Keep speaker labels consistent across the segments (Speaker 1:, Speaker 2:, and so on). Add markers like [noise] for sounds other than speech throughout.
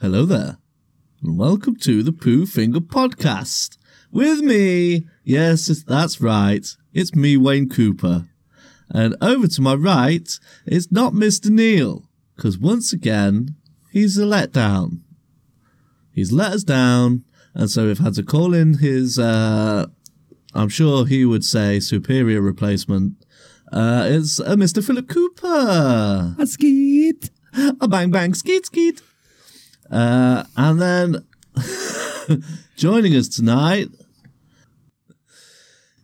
Speaker 1: Hello there. and Welcome to the Pooh Finger Podcast. With me, yes, it's- that's right, it's me, Wayne Cooper. And over to my right, it's not Mr. Neil, because once again, he's a letdown. He's let us down, and so we've had to call in his, uh, I'm sure he would say, superior replacement. Uh, it's uh, Mr. Philip Cooper.
Speaker 2: A skeet.
Speaker 1: A bang bang skeet skeet. Uh, and then [laughs] joining us tonight,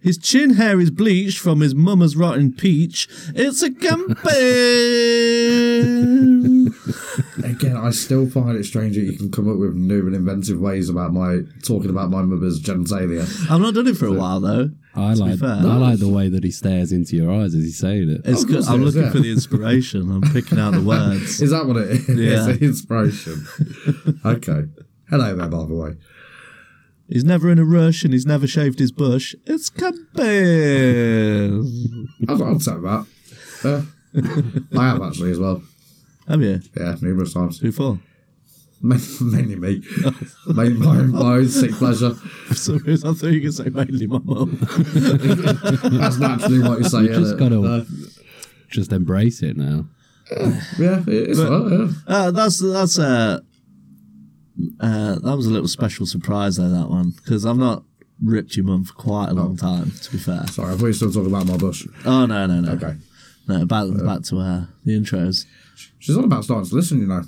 Speaker 1: his chin hair is bleached from his mama's rotten peach. It's a [laughs] gambit.
Speaker 3: Again, I still find it strange that you can come up with new and inventive ways about my talking about my mother's genitalia.
Speaker 1: I've not done it for a while though.
Speaker 2: I like
Speaker 1: fair.
Speaker 2: I like the way that he stares into your eyes as he's saying it.
Speaker 1: It's
Speaker 3: Of
Speaker 1: good.
Speaker 3: course
Speaker 1: I'm
Speaker 3: it is,
Speaker 1: looking
Speaker 3: yeah.
Speaker 1: for the [laughs] inspiration. I'm picking out the words.
Speaker 3: Is that what it is?
Speaker 1: Yeah.
Speaker 3: It's an inspiration. okay. Hello there, by the way.
Speaker 1: He's never in a rush and he's never shaved his bush. It's gambit.
Speaker 3: I'll, I'll take that. Uh, I have actually as well.
Speaker 1: Have you?
Speaker 3: Yeah, numerous times.
Speaker 1: Who for?
Speaker 3: Mainly me. Mainly my own, my own sick pleasure.
Speaker 1: [laughs] For some reason, I thought you could say mainly my mum.
Speaker 3: That's naturally what you say.
Speaker 2: You just
Speaker 3: innit?
Speaker 2: gotta-
Speaker 3: Uh,
Speaker 2: Just embrace it now.
Speaker 3: yeah, it- it's all right, yeah.
Speaker 1: Uh, that's that's uh, uh, that was a little special surprise there. That one because I've not ripped your mum for quite a
Speaker 3: Oh.
Speaker 1: long time. To be fair.
Speaker 3: Sorry, I thought you were still talking about my bush.
Speaker 1: Oh no no no.
Speaker 3: Okay.
Speaker 1: No, back back to uh, the intros.
Speaker 3: She's on about starting to listen, you know.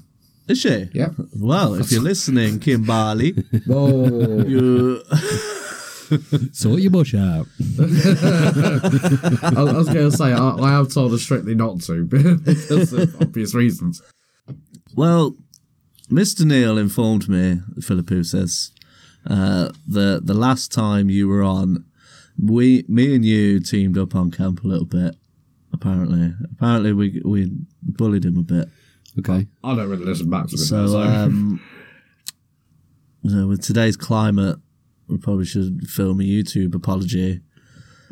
Speaker 1: Is she?
Speaker 3: Yeah.
Speaker 1: Well, if you're listening, Kim Barley,
Speaker 3: [laughs] Whoa.
Speaker 1: you
Speaker 2: Sort your bush out.
Speaker 3: I, I was going to say, I, I have told her strictly not to, [laughs] but because of obvious reasons.
Speaker 1: Well, Mr. Neil informed me, Philippou says, uh, that the last time you were on, we, me and you teamed up on camp a little bit. Apparently, apparently we we bullied him a bit.
Speaker 2: Okay.
Speaker 3: I don't really listen back to them. So,
Speaker 1: So, [laughs] um, you know, with today's climate, we probably should film a YouTube apology.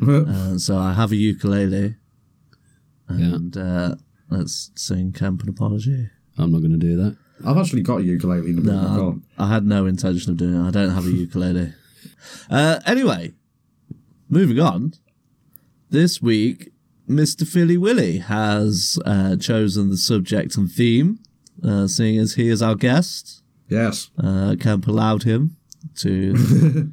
Speaker 1: Uh, so I have a ukulele,
Speaker 2: Yeah.
Speaker 1: and uh, let's sing camp an apology.
Speaker 2: I'm not gonna do that.
Speaker 3: [laughs] I've actually got a ukulele in the middle of my
Speaker 1: No,
Speaker 3: car.
Speaker 1: I, I had no intention of doing it. I don't have a ukulele. Uh, anyway, moving on. This week, Mr. Philly Willy has uh, chosen the subject and theme, uh, seeing as he is our guest.
Speaker 3: Yes.
Speaker 1: Uh, Camp allowed him to, to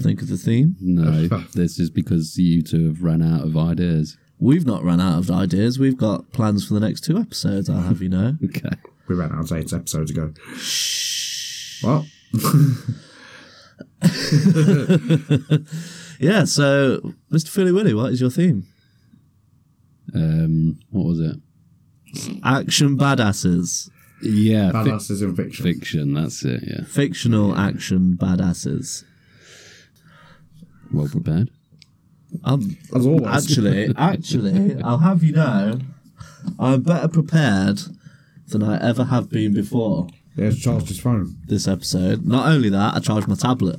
Speaker 1: think of the theme.
Speaker 2: No. this is because you two have run out of ideas.
Speaker 1: We've not run out of ideas. We've got plans for the next two episodes, I'll have you know.
Speaker 2: Okay.
Speaker 3: We ran out eight episodes ago. Well,
Speaker 1: Yeah, so, Mr. Philly Willy, what is your theme?
Speaker 2: Um what was it?
Speaker 1: Action badasses.
Speaker 2: Yeah, fi-
Speaker 3: Badass is in fiction.
Speaker 2: fiction, that's it, yeah.
Speaker 1: Fictional action badasses.
Speaker 2: Well prepared.
Speaker 1: I'm
Speaker 3: As always.
Speaker 1: Um, actually, actually, I'll have you know, I'm better prepared than I ever have been before
Speaker 3: There's Charles' phone.
Speaker 1: this episode. Not only that, I charged my tablet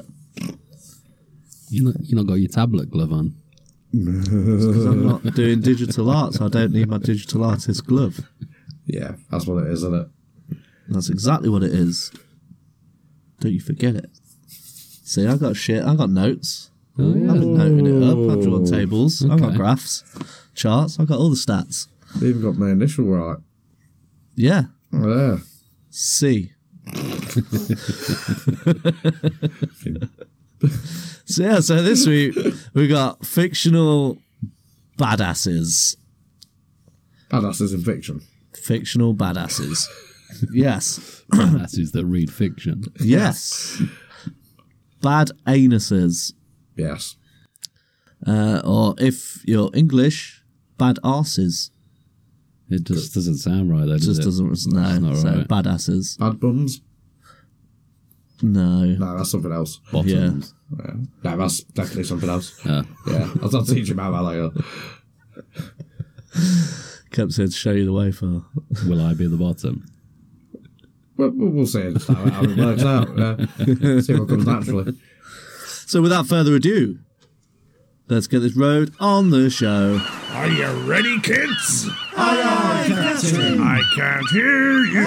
Speaker 2: You not you not got your tablet glove
Speaker 1: [coughs]
Speaker 2: on.
Speaker 1: because I'm not doing digital art, so I don't need my digital artist glove.
Speaker 3: Yeah, that's what it is, isn't it?
Speaker 1: That's exactly what it is. Don't you forget it. See, I got shit. I got notes. I've been noting it up. I've drawn tables. I've got
Speaker 2: Okay.
Speaker 1: graphs, charts. I've got all the stats.
Speaker 3: They even got my initial right.
Speaker 1: Yeah.
Speaker 3: Oh, yeah.
Speaker 1: C. So yeah, so this week we got fictional badasses.
Speaker 3: Badass is in fiction.
Speaker 1: Fictional badasses. Yes.
Speaker 2: Badasses that read fiction.
Speaker 1: Yes. Bad anuses.
Speaker 3: Yes.
Speaker 1: Uh, or if you're English, bad arses.
Speaker 2: It just doesn't sound right though, does
Speaker 1: Just
Speaker 2: it?
Speaker 1: doesn't no.
Speaker 2: not
Speaker 1: So
Speaker 2: right.
Speaker 1: badasses.
Speaker 3: Bad bums?
Speaker 1: No.
Speaker 3: No, that's something else.
Speaker 2: Bottoms.
Speaker 3: Yeah. No, that's definitely something else.
Speaker 2: Yeah.
Speaker 3: Yeah, I'll, I'll teach you about that later.
Speaker 1: Kept saying to show you the way for.
Speaker 2: Will I be the bottom?
Speaker 3: We'll, we'll we'll see how how it works out. Yeah. See what comes naturally.
Speaker 1: So without further ado, let's get this road on the show.
Speaker 4: Are you ready, kids?
Speaker 1: Yes,
Speaker 3: Captain.
Speaker 4: I can't hear you.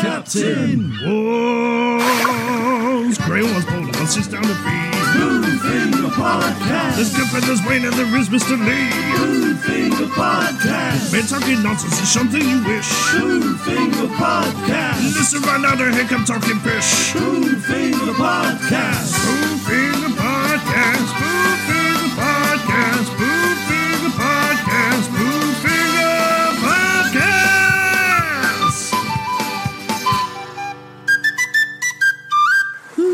Speaker 3: Captain.
Speaker 4: Wolves. Grey walls pulled up, sits down to feed. There's Kemp and there's Wayne and there is Mr. Lee.
Speaker 5: Finger Podcast.
Speaker 4: Man talking nonsense is something you wish.
Speaker 5: Two Finger Podcast.
Speaker 4: Listen right now to Hick, I'm talking fish.
Speaker 5: Two Finger Podcast.
Speaker 4: Spoofing the podcast, spoofing the podcast, spoofing the podcast, spoofing the podcast.
Speaker 1: Who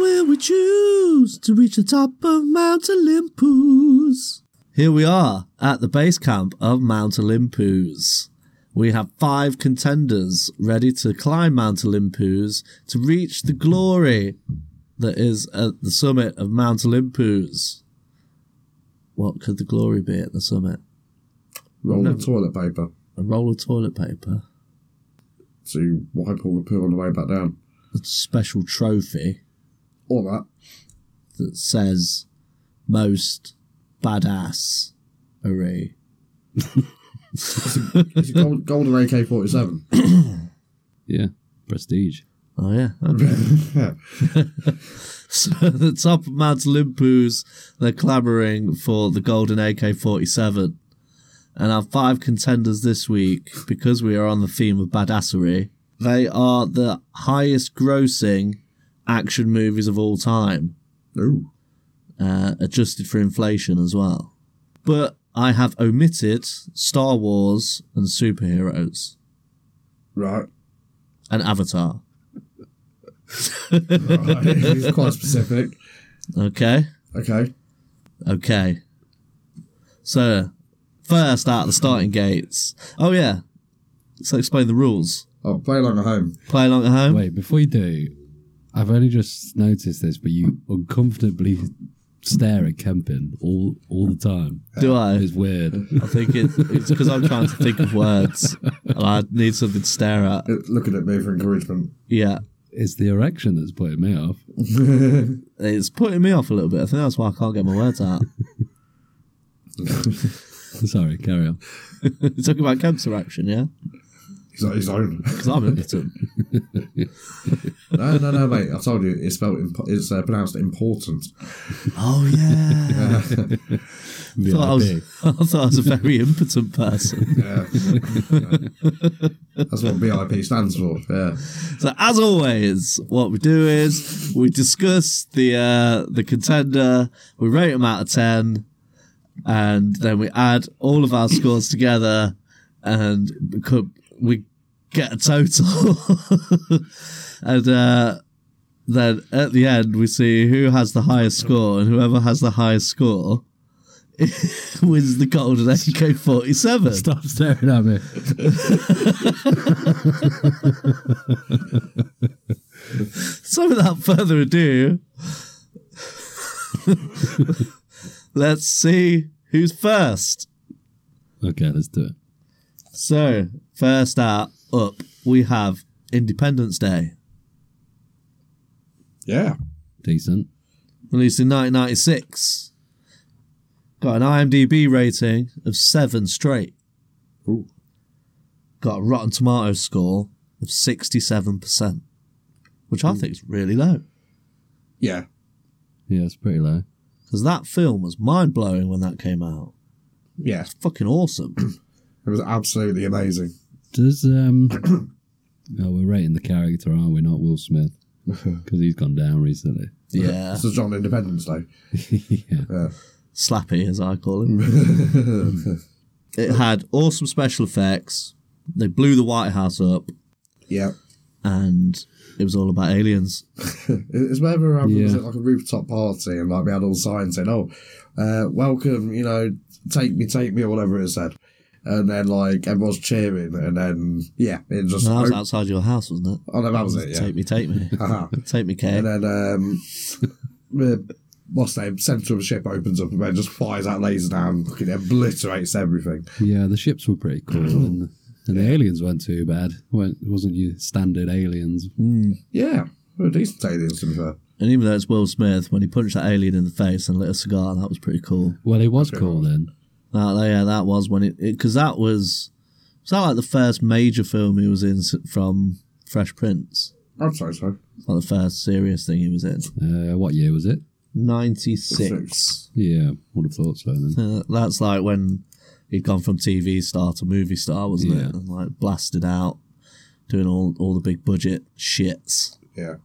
Speaker 1: will we choose to reach the top of Mount Olympus? Here we are at the base camp of Mount Olympus. We have five contenders ready to climb Mount Olympus to reach the glory that is at the summit of Mount Olympus. What could the glory be at the summit?
Speaker 3: Roll of toilet paper
Speaker 1: A roll of toilet paper,
Speaker 3: to wipe all the poo on the way back down.
Speaker 1: a special trophy
Speaker 3: All that.
Speaker 1: that says most badass array.
Speaker 3: It's a gold, golden AK 47.
Speaker 2: Yeah. Prestige.
Speaker 1: Oh yeah. Okay. [laughs] so at the top of Mount Olympus, they're clamouring for the golden AK-47, and our five contenders this week, because we are on the theme of badassery, they are the highest-grossing action movies of all time,
Speaker 3: Ooh.
Speaker 1: uh, adjusted for inflation as well. But I have omitted Star Wars and superheroes
Speaker 3: Right.
Speaker 1: and Avatar.
Speaker 3: right. [laughs] it's quite specific.
Speaker 1: Okay.
Speaker 3: Okay.
Speaker 1: Okay. So, first out of the starting gates. Oh, yeah. So, explain the rules.
Speaker 3: Oh, play along at home.
Speaker 1: Play along at home.
Speaker 2: [laughs] Wait, before you do, I've only just noticed this, but you uncomfortably stare at Kempin all all the time.
Speaker 1: Do I?
Speaker 2: It's weird.
Speaker 1: [laughs] I think it, it's because I'm trying to think of words. And I need something to stare at.
Speaker 3: It- Looking at me for encouragement.
Speaker 1: Yeah.
Speaker 2: It's the erection that's putting me off. [laughs]
Speaker 1: It's putting me off a little bit. I think that's why I can't get my words out. [laughs]
Speaker 2: Sorry, carry on.
Speaker 1: You're talking about cancer action, yeah?
Speaker 3: He's on his own. [laughs]
Speaker 1: Because I'm impotent.
Speaker 3: no, no, no, mate. I told you it's spelled. Imp- it's uh, pronounced important.
Speaker 1: Oh, yeah. I, thought I, was,
Speaker 2: VIP.
Speaker 1: [laughs] I thought I was a very impotent person.
Speaker 3: Yeah. That's what BIP stands for. Yeah.
Speaker 1: So as always, what we do is we discuss the uh, the contender, we rate them out of ten, and then we add all of our scores together, and become, we get a total. [laughs] and uh, then at the end, we see who has the highest score, and whoever has the highest score [laughs] wins the golden AK forty seven.
Speaker 2: Stop staring at me.
Speaker 1: So without further ado, let's see who's first.
Speaker 2: Okay, let's do it.
Speaker 1: So first out up, we have Independence Day,
Speaker 3: Yeah.
Speaker 2: Decent.
Speaker 1: released in 1996. Got an IMDb rating of seven straight.
Speaker 3: Ooh.
Speaker 1: Got a Rotten Tomatoes score of 67%, which I think is really low.
Speaker 3: Yeah.
Speaker 2: Yeah, it's pretty low.
Speaker 1: Because that film was mind blowing when that came out.
Speaker 3: Yeah.
Speaker 1: Fucking awesome.
Speaker 3: It was absolutely amazing.
Speaker 2: Does um
Speaker 1: [coughs]
Speaker 2: Oh, we're rating the character, aren't we? Not Will Smith.
Speaker 1: [laughs]
Speaker 2: Because he's gone down recently. [laughs]
Speaker 1: yeah.
Speaker 3: This is John Independence Day.
Speaker 2: yeah.
Speaker 1: Slappy, as I call him.
Speaker 3: [laughs]
Speaker 1: [laughs] it had awesome special effects. They blew the White House up,
Speaker 3: Yeah.
Speaker 1: and it was all about aliens.
Speaker 3: It's whenever I was
Speaker 2: Yeah.
Speaker 3: at like a rooftop party and like we had all signs saying, "Oh, uh, welcome," you know, "Take me, take me," or whatever it said, and then like everyone's cheering, and then yeah, it just
Speaker 1: And that was
Speaker 3: oh,
Speaker 1: outside your house, wasn't it?
Speaker 3: oh, no, that was it, yeah.
Speaker 1: Take me, take
Speaker 3: [laughs]
Speaker 1: me,
Speaker 3: Haha.
Speaker 1: take me, Kate.
Speaker 3: and then um, the what's the name? Center of the ship opens up and then just fires that laser down, fucking obliterates everything.
Speaker 2: Yeah, the ships were pretty cool, and, and the aliens weren't too bad. weren't It wasn't your standard aliens.
Speaker 3: Yeah, they were decent aliens to be fair.
Speaker 1: And even though it's Will Smith, when he punched that alien in the face and lit a cigar, that was pretty cool.
Speaker 2: Well, it was cool then.
Speaker 1: That, yeah, that was when it because that was Was that like the first major film he was in s- from Fresh Prince?
Speaker 3: I'd say so.
Speaker 1: Like the first serious thing he was in.
Speaker 2: Uh, what year was it?
Speaker 1: 96.
Speaker 2: Yeah, would have thought so then.
Speaker 1: Uh, that's like when he'd gone from TV star to movie star, wasn't
Speaker 2: Yeah.
Speaker 1: it? And like blasted out, doing all, all the big budget shits.
Speaker 3: Yeah.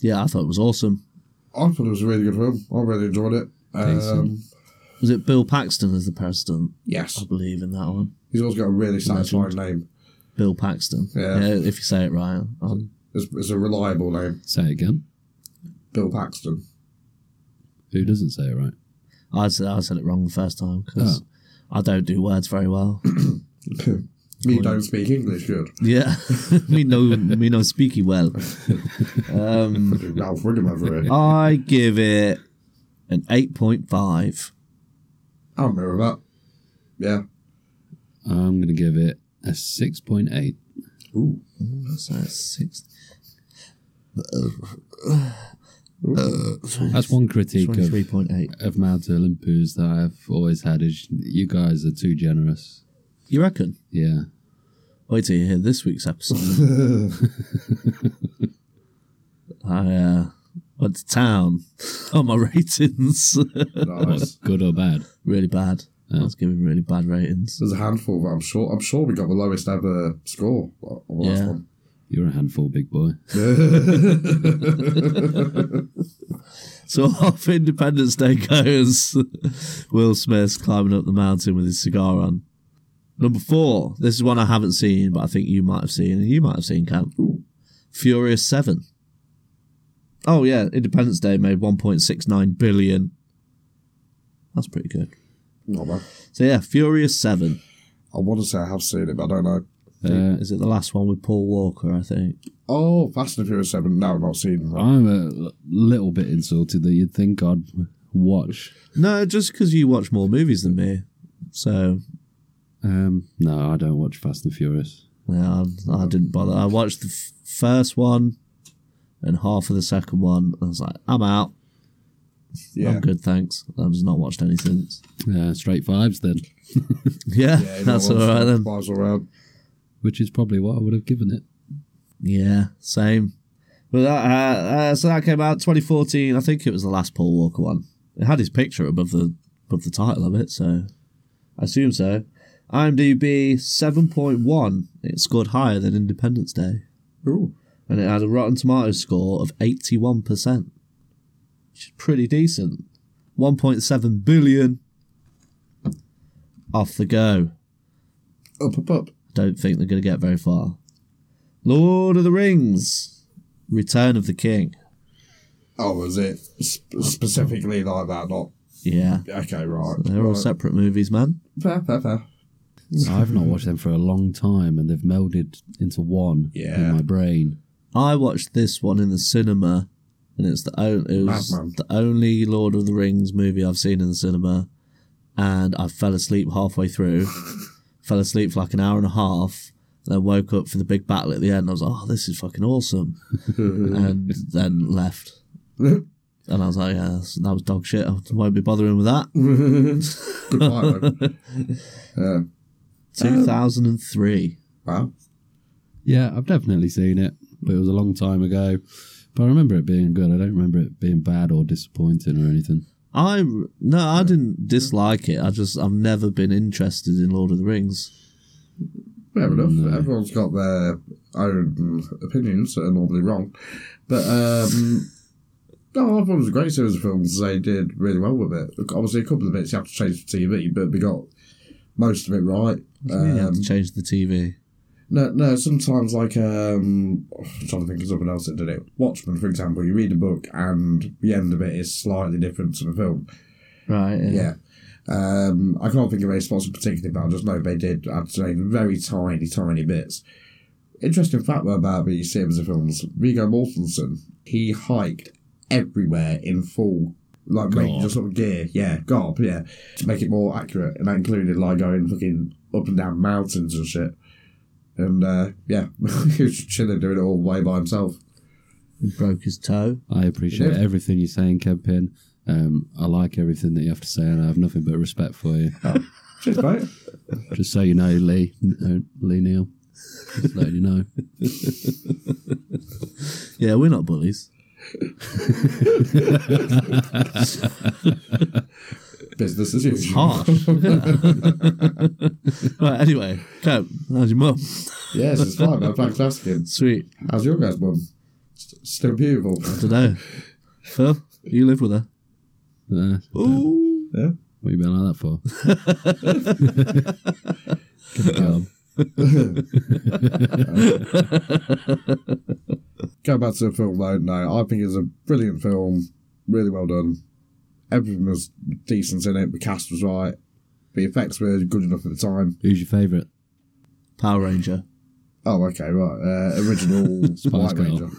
Speaker 1: Yeah, I thought it was awesome.
Speaker 3: I thought it was a really good film. I really enjoyed it. Um,
Speaker 2: Decent.
Speaker 1: Was it Bill Paxton as the president? I
Speaker 3: yes.
Speaker 1: believe in that one.
Speaker 3: He's always got a really satisfying name.
Speaker 1: Bill Paxton.
Speaker 3: Yeah.
Speaker 1: if you say it right. Um,
Speaker 3: It's, it's a reliable name.
Speaker 2: Say it again.
Speaker 3: Bill Paxton. [laughs]
Speaker 2: Who doesn't say it right?
Speaker 1: I, said, I said it wrong the first time because I don't do words very well. [laughs]
Speaker 3: Me don't speak English good.
Speaker 1: yeah. [laughs] me know me know speaky well. Um,
Speaker 3: Ralph Wiggum over here.
Speaker 1: I give it an 8.5.
Speaker 3: I remember that.
Speaker 1: [laughs]
Speaker 3: Yeah.
Speaker 2: I'm going to give it a 6.8.
Speaker 3: Ooh.
Speaker 1: So it's six.
Speaker 2: That's one critique of,
Speaker 1: 23.8.
Speaker 2: of Mount Olympus that I've always had is you guys are too generous.
Speaker 1: You reckon?
Speaker 2: Yeah.
Speaker 1: Wait till you hear this week's episode. I uh, went to town on my [laughs] ratings. [laughs]
Speaker 3: Nice.
Speaker 2: Good or bad?
Speaker 1: really bad. I was giving really bad ratings.
Speaker 3: There's a handful, but I'm sure I'm sure we got the lowest ever score on the last
Speaker 1: Yeah.
Speaker 3: one.
Speaker 2: You're a handful, big boy.
Speaker 1: So [laughs] off Independence Day goes. [laughs] Will Smith climbing up the mountain with his cigar on. Number four. This is one I haven't seen, but I think you might have seen, and you might have seen, Cam. Furious Seven. Oh yeah, Independence Day made 1.69 billion. That's pretty good.
Speaker 3: Not bad.
Speaker 1: So yeah, Furious Seven.
Speaker 3: I want to say I have seen it, but I don't know.
Speaker 2: Uh,
Speaker 1: Is it the last one with Paul Walker? I think.
Speaker 3: Oh, Fast and Furious 7. No, I've not seen that.
Speaker 2: I'm a l- little bit insulted that you'd think I'd watch.
Speaker 1: No, just because you watch more movies than me, so
Speaker 2: Um, no, I don't watch Fast and Furious.
Speaker 1: Yeah, I, I didn't bother. I watched the f- first one and half of the second one. I was like, I'm out.
Speaker 3: Yeah.
Speaker 1: I'm Oh, good, thanks. I've just not watched any since.
Speaker 2: Uh, straight fives then,
Speaker 1: [laughs] Yeah,
Speaker 3: Yeah, you know,
Speaker 1: that's all
Speaker 3: once
Speaker 1: right then.
Speaker 3: Miles around.
Speaker 2: which is probably what I would have given it.
Speaker 1: Yeah, same. But that, uh, uh, so that came out 2014. I think it was the last Paul Walker one. It had his picture above the above the title of it, so I assume so. IMDb 7.1. It scored higher than Independence Day.
Speaker 3: Ooh.
Speaker 1: and it had a Rotten Tomatoes score of 81%, which is pretty decent. 1.7 billion off the go.
Speaker 3: Up, up, up.
Speaker 1: Don't think they're going to get very far. Lord of the Rings, Return of the King.
Speaker 3: Oh, was it sp- specifically like that? Not.
Speaker 1: Yeah,
Speaker 3: Okay, right.
Speaker 1: they're all
Speaker 3: Right.
Speaker 1: separate movies, man.
Speaker 3: Fair, fair, fair.
Speaker 2: I've
Speaker 3: [laughs]
Speaker 2: not watched them for a long time, and they've melded into one
Speaker 3: Yeah.
Speaker 2: in my brain.
Speaker 1: I watched this one in the cinema, and it's the on- it was
Speaker 3: Madman.
Speaker 1: the only Lord of the Rings movie I've seen in the cinema, and I fell asleep halfway through. fell asleep for like an hour and a half, then woke up for the big battle at the end. I was like, "Oh, this is fucking awesome," and then left. and I was like, "Yeah, that's- that was dog shit. I won't be bothering with that."
Speaker 3: Goodbye,
Speaker 1: [laughs]
Speaker 3: then. Yeah.
Speaker 1: Two thousand and three.
Speaker 3: Wow.
Speaker 2: Yeah, I've definitely seen it, but it was a long time ago. But I remember it being good. I don't remember it being bad or disappointing or anything.
Speaker 1: I no, I didn't dislike it. I just I've never been interested in Lord of the Rings.
Speaker 3: Fair
Speaker 1: Hmm.
Speaker 3: enough. Everyone's got their own opinions that are normally wrong. But um, no, I thought it was a great series of films. They did really well with it. Obviously, a couple of bits you have to change the TV, but we got most of it right.
Speaker 1: you have
Speaker 3: Um,
Speaker 1: to change the TV.
Speaker 3: No, no. Sometimes, like, um, I'm trying to think of something else that did it. Watchmen, for example. You read a book, and the end of it is slightly different to the film.
Speaker 1: Right.
Speaker 3: Yeah. Um, I can't think of any spots in particular, but I just know they did. I'd say very tiny, tiny bits. Interesting fact though about the series of films: Viggo Mortensen, he hiked everywhere in full. Like making just sort of gear, yeah, garb, yeah, to make it more accurate, and that included like going fucking up and down mountains and shit, and uh, yeah, [laughs] he was just chilling doing it all the way by himself.
Speaker 1: He broke his toe.
Speaker 2: I appreciate
Speaker 3: Yeah.
Speaker 2: everything
Speaker 3: Oh,
Speaker 2: you're saying, Kempin. Um, I like everything that you have to say, and I have nothing but respect for you.
Speaker 3: Cheers, mate.
Speaker 2: Just so you know, Lee, uh, Lee Neil. Just letting you
Speaker 3: [laughs]
Speaker 2: know.
Speaker 1: Yeah, we're not bullies.
Speaker 3: Business as usual.
Speaker 1: Harsh. [laughs] right, anyway, Kev, how's your mum?
Speaker 3: Yes, it's fine. man. Thanks for asking.
Speaker 1: Sweet.
Speaker 3: How's your guys' mum? St- Still beautiful.
Speaker 1: I don't know. Phil, you live with her.
Speaker 2: Uh,
Speaker 1: Ooh.
Speaker 3: Yeah.
Speaker 2: what you been like that
Speaker 3: [laughs]
Speaker 2: for? [laughs] Um,
Speaker 3: Go back to the film though. No, I think it's a brilliant film. Really well done. Everything was decent in it. The cast was right. The effects were good enough at the time.
Speaker 2: who's your favourite?
Speaker 1: Power Ranger.
Speaker 3: Oh, okay, right. Uh, original [laughs]
Speaker 2: Spice
Speaker 3: White
Speaker 2: Girl.
Speaker 3: Ranger.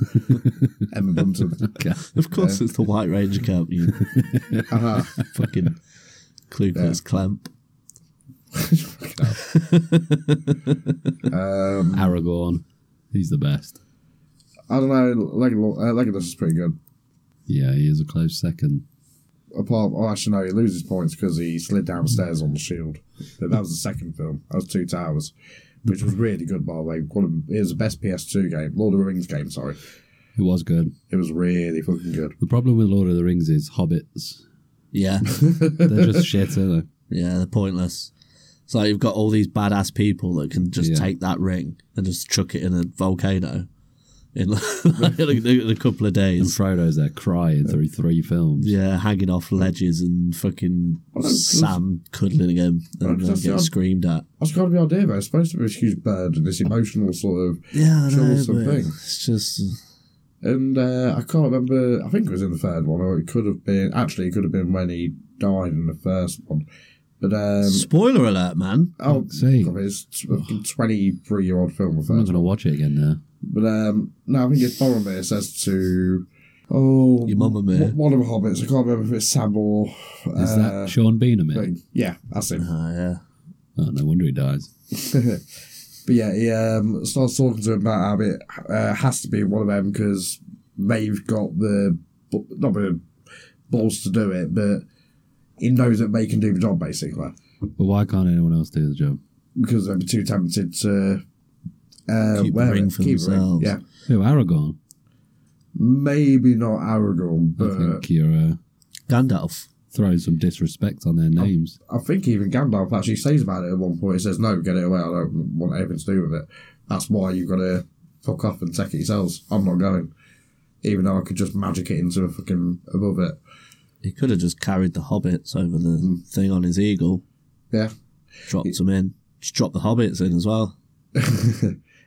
Speaker 3: Emma [laughs] Bunton.
Speaker 1: Of course, it's the White Ranger camp, you
Speaker 3: Uh-huh.
Speaker 1: fucking Ku Klux Clamp.
Speaker 3: um,
Speaker 2: Aragorn. He's the best.
Speaker 3: I don't know. Legolas, uh, Legolas is pretty good.
Speaker 2: Yeah, he is a close second.
Speaker 3: Apart, oh, actually, no, he loses points because he slid downstairs on the shield. But that was the second film. That was Two Towers, which was really good, by the way. One of, it was the best PS2 game, Lord of the Rings game, sorry.
Speaker 2: It was good.
Speaker 3: It was really fucking good.
Speaker 2: The problem with Lord of the Rings is hobbits.
Speaker 1: Yeah,
Speaker 2: They're just shit, aren't
Speaker 1: yeah, they're pointless. It's like you've got all these badass people that can just
Speaker 2: Yeah.
Speaker 1: take that ring and just chuck it in a volcano in, [laughs]
Speaker 3: [laughs]
Speaker 1: like, in, a, in a couple of
Speaker 2: they? And
Speaker 1: days.
Speaker 2: Frodo's there crying through three films.
Speaker 1: Yeah, hanging off ledges and fucking
Speaker 3: Well, that's-
Speaker 1: Sam cuddling him and uh,
Speaker 3: That's-
Speaker 1: getting
Speaker 3: that's-
Speaker 1: screamed at.
Speaker 3: That's got to be our idea, though. It's supposed to be this huge bird and this emotional sort of.
Speaker 1: Yeah, I know,
Speaker 3: Troublesome
Speaker 1: but
Speaker 3: thing.
Speaker 1: it's just
Speaker 3: And uh, I can't remember. I think it was in the third one, or it could have been. Actually, it could have been when he died in the first one. But um,
Speaker 1: spoiler alert, man.
Speaker 3: oh,
Speaker 2: Fuck's sake.
Speaker 3: God, it's a twenty-three-year-old film. The
Speaker 2: I'm not
Speaker 3: first
Speaker 2: going to watch it again now.
Speaker 3: But um, no, I think it's Boromir says to oh
Speaker 1: Your mama mate.
Speaker 3: one of the hobbits. I can't remember if it's Sam or
Speaker 2: Is
Speaker 3: uh,
Speaker 2: that Sean Bean a minute?
Speaker 3: thing. Ah, Yeah, that's him.
Speaker 1: Oh, yeah.
Speaker 2: Oh, no wonder he dies.
Speaker 3: But yeah, he um, starts talking to him about how it uh, has to be one of them because they've got the bu- not the balls to do it, but he knows that they can do the job basically
Speaker 2: But why can't anyone else do the job?
Speaker 3: because they're too tempted to. Uh,
Speaker 1: Keep the
Speaker 3: wear
Speaker 1: ring
Speaker 3: it,
Speaker 1: for
Speaker 3: keep the ring,
Speaker 1: themselves.
Speaker 3: Yeah,
Speaker 2: Who, Aragorn?
Speaker 3: maybe not Aragorn,
Speaker 2: I
Speaker 3: but
Speaker 2: think you're uh,
Speaker 1: Gandalf.
Speaker 2: throwing some disrespect on their names.
Speaker 3: I think even Gandalf actually says about it at one point. He says, "No, get it away. I don't want anything to do with it. That's why you've got to fuck off and take it yourselves. I'm not going." Even though I could just magic it into a fucking above it.
Speaker 1: He could have just carried the hobbits over the
Speaker 3: Hmm.
Speaker 1: thing on his eagle,
Speaker 3: Yeah.
Speaker 1: dropped them in, just dropped the hobbits in as well.
Speaker 3: [laughs]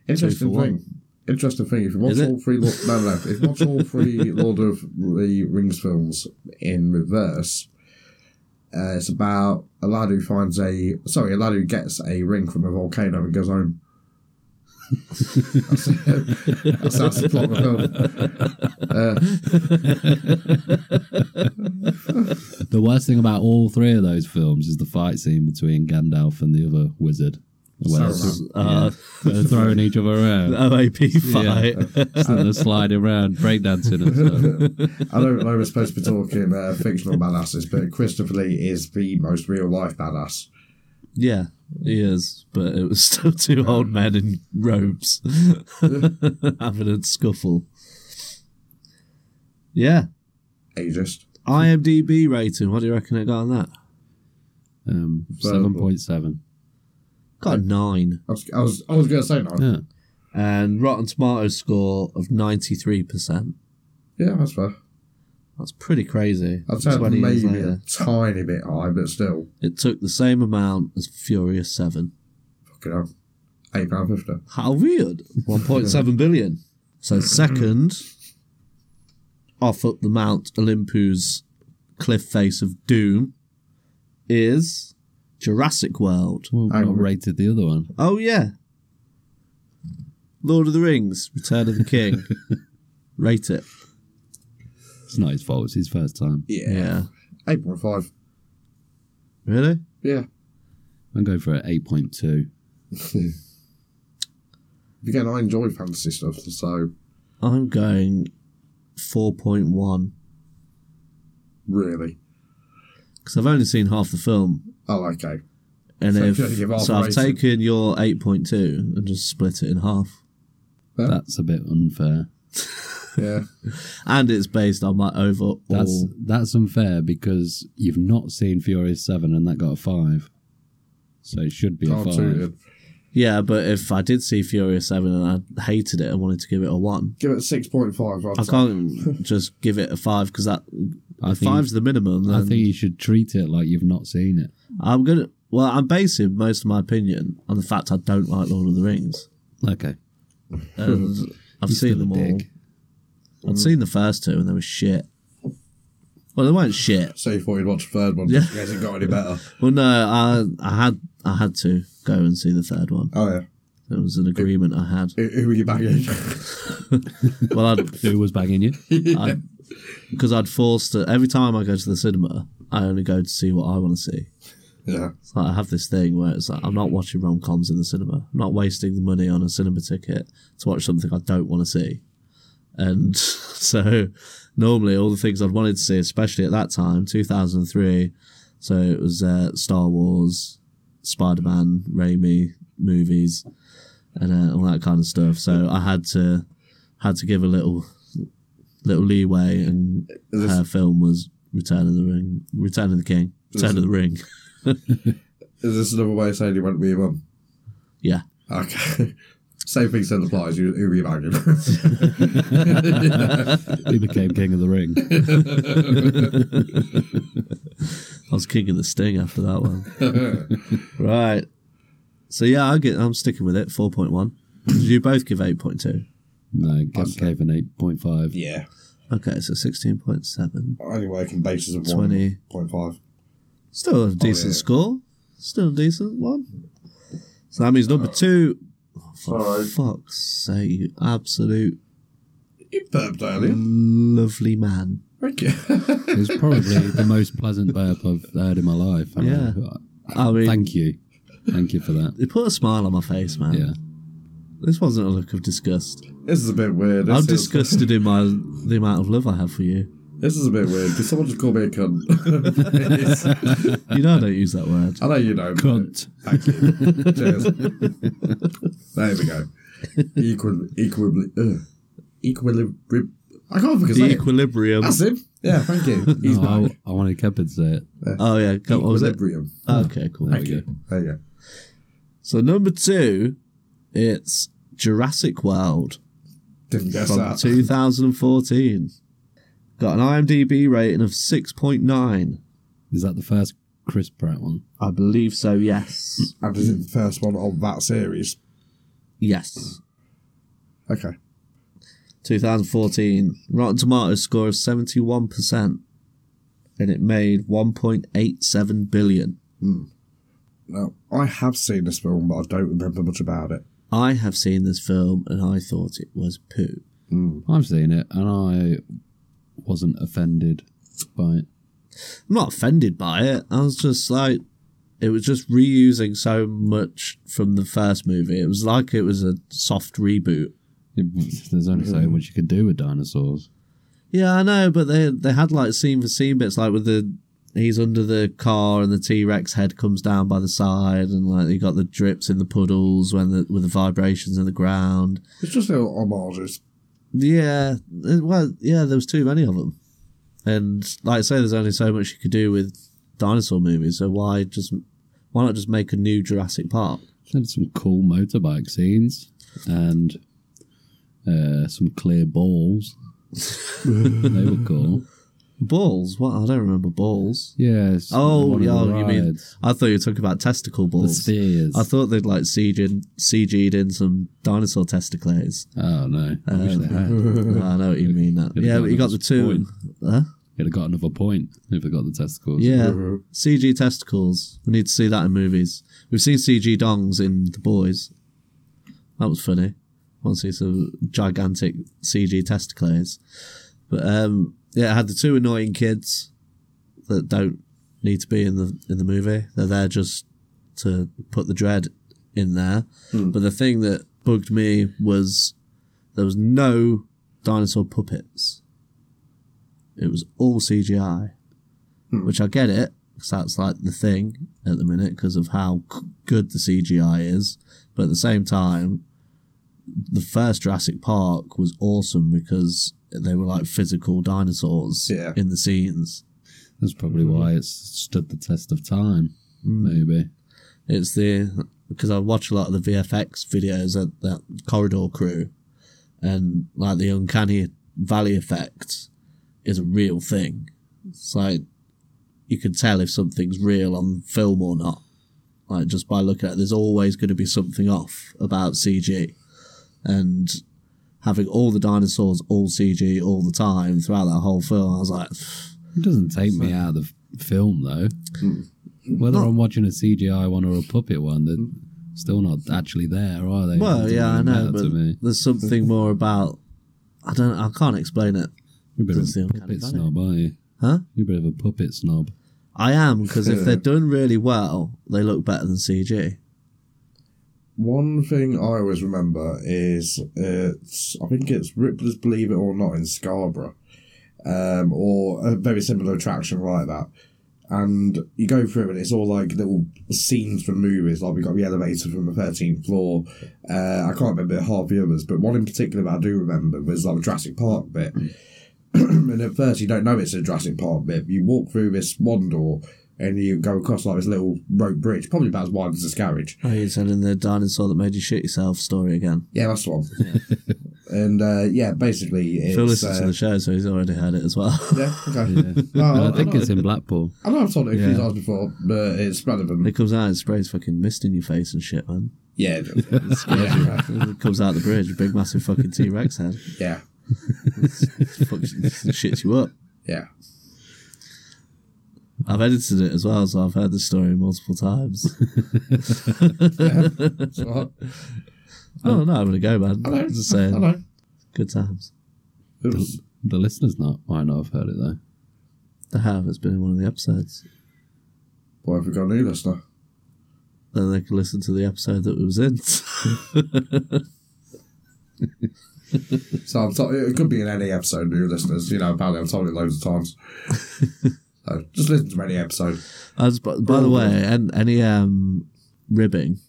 Speaker 3: Interesting
Speaker 1: Two
Speaker 3: thing.
Speaker 1: for
Speaker 3: Interesting thing. If you watch
Speaker 1: Is it?
Speaker 3: all three, Lord, no, no. If you watch
Speaker 1: [laughs]
Speaker 3: all three Lord of the Rings films in reverse, uh, it's about a lad who finds a sorry, a lad who gets a ring from a volcano and
Speaker 1: [laughs]
Speaker 3: goes home. that's, that's, [laughs] that's the plot of the film.
Speaker 2: The worst thing about all three of those films is the fight scene between Gandalf and the other wizard. Where they're
Speaker 3: Sauron.
Speaker 1: Uh,
Speaker 2: they're throwing each
Speaker 1: [laughs]
Speaker 2: other around.
Speaker 1: OAP fight.
Speaker 2: uh, [laughs] So they're sliding around, breakdancing and stuff.
Speaker 3: I don't know we're supposed to be talking uh, fictional badasses, but Christopher Lee is the most real life badass.
Speaker 1: yeah, he is, but it was [laughs] still two old men in robes having a scuffle. Yeah.
Speaker 3: Ageist.
Speaker 1: IMDb rating, what do you reckon it got on that?
Speaker 2: Um, 7.7.
Speaker 1: Got a nine.
Speaker 3: I was, I was, I was going to say no.
Speaker 2: Yeah.
Speaker 1: And Rotten Tomatoes score of 93%.
Speaker 3: Yeah, that's fair.
Speaker 1: That's pretty crazy.
Speaker 3: I'd say that's
Speaker 1: 20 years
Speaker 3: maybe
Speaker 1: later.
Speaker 3: a tiny bit high, but still.
Speaker 1: It took the same amount as Furious 7.
Speaker 3: Fucking hell. Eight pound fifty.
Speaker 1: How weird. 1.7 billion. So, second, off up the Mount Olympus cliff face of doom is Jurassic World.
Speaker 2: Well,
Speaker 3: I-
Speaker 2: not rated the other one.
Speaker 1: Oh, yeah. Lord of the Rings, Return of the
Speaker 3: [laughs]
Speaker 1: King. Rate it.
Speaker 2: It's not his fault. It's his first time.
Speaker 1: Yeah.
Speaker 3: Eight point five.
Speaker 1: Really?
Speaker 3: Yeah.
Speaker 2: I'm going for an 8.2.
Speaker 3: Again, I enjoy fantasy stuff, so
Speaker 1: I'm going 4.1
Speaker 3: really.
Speaker 1: because I've only seen half the film
Speaker 3: Oh, okay.
Speaker 1: And
Speaker 3: So
Speaker 1: if
Speaker 3: you're gonna give half
Speaker 1: so,
Speaker 3: a
Speaker 1: I've
Speaker 3: rating.
Speaker 1: taken your 8.2 and just split it in half.
Speaker 2: That's a bit unfair.
Speaker 1: [laughs]
Speaker 3: Yeah.
Speaker 1: And it's based on my overall.
Speaker 2: That's that's unfair because you've not seen Furious Seven and that got a five, so it should be a
Speaker 3: Can't suit
Speaker 2: five.
Speaker 3: it.
Speaker 1: Yeah, but if I did see Furious 7 and I hated it and wanted to give it a 1,
Speaker 3: Give it six point five.
Speaker 1: I
Speaker 2: [laughs]
Speaker 1: can't just give it a 5 because that
Speaker 2: I think-
Speaker 1: five's the minimum.
Speaker 2: I
Speaker 1: then
Speaker 2: think you should treat it like you've not seen it.
Speaker 1: I'm going to. Well, I'm basing most of my opinion on the fact I don't like Lord of the
Speaker 2: [laughs]
Speaker 1: Rings.
Speaker 2: Okay,
Speaker 1: And I've seen
Speaker 2: still a
Speaker 1: them all.
Speaker 2: dick.
Speaker 1: I'd seen the first two and they were shit. Well, they weren't shit.
Speaker 3: So you thought you'd watch the third one.
Speaker 1: Yeah.
Speaker 3: He hasn't got
Speaker 1: [laughs]
Speaker 3: any better.
Speaker 1: Well, no, I I had I had to go and see the third one.
Speaker 3: Oh yeah.
Speaker 1: It was an agreement I had.
Speaker 3: Who, who are you banging?
Speaker 1: [laughs] Well, I'd
Speaker 2: who was banging you?
Speaker 1: because I'd forced it. Every time I go to the cinema, I only go to see what I want to see.
Speaker 3: yeah.
Speaker 1: It's like I have this thing where it's like I'm not watching rom coms in the cinema. I'm not wasting the money on a cinema ticket to watch something I don't want to see. And [laughs] so normally all the things I'd wanted to see, especially at that time, 2003, so it was uh, Star Wars, Spider Man, Raimi movies, and uh, all that kind of stuff. So I had to had to give a little little leeway, and
Speaker 3: This-
Speaker 1: her film was Return of the Ring, Return of the King, Return of the Ring. [laughs]
Speaker 3: Is this another way of saying you went with your mum?
Speaker 1: Yeah.
Speaker 3: Okay. [laughs] Same thing said applies. You, who are
Speaker 1: [laughs]
Speaker 3: you banging? [laughs]
Speaker 2: He became King of the Ring.
Speaker 1: I was king of the sting after that one.
Speaker 3: [laughs]
Speaker 1: right. So yeah, I get. I'm sticking with it. Four point one. Did you both give eight point two?
Speaker 2: No, Gap gave an eight point five.
Speaker 3: yeah.
Speaker 1: Okay, so sixteen point seven.
Speaker 3: Anyway, can basis of
Speaker 1: 20.
Speaker 3: one point five.
Speaker 1: Still a decent
Speaker 3: Oh, yeah.
Speaker 1: score. Still a decent one. So that means number two. Oh, for fuck's sake, you absolute
Speaker 3: You burped earlier.
Speaker 1: Mm. lovely man.
Speaker 3: Thank you. [laughs]
Speaker 2: It was probably the most pleasant burp I've heard in my life. I
Speaker 1: Yeah. I mean,
Speaker 2: Thank you. Thank you for that.
Speaker 1: it put a smile on my face, man.
Speaker 2: Yeah.
Speaker 1: This wasn't a look of disgust.
Speaker 3: this is a bit weird. This
Speaker 1: I'm
Speaker 3: is-
Speaker 1: disgusted in my the amount of love I have for you.
Speaker 3: This is a bit weird. Did someone just call me a
Speaker 1: [laughs]
Speaker 3: cunt?
Speaker 1: You know I don't use that word.
Speaker 3: [laughs] I know you know. but-
Speaker 2: Cunt.
Speaker 3: Thank you. Cheers. there we go. Equal, equally, uh, equilibri- I can't fucking
Speaker 1: The
Speaker 3: say it.
Speaker 1: equilibrium.
Speaker 3: That's him. Yeah,
Speaker 1: [laughs]
Speaker 3: thank you. He's
Speaker 2: No,
Speaker 3: back.
Speaker 2: I, I wanted Kepin to say it.
Speaker 1: Oh yeah, go- what was it? Ah,
Speaker 3: Equilibrium.
Speaker 1: Okay, cool.
Speaker 2: Thank you.
Speaker 3: There you
Speaker 1: So number two, it's Jurassic World
Speaker 3: go. Didn't guess
Speaker 1: from
Speaker 3: that.
Speaker 1: 2014. Got an IMDb rating of 6.9.
Speaker 2: Is that the first Chris Pratt one?
Speaker 1: I believe so. Yes.
Speaker 3: And is it the first one of that series?
Speaker 1: yes.
Speaker 3: Okay.
Speaker 1: 2014. Rotten Tomatoes score of 71%, and it made 1.87 billion.
Speaker 3: Now, I have seen this film, but I don't remember much about it.
Speaker 1: I have seen this film and I thought it was poo.
Speaker 2: I've seen it and I wasn't offended by it.
Speaker 1: I'm not offended by it. I was just like, it was just reusing so much from the first movie. It was like it was a soft reboot.
Speaker 2: It- There's only so much you can do with dinosaurs.
Speaker 1: Yeah, I know, but they they had like scene for scene bits, like with the he's under the car and the T Rex head comes down by the side, and like you got the drips in the puddles when the with the vibrations in the ground.
Speaker 3: It's just little homages.
Speaker 1: Yeah, it- well, yeah, there was too many of them, and like I say, there's only so much you could do with dinosaur movies. So why just why not just make a new Jurassic Park?
Speaker 2: Had some cool motorbike scenes and uh, some clear
Speaker 1: [laughs]
Speaker 2: balls. they were cool.
Speaker 1: Balls? What? I don't remember balls.
Speaker 2: Yes.
Speaker 1: Oh,
Speaker 2: one of
Speaker 1: yeah,
Speaker 2: the
Speaker 1: you mean?
Speaker 2: rides.
Speaker 1: I thought you were talking about testicle
Speaker 2: the
Speaker 1: balls.
Speaker 2: spheres?
Speaker 1: I thought they'd like CG'd, CG'd in some dinosaur testicles.
Speaker 2: [laughs] oh no! I wish they had.
Speaker 1: [laughs] I know what you mean. That.
Speaker 2: Could've
Speaker 1: Yeah,
Speaker 2: got
Speaker 1: but you got the
Speaker 2: another
Speaker 1: two. Huh?
Speaker 2: It'd have got another point if it got the testicles.
Speaker 1: Yeah, CG testicles. We need to see that in movies. We've seen CG dongs in The Boys. That was funny. Once see some gigantic CG testicles. But um, yeah, it had the two annoying kids that don't need to be in the in the movie. They're there just to put the dread in there.
Speaker 2: Hmm.
Speaker 1: But the thing that bugged me was there was no dinosaur puppets. It was all CGI, which I get it because that's like the thing at the minute because of how c- good the CGI is. But at the same time, the first Jurassic Park was awesome because they were like physical dinosaurs
Speaker 3: Yeah.
Speaker 1: in the scenes.
Speaker 2: That's probably why it's stood the test of time.
Speaker 1: Hmm.
Speaker 2: Maybe.
Speaker 1: It's the because I watch a lot of the VFX videos at that corridor crew, and like the uncanny valley effect is a real thing. It's like you can tell if something's real on film or not, like just by looking at. it. There's always going to be something off about CG, and having all the dinosaurs all CG all the time throughout that whole film, I was like,
Speaker 2: It doesn't take me out of the f- film though.
Speaker 1: Hmm.
Speaker 2: Whether I'm watching a CGI one or a puppet one, they're still not actually there, are they? It
Speaker 1: well,
Speaker 2: doesn't
Speaker 1: yeah, I
Speaker 2: really
Speaker 1: know,
Speaker 2: matter
Speaker 1: but
Speaker 2: to me.
Speaker 1: there's something more about. I don't. I can't explain it.
Speaker 2: You're a bit
Speaker 1: Doesn't
Speaker 2: of
Speaker 1: seem
Speaker 2: a
Speaker 1: kind of
Speaker 2: puppet
Speaker 1: funny.
Speaker 2: snob, aren't you?
Speaker 1: Huh?
Speaker 2: You're a bit of a puppet snob.
Speaker 1: I am because if they're done really well, they look better than CG.
Speaker 3: One thing I always remember is it's I think it's Ripley's Believe It or Not in Scarborough, um, or a very similar attraction like that. And you go through and it's all like little scenes from movies. Like we got the elevator from the thirteenth floor. Uh, I can't remember half the others, but one in particular that I do remember was like the Jurassic Park bit. [clears throat] and at first you don't know it's a Jurassic Park bit. You walk through this one door and you go across like this little rope bridge, probably about as wide as this carriage.
Speaker 1: Oh, you're telling the dinosaur that made you shit yourself story again.
Speaker 3: Yeah, that's the one. [laughs] and uh, yeah, basically, it's,
Speaker 1: Phil listens
Speaker 3: uh,
Speaker 1: to the show, so he's already heard it as well. [laughs]
Speaker 3: Yeah, okay.
Speaker 2: [laughs]
Speaker 1: Oh,
Speaker 2: And
Speaker 3: No,
Speaker 2: I think
Speaker 3: know,
Speaker 2: it's in Blackpool.
Speaker 3: I know I've told it a few
Speaker 2: Yeah.
Speaker 3: times before, but it's relevant.
Speaker 1: it comes out and sprays fucking mist in your face and shit, man.
Speaker 2: [laughs]
Speaker 3: Yeah, it's- yeah,
Speaker 1: It comes out the bridge, big massive fucking T Rex head.
Speaker 3: [laughs] yeah,
Speaker 1: Fucking shits you up.
Speaker 2: [laughs]
Speaker 3: yeah.
Speaker 1: I've edited it as well, so I've heard the story multiple
Speaker 3: [laughs]
Speaker 1: times.
Speaker 3: It's all right.
Speaker 1: oh, no, I'm going to go, man.
Speaker 3: I know.
Speaker 1: I'm just
Speaker 3: I
Speaker 1: saying.
Speaker 3: know.
Speaker 1: Good times.
Speaker 3: Oops.
Speaker 2: The listeners not might not have heard it though.
Speaker 1: They have. It's been in one of the episodes.
Speaker 3: Why have we got a new listener?
Speaker 1: Then they can listen to the episode that it was in. [laughs]
Speaker 3: So I'm sorry, it could be in any episode, new listeners. You know, apparently I've told it loads of
Speaker 2: [laughs]
Speaker 3: times. so just listen to any episode.
Speaker 1: As by, by the way, and any um, ribbing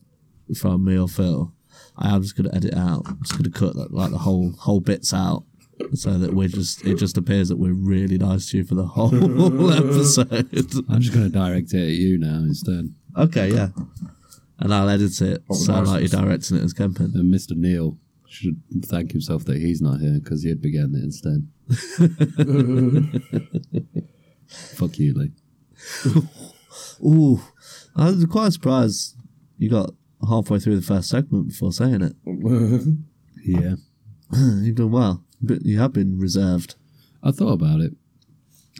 Speaker 1: from me or Phil, I am just going to edit out. I'm just going to cut like, like the whole whole bits out, so that we're just it just appears that we're really nice to you for the whole episode.
Speaker 2: I'm just going to direct it at you now instead.
Speaker 1: okay, yeah, and I'll edit it
Speaker 3: was
Speaker 1: sound
Speaker 3: nice.
Speaker 1: like you're directing it as Kempin.
Speaker 2: And Mr. Neil should thank himself that he's not here because he'd be getting it [laughs] instead. Fuck you, Lee.
Speaker 1: Ooh, I was quite surprised you got halfway through the first segment before saying it.
Speaker 2: Yeah.
Speaker 1: You've done well, but you have been reserved.
Speaker 2: I thought about it.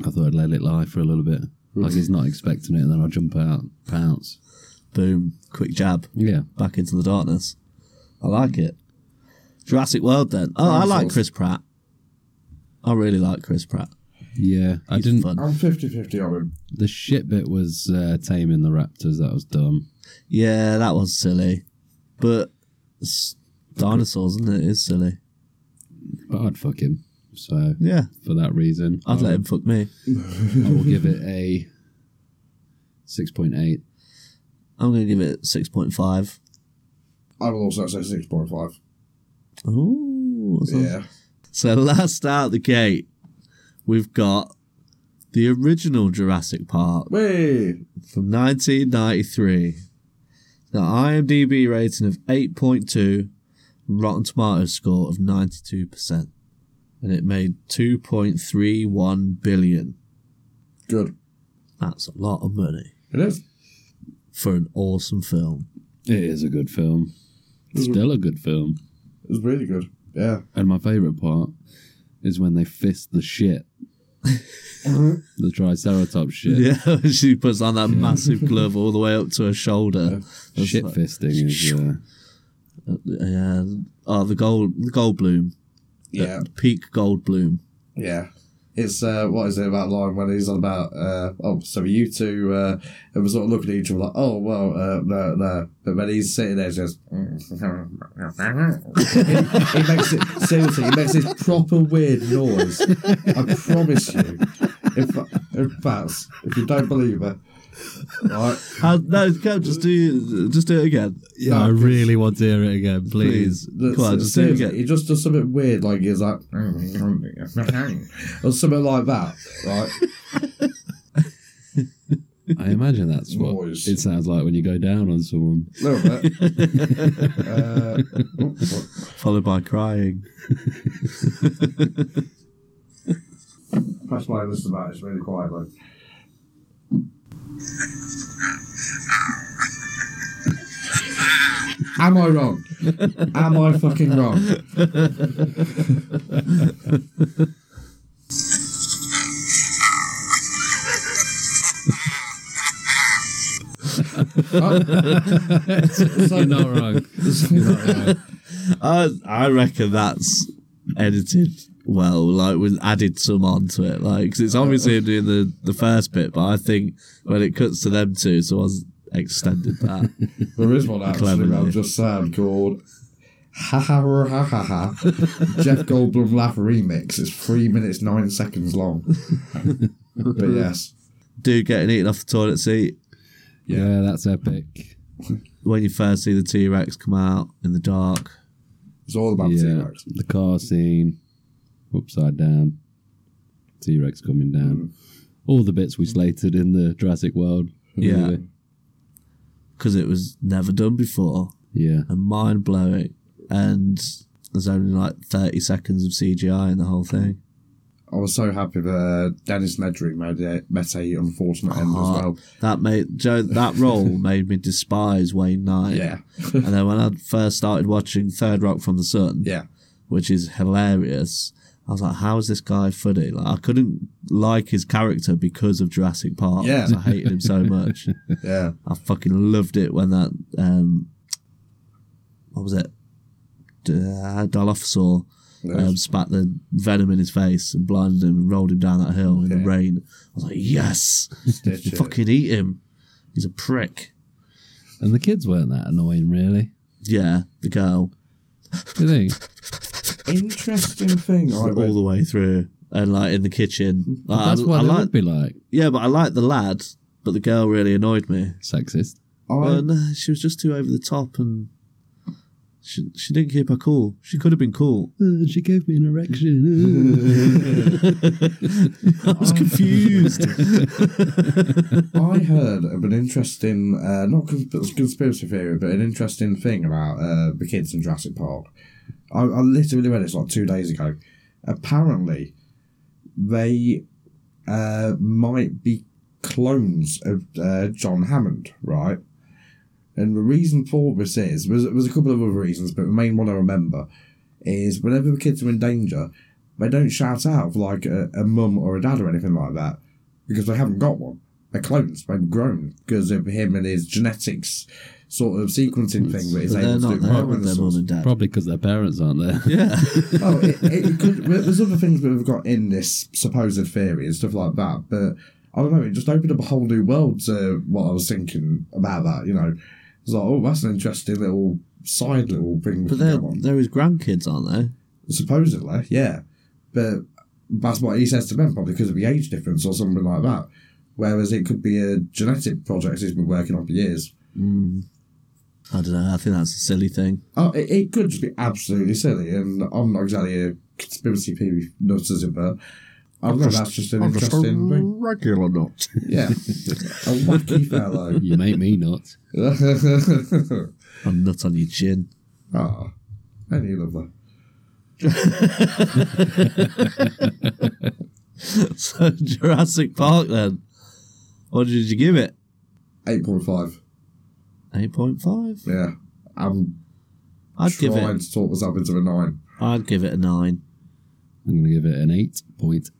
Speaker 2: I thought I'd let it lie for a little bit. Like he's not expecting it, and then I'll jump out, pounce.
Speaker 1: Boom, quick jab.
Speaker 2: Yeah.
Speaker 1: back into the darkness. I like it. Jurassic World, then. Oh, I like Chris Pratt. I really like Chris Pratt.
Speaker 2: Yeah. I
Speaker 1: He's
Speaker 2: didn't.
Speaker 1: Fun.
Speaker 3: I'm 50 50 on him.
Speaker 2: The shit bit was uh, taming the raptors. That was dumb.
Speaker 1: Yeah, that was silly, but it's dinosaurs, isn't it? It is silly.
Speaker 2: But I'd fuck him. So
Speaker 1: Yeah,
Speaker 2: for that reason,
Speaker 1: I'd
Speaker 2: I
Speaker 1: let him fuck me.
Speaker 2: will- I will give it a six point eight.
Speaker 1: I'm gonna give it six point five.
Speaker 3: I will also say 6.5.
Speaker 1: Oh,
Speaker 3: Yeah.
Speaker 1: So last out the gate, we've got the original Jurassic Park.
Speaker 3: Wait.
Speaker 1: from 1993. The IMDb rating of 8.2, Rotten Tomatoes score of 92%. And it made 2.31 billion.
Speaker 3: Good.
Speaker 1: That's a lot of money
Speaker 3: It is.
Speaker 1: for an awesome film. [laughs]
Speaker 2: It is a good film. It's still a good film.
Speaker 3: It's really good. Yeah.
Speaker 2: And my favourite part is when they fist
Speaker 1: [laughs]
Speaker 2: the shit. the Triceratops shit.
Speaker 1: Yeah, she puts on that massive glove all the way up to her shoulder. That's
Speaker 2: Shit
Speaker 1: like-
Speaker 2: fisting is uh,
Speaker 1: yeah. Oh, the gold, the gold bloom,
Speaker 3: Yeah.
Speaker 1: peak gold bloom.
Speaker 3: Yeah. It's uh, what is it about line when he's on about uh, oh so you two uh, and was sort of looking at each other like oh well uh, no no but when he's sitting there just [laughs] he, he makes it seriously he makes this proper weird noise I promise you if if that's if you don't believe it Right.
Speaker 1: How, no, come, just do just do it again,
Speaker 2: I really want to hear it again, please.
Speaker 1: please. Come on, just do it
Speaker 3: seriously,
Speaker 1: again.
Speaker 3: He just does something weird, like he's like, or something like that, right?
Speaker 2: I imagine that's what
Speaker 3: Noise.
Speaker 2: it sounds like when you go down on someone.
Speaker 1: [laughs]
Speaker 3: little bit. uh, oh, what?
Speaker 1: Followed by crying.
Speaker 3: Press play and listen back. It's really quiet, though. Am I wrong? Am I fucking wrong?
Speaker 2: [laughs] You're not wrong. You're not wrong.
Speaker 1: I I reckon that's edited well, like was added some onto it, like 'cause it's obviously him doing the the first bit, but I think when it cuts to them two, someone's extended that. [laughs]
Speaker 3: There
Speaker 1: Mm-hmm.
Speaker 3: is one actually
Speaker 1: Clever,
Speaker 3: that I've
Speaker 1: yeah.
Speaker 3: just said called Ha Ha Ha Ha
Speaker 1: [laughs]
Speaker 3: Ha Ha Jeff Goldblum Laugh Remix. It's three minutes nine
Speaker 1: [laughs]
Speaker 3: seconds long. but yes.
Speaker 1: Dude getting eaten off the toilet seat
Speaker 2: Yeah, that's epic.
Speaker 1: when you first see the T Rex come out in the dark.
Speaker 3: It's all about yeah.
Speaker 2: yeah,
Speaker 3: T-Rex.
Speaker 2: the car scene, upside down, T Rex coming
Speaker 1: Mm.
Speaker 2: down, all the bits we slated in the Jurassic World.
Speaker 1: Yeah.
Speaker 2: movie.
Speaker 1: because it was never done before
Speaker 2: yeah.
Speaker 1: and mind blowing. And there's only like 30 seconds of CGI in the whole thing.
Speaker 3: I was so happy that uh, Dennis Nedry made a, met a unfortunate end
Speaker 1: Ah.
Speaker 3: as well.
Speaker 1: That made Joe, that role made me despise Wayne Knight.
Speaker 3: Yeah. [laughs]
Speaker 1: and then when I first started watching Third Rock from the Sun,
Speaker 3: Yeah.
Speaker 1: which is hilarious, I was like, "How is this guy funny?" Like I couldn't like his character because of Jurassic Park.
Speaker 3: Yeah.
Speaker 1: 'cause I hated him
Speaker 3: [laughs]
Speaker 1: so much.
Speaker 3: Yeah.
Speaker 1: I fucking loved it when that um, what was it? D- Uh, Dilophosaur um, spat the venom in his face and blinded him and rolled him down that hill in the
Speaker 3: Yeah.
Speaker 1: rain. I was like, yes,
Speaker 3: Stitch it.
Speaker 1: fucking eat him. He's a prick.
Speaker 2: And the kids weren't that annoying, really.
Speaker 1: Yeah, the girl
Speaker 2: Do you
Speaker 1: [laughs]
Speaker 2: think?
Speaker 3: Interesting thing. Right,
Speaker 1: all
Speaker 3: wait.
Speaker 1: the way through and like in the kitchen. Like,
Speaker 2: That's
Speaker 1: Ah, I,
Speaker 2: what
Speaker 1: I
Speaker 2: they
Speaker 1: like,
Speaker 2: would be like.
Speaker 1: yeah, but I liked the lad, but the girl really annoyed me.
Speaker 2: Sexist.
Speaker 1: Well,
Speaker 3: I,
Speaker 1: no, she was just too over the top and. She, she didn't keep her cool. She could have been cool. [laughs]
Speaker 2: Uh, she gave me an erection.
Speaker 1: I was
Speaker 3: [laughs]
Speaker 1: confused.
Speaker 3: I heard of an interesting, uh, not cons- conspiracy theory, but an interesting thing about uh, the kids in Jurassic Park. I, I literally read it like two days ago. Apparently, they uh, might be clones of uh, John Hammond, right? And the reason for this is there's, there's a couple of other reasons, but the main one I remember is whenever the kids are in danger, they don't shout out for like a, a mum or a dad or anything like that because they haven't got one. They're clones, they've grown because of him and his genetics sort of sequencing thing that is
Speaker 1: But they're
Speaker 3: able to
Speaker 1: not
Speaker 3: do
Speaker 1: there
Speaker 3: right
Speaker 1: with
Speaker 3: when
Speaker 1: their mum and dad.
Speaker 2: [laughs] Probably because their parents aren't there. [laughs]
Speaker 1: Yeah.
Speaker 3: oh, it, it could, there's other things that we've got in this supposed theory and stuff like that, but I don't know. It just opened up a whole new world to what I was thinking about that. You know, it's like, oh, that's an interesting little side little thing.
Speaker 1: [laughs] But
Speaker 3: we can
Speaker 1: they're,
Speaker 3: go on.
Speaker 1: they're his grandkids, aren't they?
Speaker 3: supposedly, yeah, but that's what he says to them, probably because of the age difference or something like that. Whereas it could be a genetic project he's been working on for years.
Speaker 1: I don't know. I think that's a silly thing.
Speaker 3: Oh, it, it could just be absolutely silly, and I'm not exactly a conspiracy theory nut, as it were. I don't know, that's just an interesting
Speaker 1: [laughs]
Speaker 3: thing.
Speaker 5: regular nut.
Speaker 3: Yeah. a wacky fellow. [laughs]
Speaker 2: You make me nuts.
Speaker 1: A nut on your chin. [laughs]
Speaker 3: Ah, any lover.
Speaker 1: so Jurassic Park then. What did you give it?
Speaker 3: 8.5.
Speaker 1: 8.5?
Speaker 3: Yeah. I'm
Speaker 1: I'd give
Speaker 3: trying
Speaker 1: it
Speaker 3: to talk myself into a 9.
Speaker 1: I'd give it a 9.
Speaker 2: I'm going to give it an 8.8.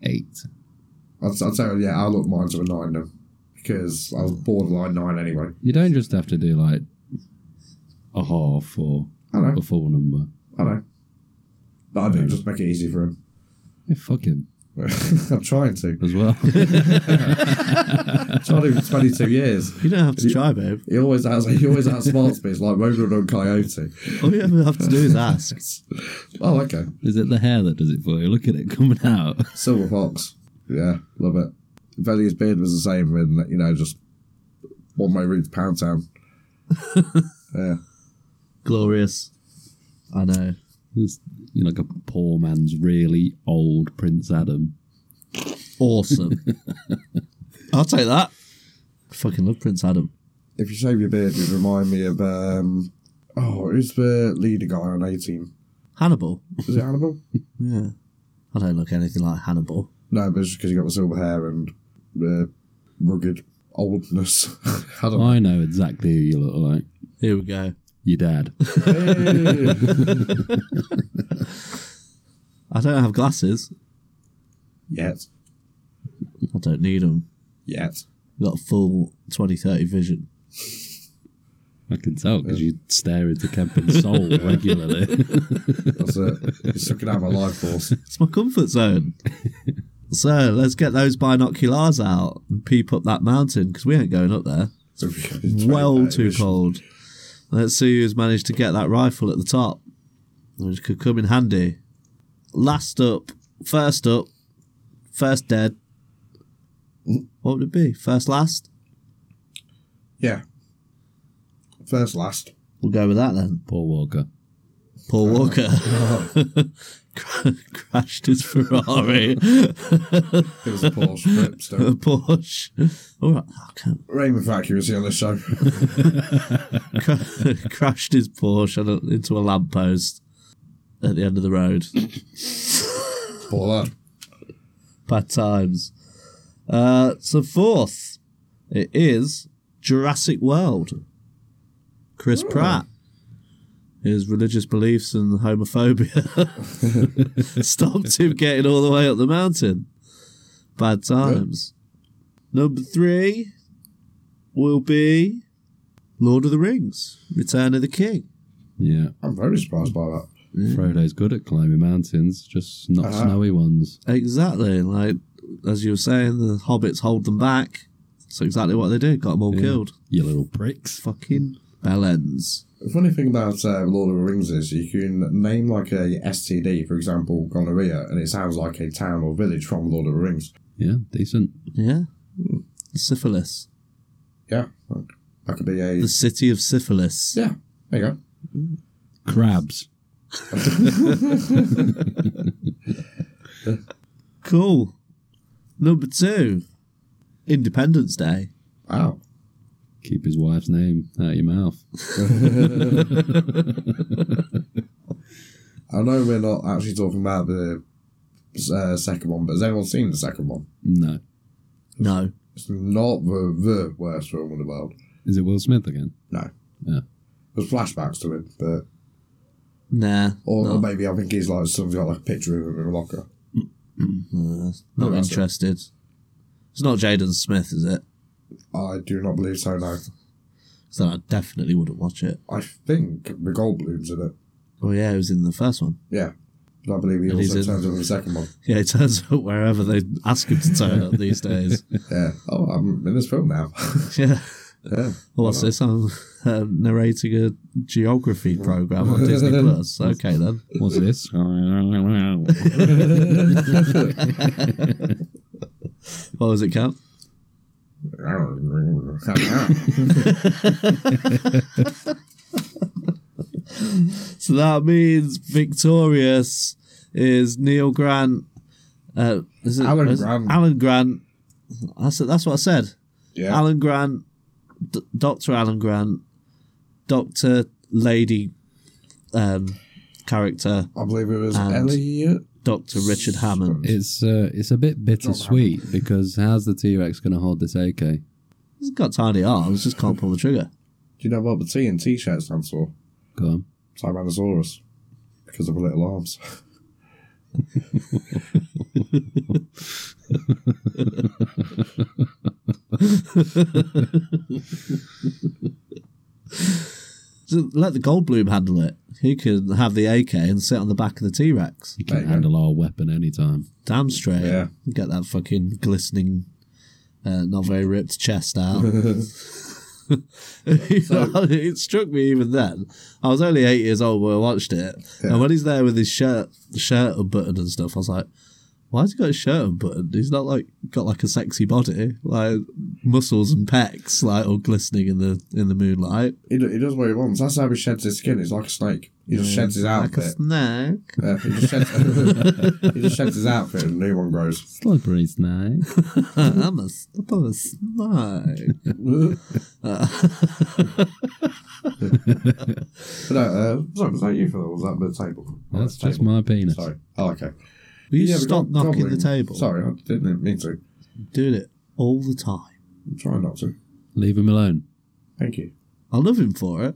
Speaker 3: I'd, I'd say, yeah, I'll look mine to a 9 then. Because I was borderline 9 anyway.
Speaker 2: You don't just have to do like a half or
Speaker 3: I know.
Speaker 2: a full number.
Speaker 3: I know. But I do, just make it easy for him. [laughs]
Speaker 2: Yeah, fuck him
Speaker 3: I'm trying to.
Speaker 2: as [laughs] well.
Speaker 3: I've tried him for 22 years.
Speaker 1: You don't have to try, babe.
Speaker 3: He always has, he always outsmarts me. It's like Rover and Coyote. [laughs]
Speaker 1: All you ever have to do is ask.
Speaker 3: Oh, okay.
Speaker 2: Is it the hair that does it for you? Look at it coming out.
Speaker 3: Silver Fox. Yeah, love it. If only his beard was the same, and you know, just on my route to Pound Town. yeah.
Speaker 1: [laughs] Glorious. I know.
Speaker 2: It's, you know, like a poor man's really old Prince Adam.
Speaker 1: [laughs] Awesome. I'll take that. Fucking love Prince Adam.
Speaker 3: If you shave your beard, it remind me of um, oh, who's the leader guy on eighteen?
Speaker 1: Hannibal.
Speaker 3: Is it Hannibal?
Speaker 1: Yeah. I don't look anything like Hannibal.
Speaker 3: no, but it's because he got the silver hair and uh, rugged oldness. [laughs] I don't know.
Speaker 2: I know exactly who you look like.
Speaker 1: Here we go.
Speaker 2: Your dad.
Speaker 1: I don't have glasses.
Speaker 3: Yet,
Speaker 1: I don't need them.
Speaker 3: yet.
Speaker 1: Got full 2030 vision.
Speaker 2: I can tell because you stare into Kempin's [laughs] soul regularly.
Speaker 3: That's it. It's sucking out my life force.
Speaker 1: It's my comfort [laughs] zone. so let's get those binoculars out and peep up that mountain because we ain't going up there.
Speaker 3: It's
Speaker 1: well
Speaker 3: very
Speaker 1: too
Speaker 3: bad.
Speaker 1: cold. Let's see who's managed to get that rifle at the top, which could come in handy. Last up, first up, first dead. What would it be? First last?
Speaker 3: Yeah. First, last.
Speaker 1: We'll go with that then.
Speaker 2: Paul Walker.
Speaker 1: Paul Walker [laughs] Cra- crashed his Ferrari, [laughs]
Speaker 3: It was a pause. but
Speaker 1: a [laughs]
Speaker 3: still.
Speaker 1: Porsche. All right, I can't. [laughs]
Speaker 3: Raymond for accuracy on this show. [laughs]
Speaker 1: Cra- crashed his Porsche on a- into a lamppost at the end of the road.
Speaker 3: Poor lad.
Speaker 1: bad times. Uh, so fourth, it is Jurassic World. Chris Pratt, his religious beliefs and homophobia [laughs] stopped him getting all the way up the mountain. Bad times. Number three will be Lord of the Rings: Return of the King.
Speaker 2: Yeah.
Speaker 3: I'm very surprised by that.
Speaker 2: Frodo's good at climbing mountains, just not
Speaker 3: Uh-huh.
Speaker 2: snowy ones.
Speaker 1: Exactly, like as you were saying, the hobbits hold them back. That's exactly what they did. Got them all killed.
Speaker 2: You little pricks.
Speaker 1: fucking bellends.
Speaker 3: The funny thing about uh, Lord of the Rings is you can name like a STD, for example, gonorrhea, and it sounds like a town or village from Lord of the Rings.
Speaker 2: Yeah, decent.
Speaker 1: Yeah. Syphilis.
Speaker 3: Yeah, that could be a
Speaker 1: The city of syphilis.
Speaker 3: yeah. There you go.
Speaker 2: Crabs.
Speaker 1: Cool. Number two, Independence Day.
Speaker 3: Wow.
Speaker 2: Keep his wife's name out of your mouth.
Speaker 3: I know we're not actually talking about the uh, second one, but has anyone seen the second one?
Speaker 2: No.
Speaker 1: No.
Speaker 3: It's not the, the worst film in the world.
Speaker 2: Is it Will Smith again?
Speaker 3: No.
Speaker 2: Yeah.
Speaker 3: There's flashbacks to it, but
Speaker 1: Nah.
Speaker 3: or, or
Speaker 1: not
Speaker 3: maybe I think he's like someone's got like a picture of him in a locker.
Speaker 1: nah,
Speaker 3: No,
Speaker 1: not
Speaker 3: that's it.
Speaker 1: interested. It's not Jaden Smith, is it?
Speaker 3: I do not believe so. No,
Speaker 1: So I definitely wouldn't watch it.
Speaker 3: I think the Goldblum's in it.
Speaker 1: Oh yeah, it was in the first one.
Speaker 3: Yeah, but I believe he
Speaker 1: And he's
Speaker 3: also
Speaker 1: in-
Speaker 3: turns up in the second one.
Speaker 1: Yeah, it turns [laughs] up wherever they ask him to turn up these days.
Speaker 3: Yeah. Oh, I'm in this film now. [laughs]
Speaker 1: Yeah. [laughs]
Speaker 3: yeah.
Speaker 1: Well, What's this? I'm uh, narrating a geography program on Disney Plus. Okay then.
Speaker 2: What's
Speaker 3: [laughs]
Speaker 2: this? What's
Speaker 1: [laughs] What was it, Cap? So that means victorious is Neil Grant. Uh, is it,
Speaker 3: Alan
Speaker 1: is it-
Speaker 3: Grant.
Speaker 1: Alan Grant. That's, that's what I said.
Speaker 3: yeah.
Speaker 1: Alan Grant, D- Doctor Alan Grant, Doctor Lady, um, character
Speaker 3: I believe it was
Speaker 1: And-
Speaker 3: Elliot.
Speaker 1: Doctor Richard Hammond.
Speaker 2: It's uh, it's a bit bittersweet because how's the T Rex going to hold this AK?
Speaker 1: He's got tiny arms, just can't pull the trigger.
Speaker 3: Do you know what the T and T shirt stands for?
Speaker 2: Go on.
Speaker 3: Tyrannosaurus. Because of the little arms. [laughs]
Speaker 1: So let the Goldblum handle it. He can have the AK and sit on the back of the T Rex.
Speaker 2: You
Speaker 3: There
Speaker 2: can
Speaker 3: you go.
Speaker 2: handle our weapon anytime.
Speaker 1: Damn straight.
Speaker 3: Yeah.
Speaker 1: Get that fucking glistening, uh, not very ripped chest
Speaker 3: [laughs]
Speaker 1: out. [laughs] it struck me even then. I was only eight years old when I watched it, and when he's there with his shirt, shirt unbuttoned and stuff, I was like, why's he got his shirt unbuttoned? He's not like got like a sexy body, like muscles and pecs, like all glistening in the in the moonlight.
Speaker 3: He, do- he does what he wants. That's how he sheds his skin. It's like a snake. He just sheds his
Speaker 1: Like a
Speaker 3: outfit. [laughs]
Speaker 1: snack.
Speaker 3: Uh, he, just sheds, he just sheds his outfit and a new one grows.
Speaker 1: [laughs]
Speaker 3: [laughs]
Speaker 2: Slippery snake.
Speaker 1: I'm a, I'm a [laughs] snack.
Speaker 3: But no, uh, sorry, was that you for that? Was that the table? Oh,
Speaker 2: That's
Speaker 3: the
Speaker 2: just
Speaker 3: table.
Speaker 2: my penis.
Speaker 3: Sorry. Oh, okay.
Speaker 1: We
Speaker 3: Yeah,
Speaker 1: used
Speaker 3: but
Speaker 1: to stop
Speaker 3: go-
Speaker 1: knocking
Speaker 3: goblin.
Speaker 1: the table.
Speaker 3: Sorry, I didn't mean to.
Speaker 1: Doing it all the time.
Speaker 3: I'm trying not to.
Speaker 2: Leave him alone.
Speaker 3: Thank you.
Speaker 1: I love him for it.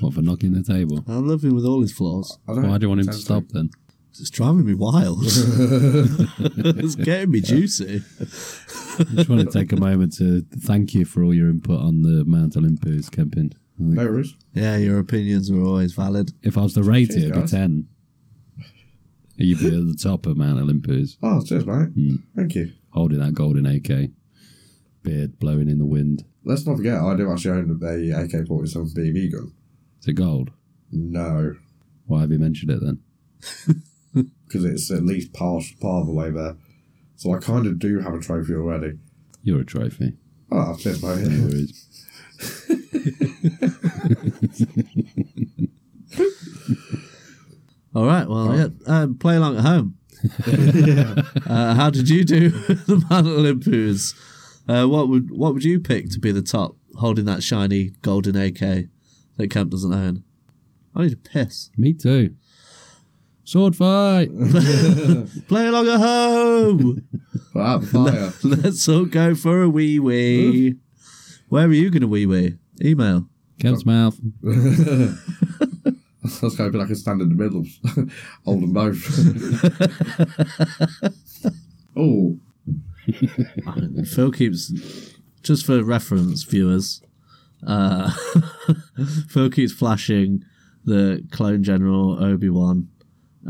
Speaker 2: What for knocking the table?
Speaker 1: I love him with all his flaws.
Speaker 3: I don't
Speaker 2: Why do you want him to
Speaker 3: tend
Speaker 2: stop then?
Speaker 1: It's driving me wild. [laughs] it's getting me juicy.
Speaker 2: I just want to take a moment to thank you for all your input on the Mount Olympus camping. I think
Speaker 3: No worries.
Speaker 1: Yeah, your opinions are always valid.
Speaker 2: If I was to rate it, it'd be
Speaker 3: guys.
Speaker 2: 10. You'd be at the top of Mount Olympus,
Speaker 3: Oh, cheers, mate.
Speaker 2: Hmm.
Speaker 3: Thank you.
Speaker 2: holding that golden AK, beard blowing in the wind.
Speaker 3: Let's not forget, I do actually own a AK 47 BB gun.
Speaker 2: Is it gold?
Speaker 3: No,
Speaker 2: Why have you mentioned it then?
Speaker 3: because it's at least part, part of the way there. So I kind of do have a trophy already.
Speaker 2: You're a trophy.
Speaker 3: Oh, cheers,
Speaker 2: No
Speaker 3: mate. [laughs]
Speaker 2: worries.
Speaker 1: All right, well, yeah, um, play along at home. uh, how did you do [laughs] the Man at Olympus? Uh, what would what would you pick to be the top, holding that shiny golden AK that Camp doesn't own? I need a piss.
Speaker 2: Me too. Sword fight!
Speaker 1: Play along at home.
Speaker 3: Put out the
Speaker 2: [laughs]
Speaker 3: fire.
Speaker 1: [laughs] Let's all go for a wee wee. Where are you going to wee wee? Email.
Speaker 2: Kemp's mouth.
Speaker 3: Let's go, but I can stand in the middle. [laughs] Hold them both. oh,
Speaker 1: Phil keeps, just for reference, viewers, uh, [laughs] Phil keeps flashing the Clone General Obi Wan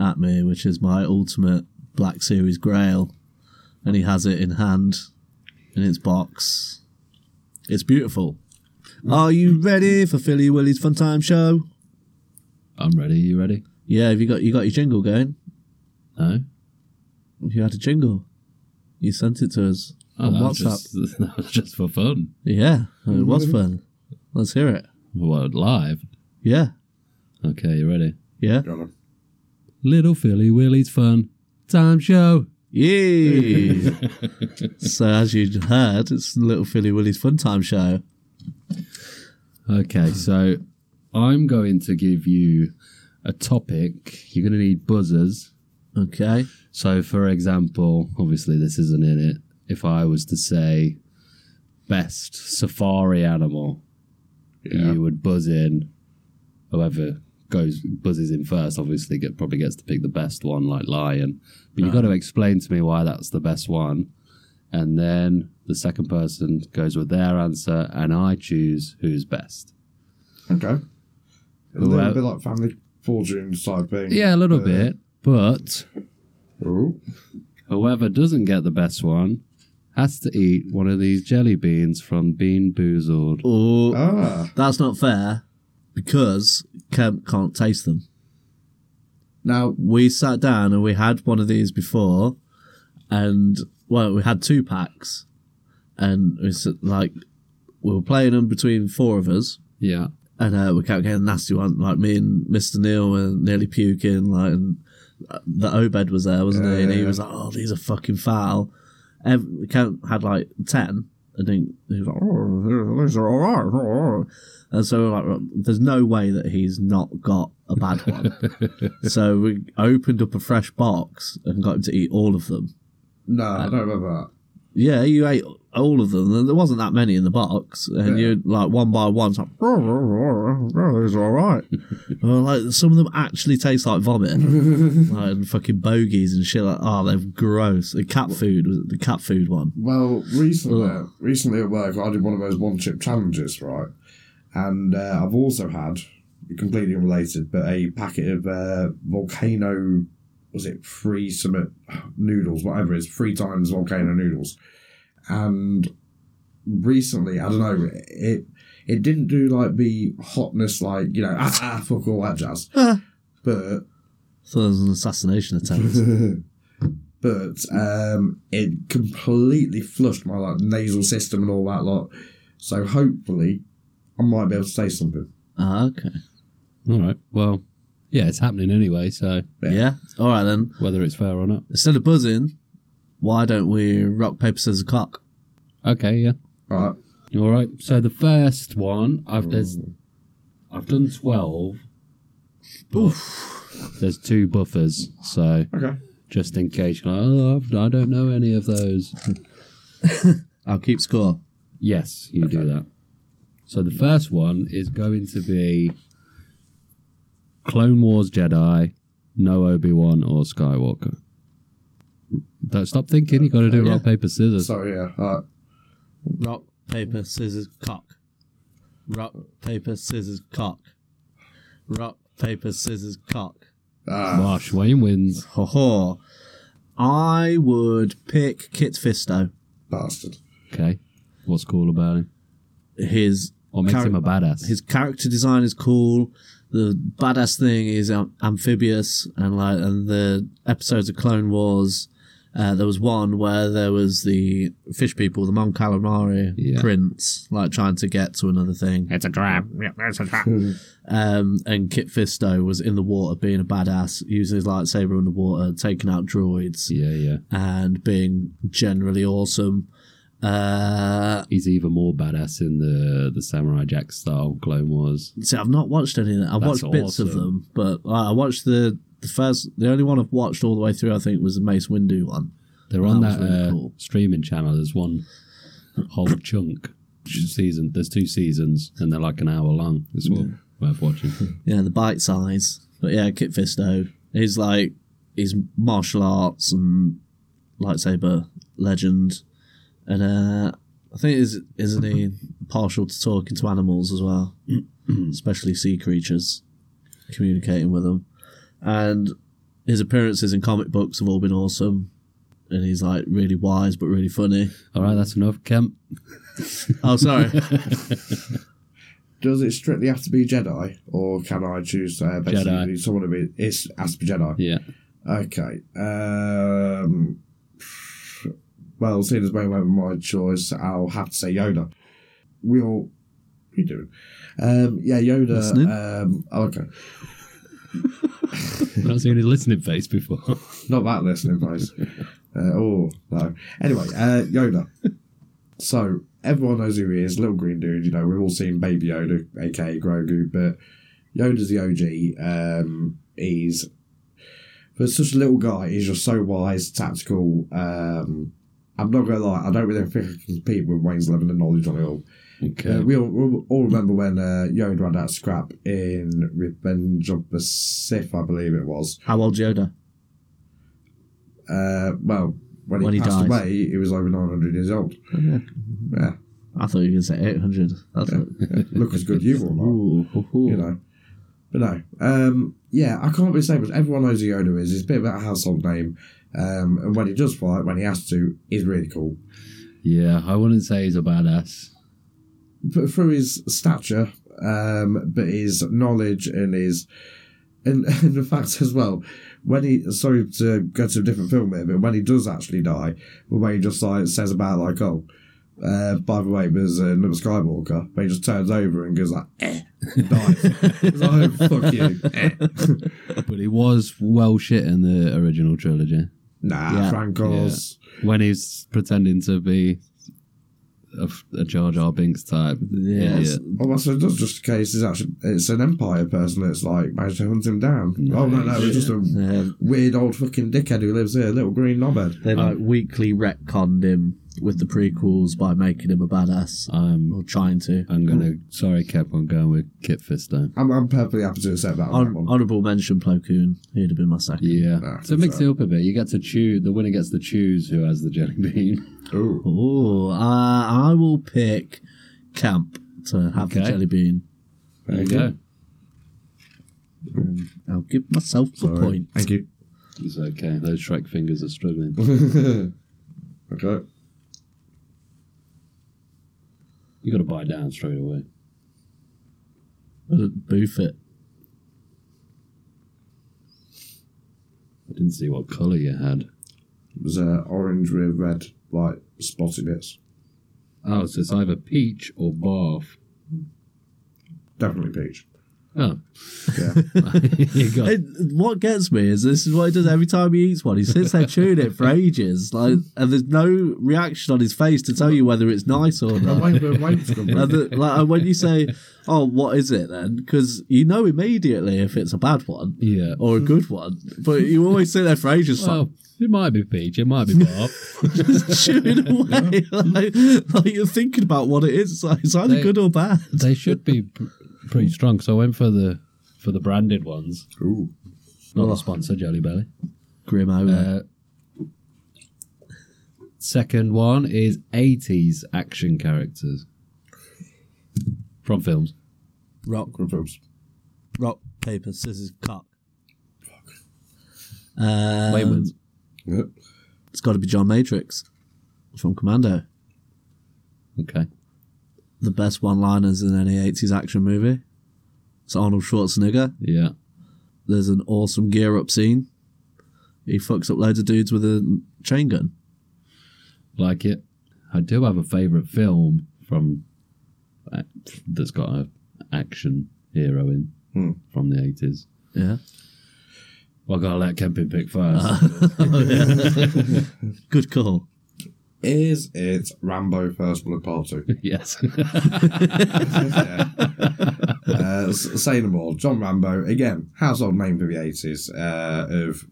Speaker 1: at me, which is my ultimate Black Series Grail, and he has it in hand in its box. It's beautiful. Are you ready for Philly Willie's Fun Time Show?
Speaker 2: I'm ready. You ready?
Speaker 1: Yeah, have you got you got your jingle going?
Speaker 2: No?
Speaker 1: You had a jingle. You sent it to us on
Speaker 2: Oh, that was
Speaker 1: WhatsApp.
Speaker 2: just- [laughs] that was just for fun.
Speaker 1: Yeah, it
Speaker 2: [laughs]
Speaker 1: was fun. Let's hear it.
Speaker 2: What, live?
Speaker 1: Yeah,
Speaker 2: Okay, you ready?
Speaker 1: yeah.
Speaker 3: got him.
Speaker 2: Little Philly Willie's fun time show. [laughs]
Speaker 1: Yeah. so as you heard, it's Little Philly Willie's Fun Time Show.
Speaker 2: Okay, so I'm going to give you a topic. You're going to need buzzers.
Speaker 1: Okay.
Speaker 2: So, for example, obviously this isn't in it. If I was to say best safari animal,
Speaker 3: Yeah.
Speaker 2: you would buzz in. Whoever goes buzzes in first, obviously, get, probably gets to pick the best one, like lion. But you've got to explain to me why that's the best one, and then the second person goes with their answer, and I choose who's best.
Speaker 3: Okay. A
Speaker 2: Well-
Speaker 3: little bit like family fortune type thing.
Speaker 2: Yeah, a little bit, but
Speaker 3: Ooh.
Speaker 2: Whoever doesn't get the best one has to eat one of these jelly beans from Bean Boozled.
Speaker 1: Oh,
Speaker 3: Ah.
Speaker 1: that's not fair because Kemp can't taste them.
Speaker 3: Now,
Speaker 1: We sat down and we had one of these before, and well, we had two packs, and it's like we were playing them between four of us.
Speaker 2: Yeah.
Speaker 1: and uh, we kept getting nasty one. Like me and Mister Neil were nearly puking. Like and uh, the Obed was there, wasn't he? And he
Speaker 3: Yeah.
Speaker 1: was like, "Oh, these are fucking foul." Ev- the count had like ten, and then he was like, "Oh, these are all right." all right." And so we're like, "Well, "There's no way that he's not got a bad
Speaker 3: [laughs]
Speaker 1: one." so we opened up a fresh box and got him to eat all of them.
Speaker 3: no, I don't remember that.
Speaker 1: Yeah, you ate all of them. There wasn't that many in the box, and
Speaker 3: Yeah.
Speaker 1: you're like one by one. It's like, "Oh, oh, oh, oh, it's all right. Well, like some of them actually taste like vomit, like, and fucking bogies and shit. Like, oh, they're gross. The cat food was the cat food one.
Speaker 3: Well, recently, recently at work, I did one of those one chip challenges, right? And uh, I've also had, completely unrelated, but a packet of uh, volcano, was it free summit [sighs] noodles, whatever it is, three times volcano noodles. And recently, I don't know, it it didn't do like the hotness, like, you know, [laughs] ah, ah fuck all that jazz.
Speaker 1: Ah.
Speaker 3: But [laughs]
Speaker 1: So there was an assassination attempt.
Speaker 3: but um, it completely flushed my like nasal system and all that lot. So hopefully, I might be able to say something.
Speaker 1: Ah, okay.
Speaker 2: All right. Well, yeah, it's happening anyway. So
Speaker 1: Yeah. All right then.
Speaker 2: whether it's fair or not,
Speaker 1: Instead of buzzing, why don't we rock paper scissors cock?
Speaker 2: okay. Yeah.
Speaker 3: All right.
Speaker 2: All right. So the first one, I've there's, I've done twelve. but There's two buffers, so
Speaker 3: Okay.
Speaker 2: just in case you're like, oh, I've- I don't know any of those.
Speaker 1: I'll keep score.
Speaker 2: Yes, you do that. So the first one is going to be Clone Wars Jedi, no Obi Wan or Skywalker. Don't stop thinking. You got to do rock paper scissors.
Speaker 3: Sorry. Yeah. All right.
Speaker 1: Rock paper scissors cock. Rock paper scissors cock. Rock paper scissors cock.
Speaker 3: Ah,
Speaker 2: Marsh Wayne wins.
Speaker 1: Ho ho. I would pick Kit Fisto.
Speaker 3: bastard.
Speaker 2: Okay, what's cool about him?
Speaker 1: His
Speaker 2: What makes
Speaker 1: Char-
Speaker 2: him a badass?
Speaker 1: his character design is cool. The badass thing is am- amphibious, and like, and the episodes of Clone Wars, uh, there was one where there was the fish people, the Mon Calamari
Speaker 2: Yeah.
Speaker 1: prince, like trying to get to another thing,
Speaker 2: it's a trap.
Speaker 1: um, and Kit Fisto was in the water being a badass, using his lightsaber in the water, taking out droids,
Speaker 2: Yeah, yeah.
Speaker 1: and being generally awesome. Uh,
Speaker 2: He's even more badass in the the Samurai Jack style Clone Wars.
Speaker 1: See, I've not watched any of that. I've
Speaker 2: That's
Speaker 1: watched bits of
Speaker 2: awesome.
Speaker 1: them, but uh, I watched the the first. The only one I've watched all the way through, I think, was the Mace Windu one.
Speaker 2: They're on
Speaker 1: That was
Speaker 2: that
Speaker 1: really
Speaker 2: uh,
Speaker 1: cool.
Speaker 2: streaming channel. There's one
Speaker 1: [coughs]
Speaker 2: whole chunk season. There's two seasons, and they're like an hour long. It's what
Speaker 1: [laughs]
Speaker 2: worth watching.
Speaker 1: Yeah, the bite size. But yeah, Kit Fisto is like his martial arts and lightsaber legend, and uh, I think is isn't he partial to talking to animals as well, especially sea creatures, communicating with them, and his appearances in comic books have all been awesome. And he's like really wise but really funny.
Speaker 2: All right, that's enough, Kemp.
Speaker 1: Oh, sorry.
Speaker 3: Does it strictly have to be Jedi, or can I choose uh, basically
Speaker 2: Jedi.
Speaker 3: someone who is it's has to be Jedi?
Speaker 2: Yeah,
Speaker 3: Okay. Um, well, seeing as Wayne went with my choice, I'll have to say Yoda. We'll. What are you doing? Um, yeah,
Speaker 1: Listening.
Speaker 3: Yoda. Um, oh, okay.
Speaker 2: I've not seen his listening
Speaker 1: [laughs]
Speaker 2: face before.
Speaker 3: Not that listening place. uh, oh, no. Anyway, uh, Yoda. so, everyone knows who he is. Little green dude, you know, we've all seen Baby Yoda, aka Grogu, but Yoda's the OG. Um, he's. For such a little guy, he's just so wise, tactical. Um, I'm not going to lie, I don't really think I can compete with Wayne's level of knowledge on it all. Uh,
Speaker 2: Okay,
Speaker 3: we all, we all remember when uh, Yoda had that scrap in Revenge of the Sith, I believe it was
Speaker 1: How old Yoda?
Speaker 3: uh, well, when,
Speaker 1: When
Speaker 3: he
Speaker 1: he dies.
Speaker 3: passed away, he was over 900 years old. Yeah.
Speaker 1: I thought you were going to say 800. That's
Speaker 3: Look as good you or not,
Speaker 1: Ooh, hoo, hoo.
Speaker 3: you know. But no. Um, yeah, I can't really say much. Everyone knows who Yoda is. He's a bit of a household name. Um, and when he does fight, when he has to, he's really cool.
Speaker 2: yeah, I wouldn't say he's a badass.
Speaker 3: But through his stature, um, but his knowledge and his. And, [laughs] and the fact as well, when he sorry to go to a different film here, but when he does actually die, the way he just like says about like oh, uh, by the way, there's another Skywalker, but he just turns over and goes like eh, dies. It's like, oh, fuck you. Eh.
Speaker 2: But he was well shit in the original trilogy
Speaker 3: Nah,
Speaker 1: Yeah.
Speaker 3: Frank Oz.
Speaker 2: when he's pretending to be a, f- a Jar Jar Binks type.
Speaker 1: Yeah, it's-
Speaker 2: idiot.
Speaker 3: Oh, well, so it's not just a case. It's actually it's an Empire person. that's like managed to hunt him down. Oh no, no, it's just a
Speaker 1: Yeah,
Speaker 3: weird old fucking dickhead who lives here, little green knobhead.
Speaker 1: they like weekly retconned him with the prequels by making him a badass.
Speaker 2: I'm
Speaker 1: Or trying to.
Speaker 3: Uh,
Speaker 2: I'm gonna. Sorry, Kev. I'm going with Kit Fisto.
Speaker 3: I'm, I'm perfectly happy to accept that, on that
Speaker 1: Hon-
Speaker 3: one.
Speaker 1: honorable mention Plo Koon. He'd have been my second.
Speaker 2: Yeah.
Speaker 3: Nah,
Speaker 2: so mix it up a bit. You get to choose. The winner gets to choose who has the jelly [laughs] bean.
Speaker 3: Ooh.
Speaker 1: Oh, uh, I will pick Camp to have the
Speaker 2: Okay.
Speaker 1: jelly bean.
Speaker 2: There you
Speaker 3: go.
Speaker 2: go.
Speaker 1: I'll give myself a
Speaker 3: Sorry.
Speaker 1: point.
Speaker 3: Thank you.
Speaker 2: It's okay. Those Shrek fingers are struggling.
Speaker 3: [laughs] Okay.
Speaker 2: You got to buy down straight away.
Speaker 1: Uh, Boof it.
Speaker 2: I didn't see what color you had.
Speaker 3: It was uh, orange with red, like spotty bits.
Speaker 2: Oh, so it's either peach or barf.
Speaker 3: Definitely peach. [laughs]
Speaker 2: Oh,
Speaker 3: Yeah.
Speaker 2: [laughs] you got
Speaker 1: It, what gets me is this is what he does every time he eats one. He sits there chewing it for ages, like, and there's no reaction on his face to tell you whether it's nice or
Speaker 3: I'm
Speaker 1: not.
Speaker 3: waiting for- waiting for
Speaker 1: [laughs]
Speaker 3: them.
Speaker 1: And the- like, and when you
Speaker 2: [laughs]
Speaker 1: say, "Oh, what is it then?" because you know immediately if it's a bad one
Speaker 2: yeah. Oh,
Speaker 1: or a good one, but you always sit there for ages, [laughs] like,
Speaker 2: Well, it might be peach. It might
Speaker 3: [laughs]
Speaker 2: be barf. [laughs]
Speaker 1: chewing away, [laughs] like, like you're thinking about what it is. It's, like, it's either
Speaker 2: They-
Speaker 1: good or bad.
Speaker 2: they should be pr- pretty strong. So I went for the for the branded ones,
Speaker 3: Ooh.
Speaker 2: not
Speaker 1: Oh.
Speaker 2: the sponsor Jelly Belly.
Speaker 1: Grim Omen.
Speaker 2: Uh, second one is 80s action characters from films.
Speaker 1: rock,
Speaker 3: Good films.
Speaker 1: rock, paper, scissors, cock. Um,
Speaker 2: Wayne wins.
Speaker 3: Yeah.
Speaker 1: It's got to be John Matrix from Commando.
Speaker 2: Okay.
Speaker 1: The best one liners in any 80s action movie. It's Arnold Schwarzenegger.
Speaker 2: Yeah.
Speaker 1: There's an awesome gear up scene. He fucks up loads of dudes with a chain gun.
Speaker 2: Like it. I do have a favourite film from uh, that's got a action hero in
Speaker 3: Hmm.
Speaker 2: from the 80s.
Speaker 1: Yeah.
Speaker 2: Well, I gotta let Kempin pick first.
Speaker 1: Good call.
Speaker 3: [laughs] Is it Rambo First Blood Part 2?
Speaker 2: [laughs] yes. [laughs]
Speaker 3: uh, s- say no more. John Rambo, again, household name for the 80s uh, of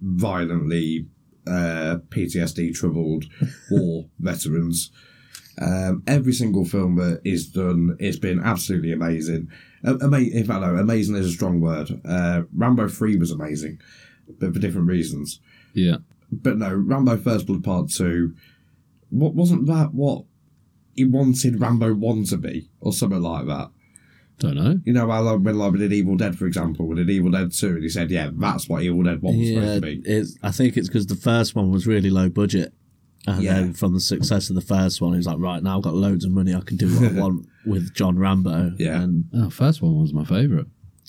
Speaker 3: violently uh, PTSD troubled [laughs] war veterans. Um, every single film that is done, it's been absolutely amazing. Uh, ama- in fact, no, amazing is a strong word. Uh, Rambo 3 was amazing, but for different reasons.
Speaker 2: yeah.
Speaker 3: But no, Rambo First Blood Part 2, what, wasn't that what he wanted Rambo 1 to be, or something like that?
Speaker 2: Don't know.
Speaker 3: You know, how like, when like, we did Evil Dead, for example, we did Evil Dead 2, and he said, yeah, that's what Evil Dead 1 was
Speaker 1: Yeah,
Speaker 3: supposed to be.
Speaker 1: it's, I think it's because the first one was really low budget. And
Speaker 3: Yeah.
Speaker 1: then from the success of the first one, he's like, right, now I've got loads of money. I can do
Speaker 3: [laughs]
Speaker 1: what I want with John Rambo.
Speaker 3: Yeah.
Speaker 1: And
Speaker 2: Oh, first one was my favourite.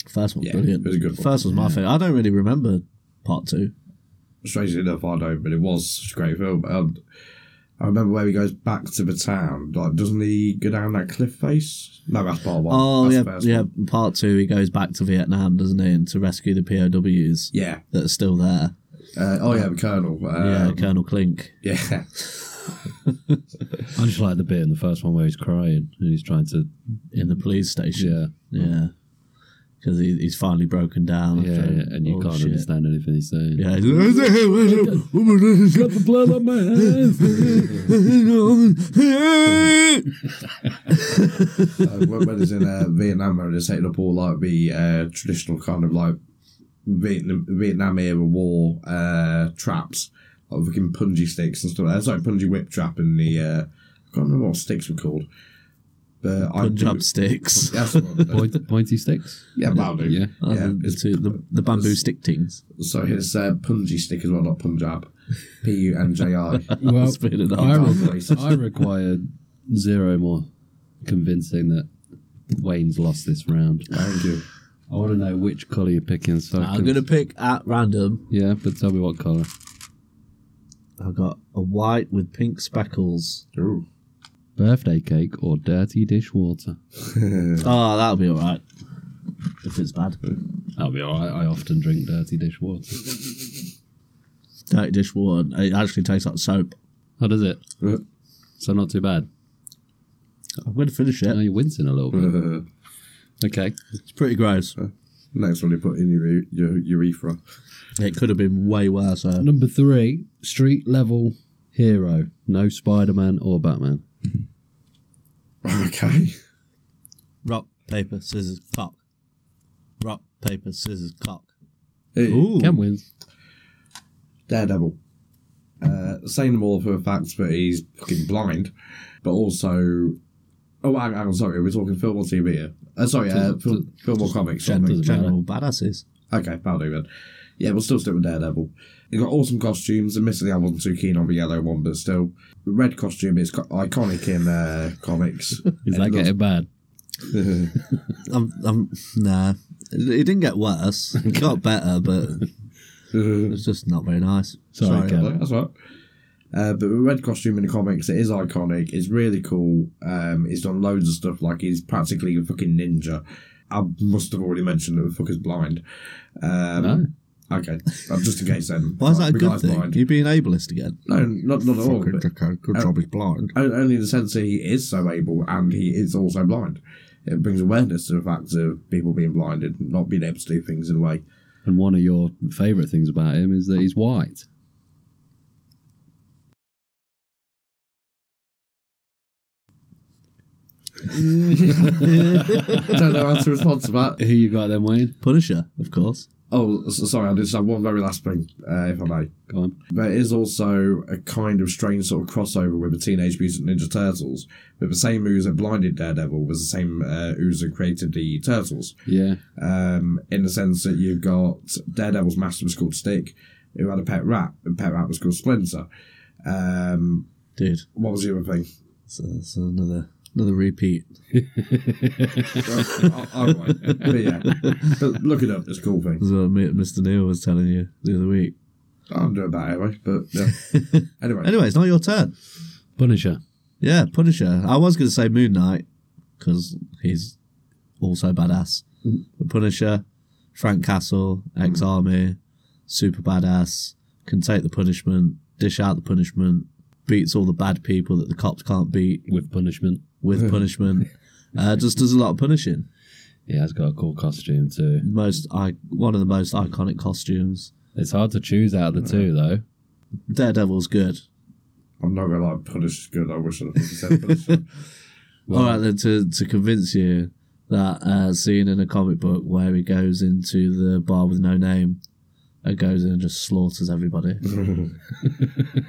Speaker 1: first one's
Speaker 3: Yeah,
Speaker 1: brilliant.
Speaker 3: it was a good one.
Speaker 1: First one's my favorite. I don't really remember part two.
Speaker 3: Strangely enough, I don't, but it was such a great film. Um, I remember where he goes back to the town. Like, doesn't he go down that cliff face? No, that's part one.
Speaker 1: Oh
Speaker 3: that's
Speaker 1: yeah,
Speaker 3: the first
Speaker 1: yeah.
Speaker 3: one.
Speaker 1: Part two, he goes back to Vietnam, doesn't he, and to rescue the POWs
Speaker 3: yeah.
Speaker 1: that are still there.
Speaker 3: Uh, oh yeah, the Colonel.
Speaker 1: yeah,
Speaker 3: Um,
Speaker 1: Colonel Clink.
Speaker 3: yeah, yeah.
Speaker 2: I just like the bit in the first one where he's crying and he's trying to.
Speaker 1: in the police station.
Speaker 2: Yeah.
Speaker 1: Yeah, because he, he's finally broken down.
Speaker 2: Yeah,
Speaker 1: after
Speaker 2: yeah, and you
Speaker 1: all
Speaker 2: can't
Speaker 1: the shit.
Speaker 2: understand anything he's saying.
Speaker 1: [laughs] Yeah, he's
Speaker 2: Got the blood on my hands.
Speaker 1: like,
Speaker 3: Uh, when, when he's in uh, Vietnam and he's taking up all like the uh, traditional kind of like Vietnam, Vietnam era war uh, traps, like fucking punji sticks and stuff. That's like punji whip trap in the. Uh, I can't remember what sticks were called. But I
Speaker 1: Punjab
Speaker 3: do-
Speaker 1: sticks. [laughs]
Speaker 3: That's the one.
Speaker 2: [laughs] Point, pointy sticks.
Speaker 3: yeah, that'll do.
Speaker 2: [laughs] Yeah.
Speaker 1: Oh,
Speaker 3: Yeah,
Speaker 1: the,
Speaker 3: it's-
Speaker 1: two- the, the bamboo
Speaker 3: it's-
Speaker 1: stick things.
Speaker 3: So it's uh, punji stick as well, not Punjab. P U N J I.
Speaker 2: Well,
Speaker 1: That's been enough.
Speaker 2: I,
Speaker 3: That's
Speaker 2: re-
Speaker 3: racist.
Speaker 2: I required zero more convincing that Wayne's lost this round.
Speaker 3: Thank you.
Speaker 2: I want to know which colour you're picking. So I
Speaker 1: I'm
Speaker 2: can-
Speaker 1: gonna pick at random.
Speaker 2: Yeah, but tell me what colour.
Speaker 1: I got a white with pink speckles.
Speaker 3: Ooh.
Speaker 2: Birthday cake or dirty dishwater?
Speaker 1: Oh, that'll be all right. If it's bad,
Speaker 2: That'll be alright. I often drink dirty dishwater.
Speaker 1: dirty dish water. It actually tastes like soap.
Speaker 2: How does it?
Speaker 3: Uh,
Speaker 2: So not too bad.
Speaker 1: I'm gonna finish
Speaker 2: Now
Speaker 1: it.
Speaker 2: you're wincing a little bit. [laughs]
Speaker 3: uh,
Speaker 2: Okay.
Speaker 1: It's pretty gross.
Speaker 3: Next one you put in your, u- your E urethra.
Speaker 1: It could have been way worse. uh,
Speaker 2: Number three, street level hero. No Spider Man or Batman.
Speaker 3: [laughs] Okay.
Speaker 1: Rock, paper, scissors, cock. Rock, paper, scissors, cock.
Speaker 3: Hey.
Speaker 1: Ooh.
Speaker 2: Ken wins.
Speaker 3: Daredevil. Uh, say no more for a fact that he's fucking blind, but also. Oh, hang, hang on, sorry, we're talking film or TV here. Uh, sorry, uh, film, film or comics. sorry.
Speaker 2: Doesn't matter.
Speaker 1: General badasses.
Speaker 3: Okay, that'll do then. Yeah, we'll still stick with Daredevil. He got awesome costumes. Admittedly, I wasn't too keen on the yellow one, but still, the red costume is co- iconic in uh, comics.
Speaker 2: [laughs] Is that getting bad?
Speaker 1: I'm, I'm, nah. It it didn't get worse. It got better, but
Speaker 3: [laughs]
Speaker 1: It's just not very nice.
Speaker 2: Sorry, Kev.
Speaker 3: That's all right. Uh, but the red costume in the comics, it is iconic. It's really cool. Um, he's done loads of stuff. Like he's practically a fucking ninja. I must have already mentioned that the fucker's blind. Um, Okay, uh, just in case then.
Speaker 1: [laughs] Why is that
Speaker 3: Like,
Speaker 1: a
Speaker 3: the
Speaker 1: good
Speaker 3: guy's
Speaker 1: thing?
Speaker 3: blind.
Speaker 1: You're being ableist again.
Speaker 3: No, not not at all. but
Speaker 1: good
Speaker 3: job
Speaker 1: he's blind.
Speaker 3: o- Only in the sense that he is so able and he is also blind. It brings awareness to the fact of people being blinded and not being able to do things in a way.
Speaker 2: And one of your favourite things about him is that he's white.
Speaker 3: I don't know how to respond to that.
Speaker 1: [laughs]
Speaker 2: Who you got then, Wayne?
Speaker 1: Punisher, of course.
Speaker 3: Oh, s sorry, I just have one very last thing, uh, if I may.
Speaker 2: Go on.
Speaker 3: There is also a kind of strange sort of crossover with the Teenage Mutant Ninja Turtles, but the same ooze that blinded Daredevil was the same uh, ooze that created the Turtles.
Speaker 2: [laughs] Yeah.
Speaker 3: Um, in the sense that you've got Daredevil's master was called Stick, who had a pet rat, and pet rat was called Splinter. Um,
Speaker 1: Dude,
Speaker 3: what was the other thing?
Speaker 1: it's, it's another another repeat.
Speaker 2: Oh,
Speaker 3: I, I won't. but yeah, but look it up. It's a cool thing.
Speaker 1: That's what Mi- Mr. Neil was telling you the other week.
Speaker 3: I don't know about it anyway. But yeah. anyway,
Speaker 1: Anyway, it's not your turn.
Speaker 2: [laughs] Punisher.
Speaker 1: Yeah, Punisher. I was going to say Moon Knight because he's also badass. But Punisher, Frank Castle, ex army, super badass, can take the punishment, dish out the punishment, beats all the bad people that the cops can't beat
Speaker 2: With punishment.
Speaker 1: with punishment. Uh, just does a lot of punishing.
Speaker 2: He has got a cool costume too.
Speaker 1: Most, I one of the most iconic costumes.
Speaker 2: It's hard to choose out of the two though.
Speaker 1: Daredevil's good.
Speaker 3: I'm not gonna like punish. Good. I wish I would said punish.
Speaker 1: All right, then to, to convince you that uh, scene in a comic book where he goes into the bar with no name and goes in and just slaughters everybody,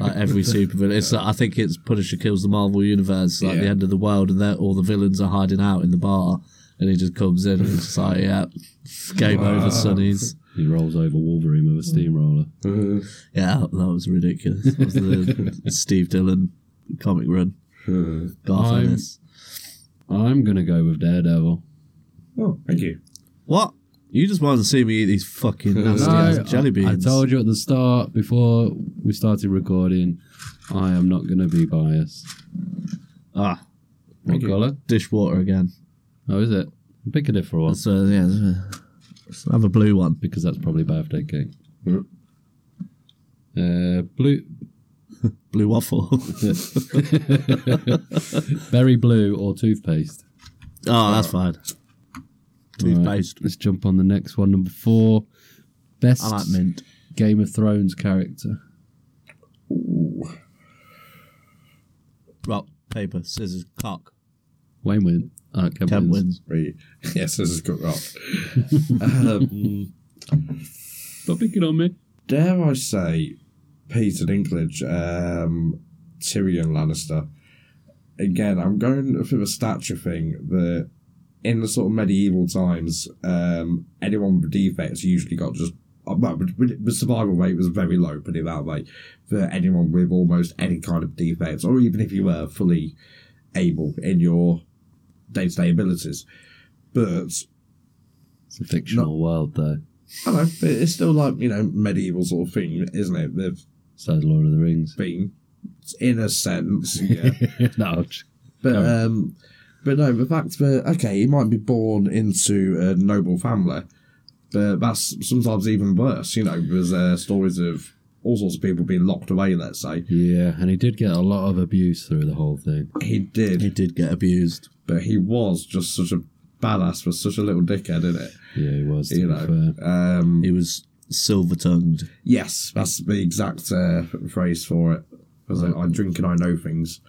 Speaker 1: like every supervillain. It's like- I think it's Punisher kills the Marvel universe, like the
Speaker 3: Yeah.
Speaker 1: end of the world, and they're- all the villains are hiding out in the bar, and he just comes in and it's just like, yeah, game over, Sonny's.
Speaker 2: He rolls over Wolverine with a steamroller.
Speaker 1: Yeah, that was ridiculous. That was the Steve Dillon comic run. Garth
Speaker 2: I'm-
Speaker 1: Ennis.
Speaker 2: I'm gonna go with Daredevil.
Speaker 3: oh, thank you.
Speaker 1: What? You just wanted to see me eat these
Speaker 2: [laughs]
Speaker 1: fucking nasty ass jelly
Speaker 2: I, I
Speaker 1: beans.
Speaker 2: told you at the start before we started recording, I am not gonna be biased.
Speaker 1: Ah,
Speaker 2: What
Speaker 3: Okay.
Speaker 2: colour?
Speaker 1: dishwater again.
Speaker 2: Oh, is it? Pick a different one
Speaker 1: So yeah, let's have a blue one.
Speaker 2: because that's probably birthday cake.
Speaker 3: Yeah.
Speaker 2: Mm. Uh, blue,
Speaker 1: Blue waffle. [laughs] Oh,
Speaker 2: berry blue or toothpaste.
Speaker 1: oh, that's fine. Toothpaste.
Speaker 2: Right, let's jump on the next one. Number four, best
Speaker 1: I like mint.
Speaker 2: Game of Thrones character.
Speaker 1: Rock, paper, scissors, cock.
Speaker 2: Wayne win. Uh, Kev
Speaker 1: Kev
Speaker 2: wins.
Speaker 1: wins.
Speaker 3: Right. [laughs] Yes, this is good rock. um,
Speaker 2: Stop picking on me.
Speaker 3: dare I say, Peter Dinklage, um, Tyrion Lannister. Again, I'm going for the stature thing that in the sort of medieval times, um, anyone with defects usually got just. uh, Well, but- but the survival rate was very low, put it that way, for anyone with almost any kind of defects, or even if you were fully able in your day to day abilities. But
Speaker 2: It's a fictional world, though.
Speaker 3: I don't know, but it's still like, you know, medieval sort of thing, isn't it? They've
Speaker 2: Says Lord of the Rings.
Speaker 3: been in a sense, yeah.
Speaker 2: [laughs] no,
Speaker 3: but um but no, the fact that okay, he might be born into a noble family, but that's sometimes even worse, you know, there's uh, stories of all sorts of people being locked away, let's say.
Speaker 2: yeah, and he did get a lot of abuse through the whole thing.
Speaker 3: He
Speaker 1: He
Speaker 3: did,
Speaker 1: did get abused.
Speaker 3: but he was just such a badass, was such a little dickhead, isn't it?
Speaker 2: Yeah, he was. To
Speaker 3: You
Speaker 2: be
Speaker 3: know.
Speaker 2: fair.
Speaker 3: Um
Speaker 1: He was silver tongued.
Speaker 3: Yes, that's the exact uh, phrase for it. I was like, I drink and I know things.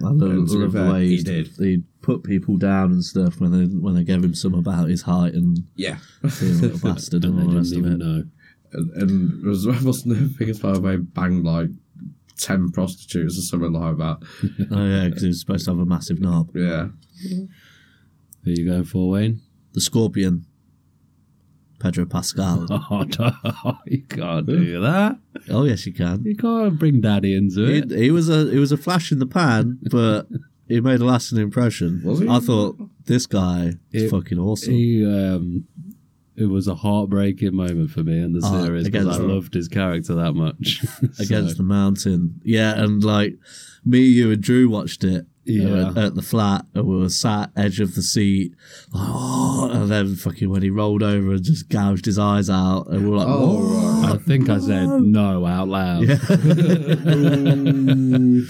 Speaker 1: I love,
Speaker 3: And to be
Speaker 1: love the
Speaker 3: fair,
Speaker 1: way
Speaker 3: he
Speaker 1: he
Speaker 3: did.
Speaker 1: He put people down and stuff when they when they gave him some about his height and
Speaker 3: Yeah. [laughs]
Speaker 1: being a little bastard and
Speaker 2: And they
Speaker 1: all the
Speaker 2: didn't
Speaker 1: rest of
Speaker 2: even
Speaker 1: it.
Speaker 2: know.
Speaker 3: and, and was [laughs] wasn't the biggest part they banged like ten prostitutes or something like that.
Speaker 1: Oh yeah, because he was supposed to have a massive knob.
Speaker 3: Yeah.
Speaker 2: Who you going for, Wayne? [laughs]
Speaker 1: The Scorpion. Pedro Pascal.
Speaker 2: [laughs] Oh, no, [laughs] you can't do that.
Speaker 1: oh yes, you can.
Speaker 2: You can't bring Daddy into
Speaker 1: He,
Speaker 2: it.
Speaker 1: he was a he was a flash in the pan, but he made a lasting impression.
Speaker 3: Was he?
Speaker 1: I thought this guy is
Speaker 2: It-
Speaker 1: fucking awesome.
Speaker 2: He um, it was a heartbreaking moment for me in the
Speaker 1: Oh,
Speaker 2: series because
Speaker 1: against
Speaker 2: I
Speaker 1: the-
Speaker 2: loved his character that much. [laughs] So,
Speaker 1: Against the Mountain. Yeah, and like me, you, and Drew watched it. you know,
Speaker 2: Yeah.
Speaker 1: At, at the flat, and we were sat edge of the seat, like, oh, and then fucking when he rolled over and just gouged his eyes out, and we were like,
Speaker 3: Oh,
Speaker 1: "What?"
Speaker 3: right.
Speaker 2: I think I said no out loud.
Speaker 1: Yeah.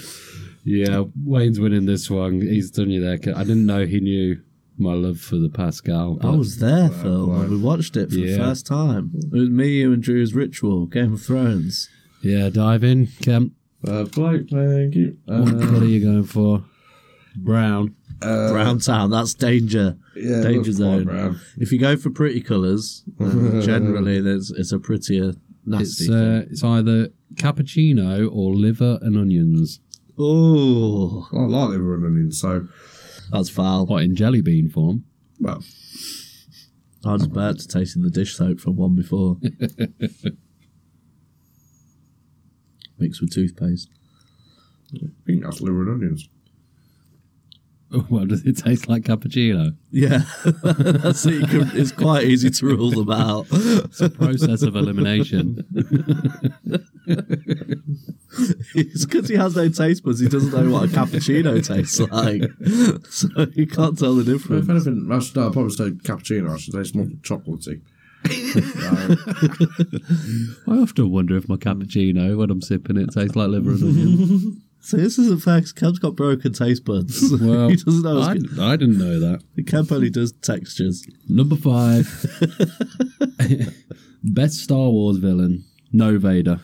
Speaker 2: [laughs] Yeah, Wayne's winning this one. He's done you there. Ke- I didn't know he knew my love for the Pascal.
Speaker 1: I
Speaker 2: but-
Speaker 1: was there, Phil, when we watched it for the
Speaker 2: Yeah.
Speaker 1: first time. It was me, you, and Drew's ritual, Game of Thrones.
Speaker 2: yeah, dive in, Kemp.
Speaker 3: Uh, Blake, thank you.
Speaker 2: What
Speaker 3: Uh,
Speaker 2: colour are you going for? Brown.
Speaker 3: uh,
Speaker 1: Brown Town, that's danger.
Speaker 3: yeah, it
Speaker 1: danger
Speaker 3: looks quite
Speaker 1: zone.
Speaker 3: brown.
Speaker 1: If you go for pretty
Speaker 3: [laughs]
Speaker 1: colours, then generally there's, it's a prettier, nasty
Speaker 2: It's uh, it's either cappuccino or liver and onions.
Speaker 1: Oh,
Speaker 3: I like liver and onions, so
Speaker 1: that's foul.
Speaker 2: What in jelly bean form?
Speaker 3: well,
Speaker 1: I was about to tasting the dish soap from one
Speaker 3: [laughs]
Speaker 1: before. Mixed with toothpaste.
Speaker 3: I think that's liver and onions.
Speaker 2: [laughs] well, does it taste like cappuccino?
Speaker 1: Yeah, [laughs] that's it. You can- It's quite easy to rule them out.
Speaker 2: It's a process of [laughs] elimination.
Speaker 1: It's because he has no taste buds. He doesn't know what a cappuccino tastes like, so he can't tell the
Speaker 3: But if
Speaker 1: difference.
Speaker 3: anything, I should, no, I'd probably say cappuccino. I should say it's more chocolatey.
Speaker 2: I often wonder if my cappuccino, when I'm sipping it, tastes like liver [laughs] and onions.
Speaker 1: So this is a fact. Kemp's got broken taste buds. [laughs] he doesn't know.
Speaker 2: I,
Speaker 1: it's good.
Speaker 2: I didn't know that.
Speaker 1: Kemp only does textures.
Speaker 2: Number [laughs] five, best Star Wars villain. No Vader.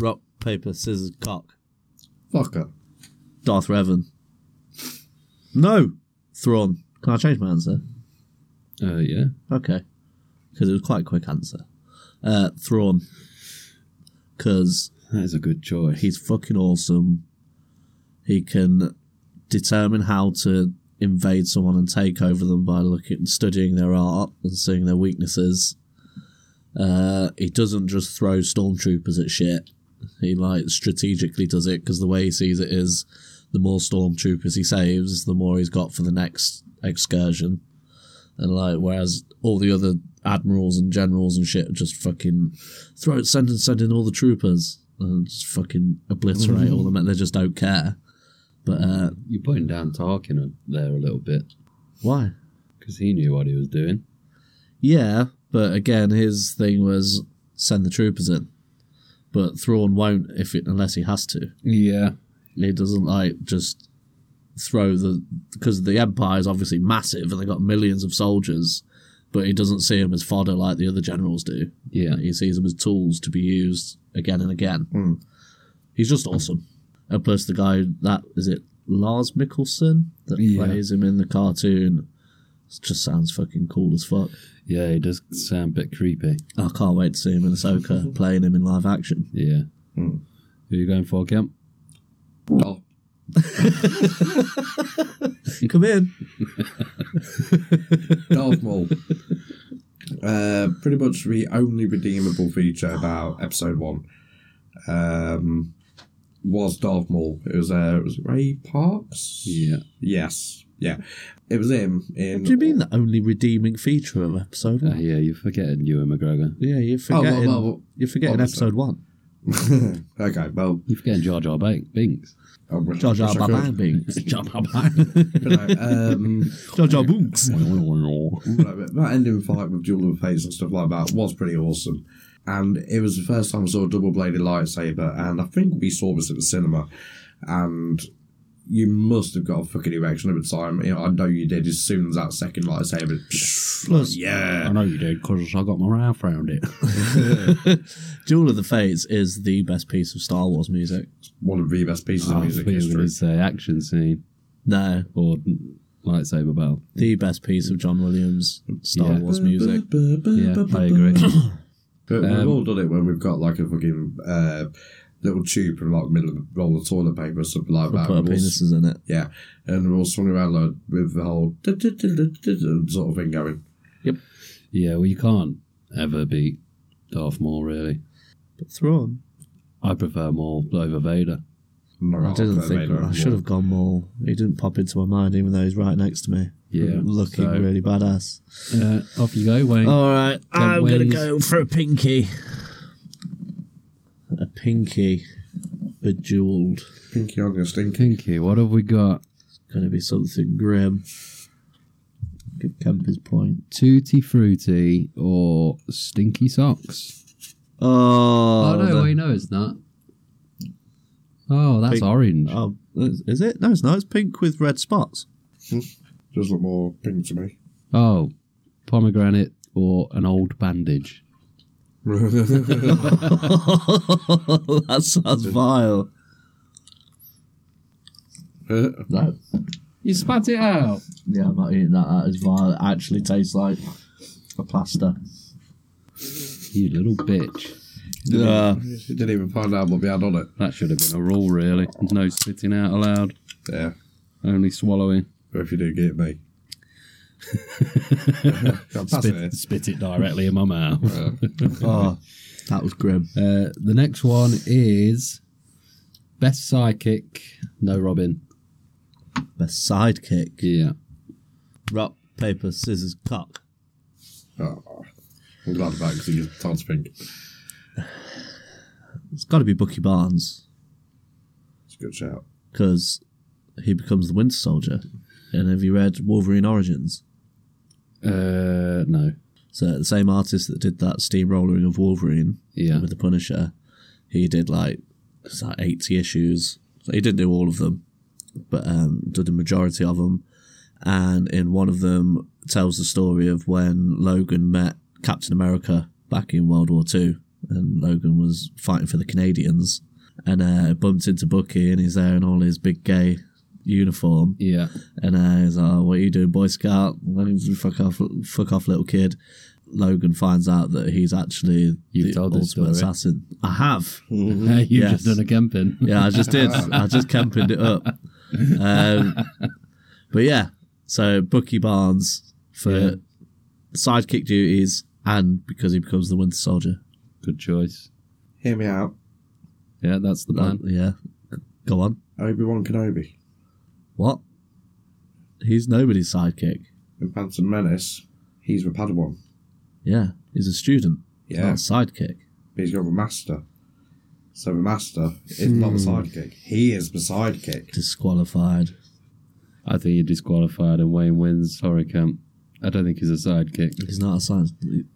Speaker 1: Rock, paper, scissors, cock.
Speaker 3: Fuck it.
Speaker 1: Darth Revan. No, Thrawn. Can I change my answer?
Speaker 2: Uh, yeah.
Speaker 1: Okay. Because it was quite a quick answer. Uh, Thrawn. Because
Speaker 2: That is a good choice.
Speaker 1: he's fucking awesome. He can determine how to invade someone and take over them by looking, studying their art and seeing their weaknesses. Uh, he doesn't just throw stormtroopers at shit. He like strategically does it because the way he sees it is, the more stormtroopers he saves, the more he's got for the next excursion. And like, whereas all the other admirals and generals and shit just fucking throw it, send and send in all the troopers and just fucking obliterate all them. They just don't care. But uh,
Speaker 2: You're putting down Tarkin there a little bit
Speaker 1: why?
Speaker 2: because he knew what he was doing.
Speaker 1: Yeah, but again, his thing was send the troopers in. But Thrawn won't if it, unless he has to.
Speaker 2: Yeah.
Speaker 1: He doesn't like just throw the because the empire is obviously massive and they got millions of soldiers, but he doesn't see them as fodder like the other generals do.
Speaker 2: Yeah.
Speaker 1: He sees them as tools to be used again and again.
Speaker 3: Hmm.
Speaker 1: He's just awesome. And plus, the guy that is it Lars Mickelson that
Speaker 2: Yeah.
Speaker 1: plays him in the cartoon It just sounds fucking cool as fuck.
Speaker 2: Yeah, he does sound a bit creepy.
Speaker 1: I can't wait to see him in
Speaker 3: [laughs]
Speaker 1: Ahsoka playing him in live action.
Speaker 2: Yeah. Hmm. Who are you going for, Kemp?
Speaker 3: Oh,
Speaker 1: Come in. [laughs]
Speaker 3: Darth Maul. uh, pretty much the only redeemable feature about episode one um, was Darth Maul. It was, uh, was it Ray Parks?
Speaker 2: Yeah.
Speaker 3: Yes. Yeah. It was him in.
Speaker 1: What do you mean the only redeeming feature of episode
Speaker 2: Ah,
Speaker 1: one?
Speaker 2: yeah, you're forgetting Ewan McGregor.
Speaker 1: Yeah, you're
Speaker 3: Oh, well,
Speaker 1: forgetting.
Speaker 3: well, well,
Speaker 1: you're forgetting
Speaker 3: obviously.
Speaker 1: episode one.
Speaker 3: [laughs] okay, well.
Speaker 2: You're forgetting Jar Jar Bink- Binks. [laughs]
Speaker 3: I wish-
Speaker 1: Jar Jar
Speaker 3: wish I could.
Speaker 1: Bang Binks. [laughs]
Speaker 3: [laughs]
Speaker 2: Jar Jar Binks.
Speaker 3: But no, um,
Speaker 1: Jar Jar Binks.
Speaker 3: but that ending fight with Duel of Fates and stuff like that was pretty awesome. And it was the first time I saw a double bladed lightsaber, and I think we saw this at the cinema. And you must have got a fucking erection at the time. You know, I know you did as soon as that second lightsaber.
Speaker 1: [laughs] Plus,
Speaker 2: I
Speaker 3: Yeah.
Speaker 2: know you did because I got my mouth around it.
Speaker 1: Duel of the Fates is the best piece of Star Wars music.
Speaker 3: One of the best pieces
Speaker 1: Ah,
Speaker 3: of
Speaker 2: I
Speaker 3: music
Speaker 2: thought you were
Speaker 3: history.
Speaker 2: going to say uh, action scene
Speaker 1: No,
Speaker 2: or lightsaber battle.
Speaker 1: the best piece of John Williams Star
Speaker 2: Yeah.
Speaker 1: Wars music.
Speaker 2: Yeah, I agree. [laughs]
Speaker 3: But
Speaker 2: Um,
Speaker 3: we've all done it when we've got like a fucking uh, little tube from like the middle of a roll of toilet paper or something like
Speaker 1: Put
Speaker 3: that.
Speaker 1: our
Speaker 3: and we'll
Speaker 1: penises in it.
Speaker 3: Yeah, and we're all swung around like, with the whole sort of thing going.
Speaker 2: Yeah, well, you can't ever beat Darth Maul, really.
Speaker 1: But Thrawn.
Speaker 2: I prefer Maul over Vader.
Speaker 3: Not
Speaker 1: I didn't
Speaker 3: that
Speaker 1: think
Speaker 3: made
Speaker 1: I
Speaker 3: it.
Speaker 1: should have gone Maul. He didn't pop into my mind, even though he's right next to me.
Speaker 2: Yeah,
Speaker 1: looking
Speaker 2: so-
Speaker 1: really badass.
Speaker 2: Uh, off you go, Wayne.
Speaker 1: All right, I'm gonna
Speaker 2: wins.
Speaker 1: go for a pinky. A pinky, bejeweled.
Speaker 3: Pinky on your stinky.
Speaker 2: Kinky, what have we got?
Speaker 1: Gonna be something grim. Give Kemp his point.
Speaker 2: Tutti Frutti or Stinky Socks?
Speaker 1: Oh,
Speaker 2: Oh, no,
Speaker 1: the-
Speaker 2: wait, no, it's not. Oh, that's
Speaker 1: Pink.
Speaker 2: orange.
Speaker 1: oh, is is it? No, it's not. It's pink with red spots.
Speaker 3: Does look more pink to me. [laughs]
Speaker 2: Oh, pomegranate or an old bandage.
Speaker 1: [laughs] that sounds vile. No,
Speaker 2: You spat it out.
Speaker 1: yeah, I'm not eating that. That is vile. It actually tastes like a plaster.
Speaker 2: You little bitch.
Speaker 1: Yeah.
Speaker 3: You didn't even find out what we had on it.
Speaker 2: That should have been a rule, really. No spitting out aloud,
Speaker 3: Yeah.
Speaker 2: only swallowing.
Speaker 3: Or if you do,
Speaker 1: [laughs]
Speaker 3: get me. Can't pass it.
Speaker 2: spit it directly in my mouth.
Speaker 1: Oh, that was grim.
Speaker 2: [laughs] Uh, the next one is best sidekick. No, Robin.
Speaker 1: Best sidekick.
Speaker 2: Yeah.
Speaker 1: Rock, paper, scissors, cock.
Speaker 3: Oh, I'm glad about it because you Todd's pink.
Speaker 1: It's got to be Bucky Barnes
Speaker 3: It's a good shout.
Speaker 1: because he becomes the Winter Soldier. And have you read Wolverine Origins?
Speaker 2: Uh, no.
Speaker 1: So the same artist that did that steamrollering of Wolverine
Speaker 2: Yeah.
Speaker 1: with the Punisher, he did like it's like eighty issues. So he didn't do all of them, but um, did the majority of them. And in one of them, tells the story of when Logan met Captain America back in World War Two, and Logan was fighting for the Canadians, and uh, bumped into Bucky, and he's there in all his big gay uniform,
Speaker 2: [laughs] Yeah.
Speaker 1: and I was like, "Oh, "What are you doing, Boy Scout? Why don't you fuck off, fuck off, little kid?" Logan finds out that he's actually
Speaker 2: You've
Speaker 1: the
Speaker 2: told
Speaker 1: ultimate
Speaker 2: this story.
Speaker 1: assassin. I have.
Speaker 2: You've
Speaker 1: Yes.
Speaker 2: just done a camping.
Speaker 1: Yeah, I just
Speaker 2: [laughs]
Speaker 1: did. I just camped it up. Um, but yeah, so Bucky Barnes for
Speaker 2: Yeah.
Speaker 1: sidekick duties and because he becomes the Winter Soldier.
Speaker 2: Good choice.
Speaker 3: Hear me out.
Speaker 2: Yeah, that's the plan.
Speaker 1: yeah, go on.
Speaker 3: Obi Wan Kenobi
Speaker 1: What? He's nobody's sidekick.
Speaker 3: in Phantom Menace. He's with Padawan.
Speaker 1: Yeah, he's a student,
Speaker 3: Yeah,
Speaker 1: not a sidekick.
Speaker 3: but he's got the master. So the master is not
Speaker 1: Hmm.
Speaker 3: the sidekick. He is the sidekick.
Speaker 1: Disqualified.
Speaker 2: I think you're disqualified and Wayne wins. Sorry, Camp. I don't think he's a sidekick.
Speaker 1: He's not a side.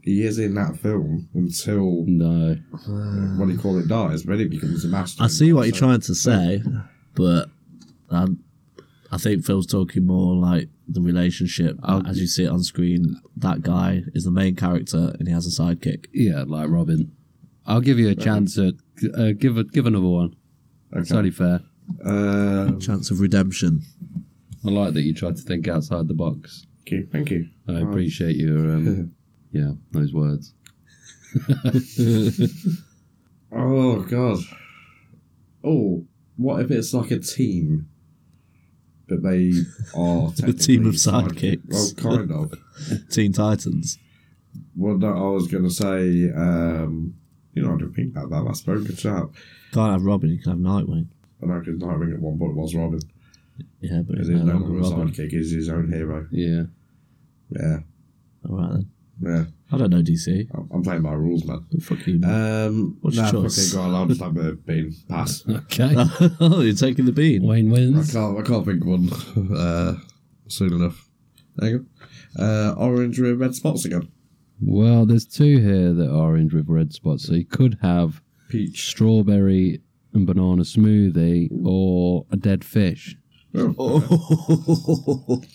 Speaker 3: He is in that film until
Speaker 2: No.
Speaker 3: what do you call it dies. But then he becomes the master.
Speaker 1: I see what you're
Speaker 3: So-
Speaker 1: trying to say, but i I think Phil's talking more like the relationship
Speaker 2: I'll-
Speaker 1: as you see it on screen. That guy is the main character, and he has a sidekick.
Speaker 2: Yeah, like Robin. I'll give you a chance at uh, give a, give another one. It's
Speaker 3: Okay.
Speaker 2: only fair.
Speaker 3: Uh,
Speaker 1: Chance of redemption.
Speaker 2: I like that you tried to think outside the box.
Speaker 3: thank you. Thank you.
Speaker 2: I appreciate your um, yeah those words.
Speaker 3: Oh god. Oh, what if it's like a team? But they
Speaker 1: [laughs]
Speaker 3: are
Speaker 1: A team of
Speaker 3: technically sidekick-
Speaker 1: sidekicks.
Speaker 3: Well, kind of.
Speaker 1: Teen Titans.
Speaker 3: well, no, I was going to say, um, you know, I didn't think about that. That's a very good shout.
Speaker 1: Can't have Robin. You can have Nightwing.
Speaker 3: And I could not ring at one point was Robin.
Speaker 1: Yeah, but
Speaker 3: Because
Speaker 1: he's
Speaker 3: he's
Speaker 1: no
Speaker 3: no
Speaker 1: longer
Speaker 3: longer a
Speaker 1: Robin.
Speaker 3: sidekick. He's his own hero.
Speaker 2: Yeah,
Speaker 3: Yeah,
Speaker 1: All right then.
Speaker 3: yeah.
Speaker 1: I don't know DC.
Speaker 3: I'm I'm playing by rules, man.
Speaker 1: But fuck you. man.
Speaker 3: Um,
Speaker 1: What's your
Speaker 3: nah,
Speaker 1: choice?
Speaker 3: fucking God, I'll just have a bean pass.
Speaker 2: okay.
Speaker 1: oh, [laughs] you're taking the bean.
Speaker 2: [laughs] Wayne
Speaker 3: I
Speaker 2: wins.
Speaker 3: can't. I can't think of one [laughs] uh, soon enough. There you go. Uh, orange with red spots again.
Speaker 2: Well, there's two here that are orange with red spots, so you could have
Speaker 3: Peach.
Speaker 2: strawberry and banana smoothie or a dead fish.
Speaker 3: Oh,
Speaker 1: Oh. [laughs]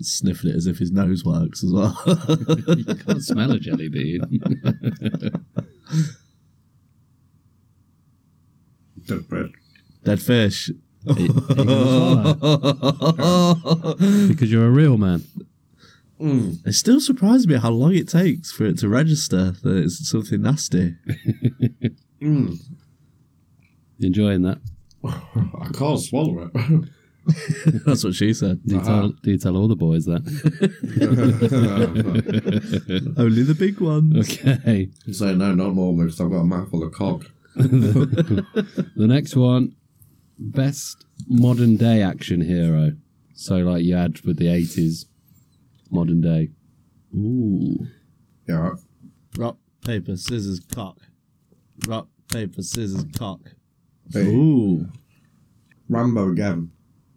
Speaker 1: Sniffing it as if his nose works as well. [laughs]
Speaker 2: you can't smell a jelly bean.
Speaker 3: dead bread.
Speaker 1: Dead fish.
Speaker 2: because you're a real man.
Speaker 1: It still surprises me how long it takes for it to register that it's something nasty. [laughs]
Speaker 2: Enjoying that.
Speaker 3: I can't swallow it. [laughs]
Speaker 1: That's what she said.
Speaker 2: Do you, tell, do you tell all the boys that? [laughs]
Speaker 1: Only the big ones.
Speaker 2: Okay.
Speaker 3: so no, not normally because I've got a mouthful of cock.
Speaker 2: The next one, best modern day action hero. So like you had with the eighties, modern day.
Speaker 1: Ooh.
Speaker 3: Yeah.
Speaker 1: Rock, paper, scissors, cock. Rock, paper, scissors, cock.
Speaker 3: Hey,
Speaker 1: Ooh.
Speaker 3: Rambo again.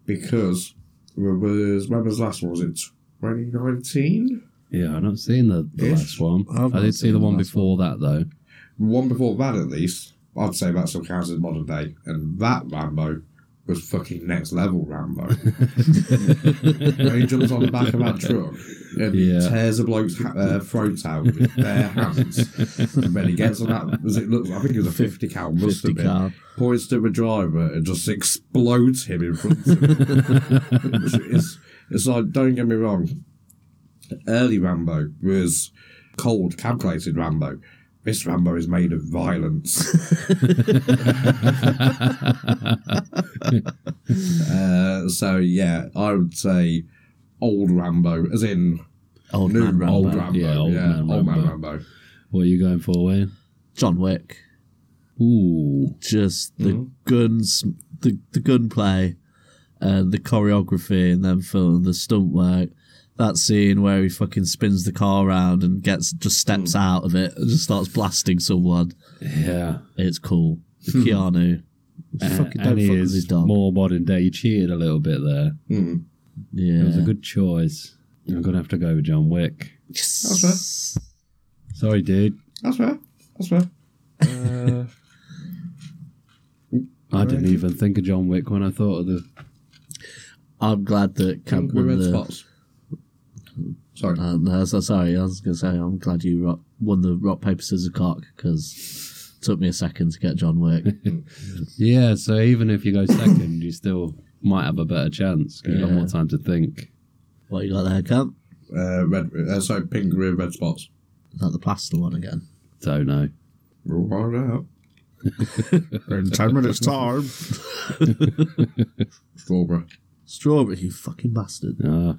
Speaker 3: Because when was when was the last one? Was it 2019?
Speaker 2: Yeah, I've not seen the, the
Speaker 3: Yes,
Speaker 2: last one.
Speaker 1: I've
Speaker 2: I
Speaker 1: not
Speaker 2: did see
Speaker 1: seen
Speaker 2: the
Speaker 1: the
Speaker 2: one
Speaker 1: last
Speaker 2: before that though.
Speaker 3: One before that, at least. I'd say that still counts as modern day. And that Rambo was fucking next level Rambo. when he jumps on the back of that truck and
Speaker 2: Yeah.
Speaker 3: tears a bloke's ha- uh, throat out with his bare hands. and then he gets on that, as it looks, I think it was a 50 cal, must
Speaker 1: 50
Speaker 3: have been.
Speaker 1: cal.
Speaker 3: Points to the driver and just explodes him in front of him. Which is- it's like, don't get me wrong, early Rambo was cold, calculated Rambo. This Rambo is made of violence. Uh, so yeah, I would say old Rambo, as in
Speaker 1: Old
Speaker 3: new
Speaker 1: man Rambo.
Speaker 3: old Rambo,
Speaker 2: Yeah,
Speaker 3: yeah,
Speaker 2: old
Speaker 3: old,
Speaker 2: man
Speaker 3: man,
Speaker 2: Rambo.
Speaker 3: Rambo.
Speaker 2: [laughs] What are you going for, Wayne?
Speaker 1: John Wick.
Speaker 2: Ooh.
Speaker 1: Just the
Speaker 3: Mm-hmm.
Speaker 1: guns, the, the gunplay and the choreography and then film, the stunt work. That scene where he fucking spins the car around and gets just steps
Speaker 3: Mm.
Speaker 1: out of it and just starts blasting someone.
Speaker 2: Yeah.
Speaker 1: It's cool. Keanu. Hmm. fucking
Speaker 2: and
Speaker 1: don't
Speaker 2: he
Speaker 1: fuck with
Speaker 2: is
Speaker 1: his dog.
Speaker 2: more modern day. You cheated a little bit there.
Speaker 1: yeah.
Speaker 2: It was a good choice. I'm gonna have to go with John Wick.
Speaker 1: Yes.
Speaker 2: Sorry, dude.
Speaker 3: That's fair. That's fair. Uh,
Speaker 2: I didn't even think of John Wick when I thought of the
Speaker 1: I'm glad that Camp
Speaker 3: we
Speaker 1: won
Speaker 3: red
Speaker 1: the.
Speaker 3: spots. Sorry.
Speaker 1: Uh, no, so- sorry, I was going to say I'm glad you rock, won the rock paper scissors cock because took me a second to get John Wick.
Speaker 2: [laughs] Yeah, so even if you go second, you still might have a better chance. 'cause You've got
Speaker 1: Yeah.
Speaker 2: more time to think.
Speaker 1: what you got there, Camp?
Speaker 3: Uh, red. Uh, sorry, pink rear red spots.
Speaker 1: Is that the plaster one again?
Speaker 2: Don't know.
Speaker 3: We'll find out. In ten minutes' time. Strawberry.
Speaker 1: Strawberry, you fucking bastard.
Speaker 2: Ah.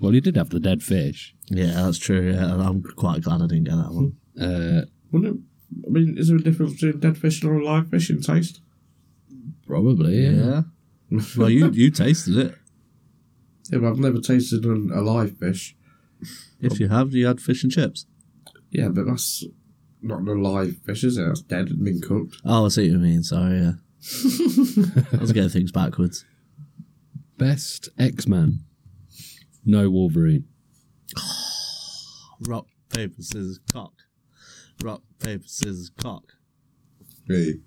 Speaker 2: Well, you did have the dead fish.
Speaker 1: Yeah, that's true. Yeah, and I'm quite glad I didn't get that one.
Speaker 2: Uh,
Speaker 3: Wouldn't it, I mean, is there a difference between dead fish and a live fish in [laughs] taste?
Speaker 2: probably, yeah.
Speaker 1: well, you you tasted it.
Speaker 3: Yeah, but I've never tasted an, a live fish.
Speaker 1: If you have, you had fish and chips.
Speaker 3: Yeah, but that's not an alive fish, is it? That's dead and been cooked.
Speaker 1: Oh, I see what you mean. Sorry, [laughs] yeah. I was getting things backwards.
Speaker 2: Best X Man. No Wolverine.
Speaker 1: Rock, paper, scissors, cock. Rock, paper, scissors, cock.
Speaker 3: Really?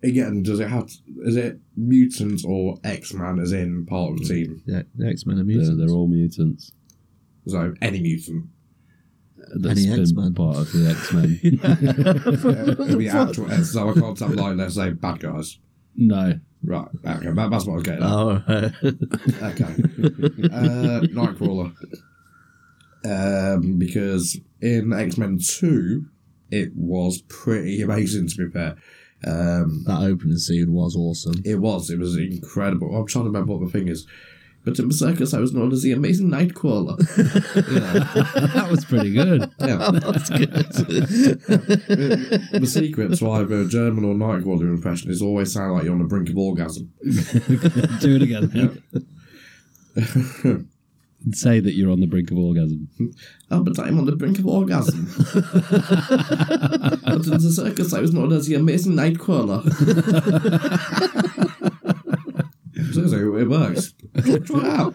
Speaker 3: Again, does it have? is it mutant or X Man as in part of the team?
Speaker 1: Yeah, the X Men are
Speaker 2: They're,
Speaker 1: mutants.
Speaker 2: they're all mutants.
Speaker 3: So any mutant,
Speaker 2: That's
Speaker 1: Any
Speaker 2: been
Speaker 1: X-Men?
Speaker 2: part of the X [laughs] Men.
Speaker 3: uh, the actual. So I can't have like let's say bad guys.
Speaker 2: no. [laughs]
Speaker 3: Right, okay, that, that's what I was getting. at.
Speaker 1: Oh, [laughs] right.
Speaker 3: Okay. uh, Nightcrawler. Um, because in X Men 2, it was pretty amazing, to be fair. Um,
Speaker 1: that opening scene was awesome.
Speaker 3: it was, it was incredible. I'm trying to remember what the thing is. But in the circus, I was known as the amazing Nightcrawler.
Speaker 2: That was pretty good.
Speaker 1: [laughs]
Speaker 3: Yeah.
Speaker 1: [laughs] That's good.
Speaker 3: the secret to either a German or Nightcrawler impression is always sound like you're on the brink of orgasm.
Speaker 2: [laughs] Do it again then. And [laughs] say that you're on the brink of orgasm.
Speaker 3: Oh, but I'm on the brink of orgasm. [laughs] but in the circus, I was known as the amazing [laughs] Nightcrawler. Seriously, it works. Try it out.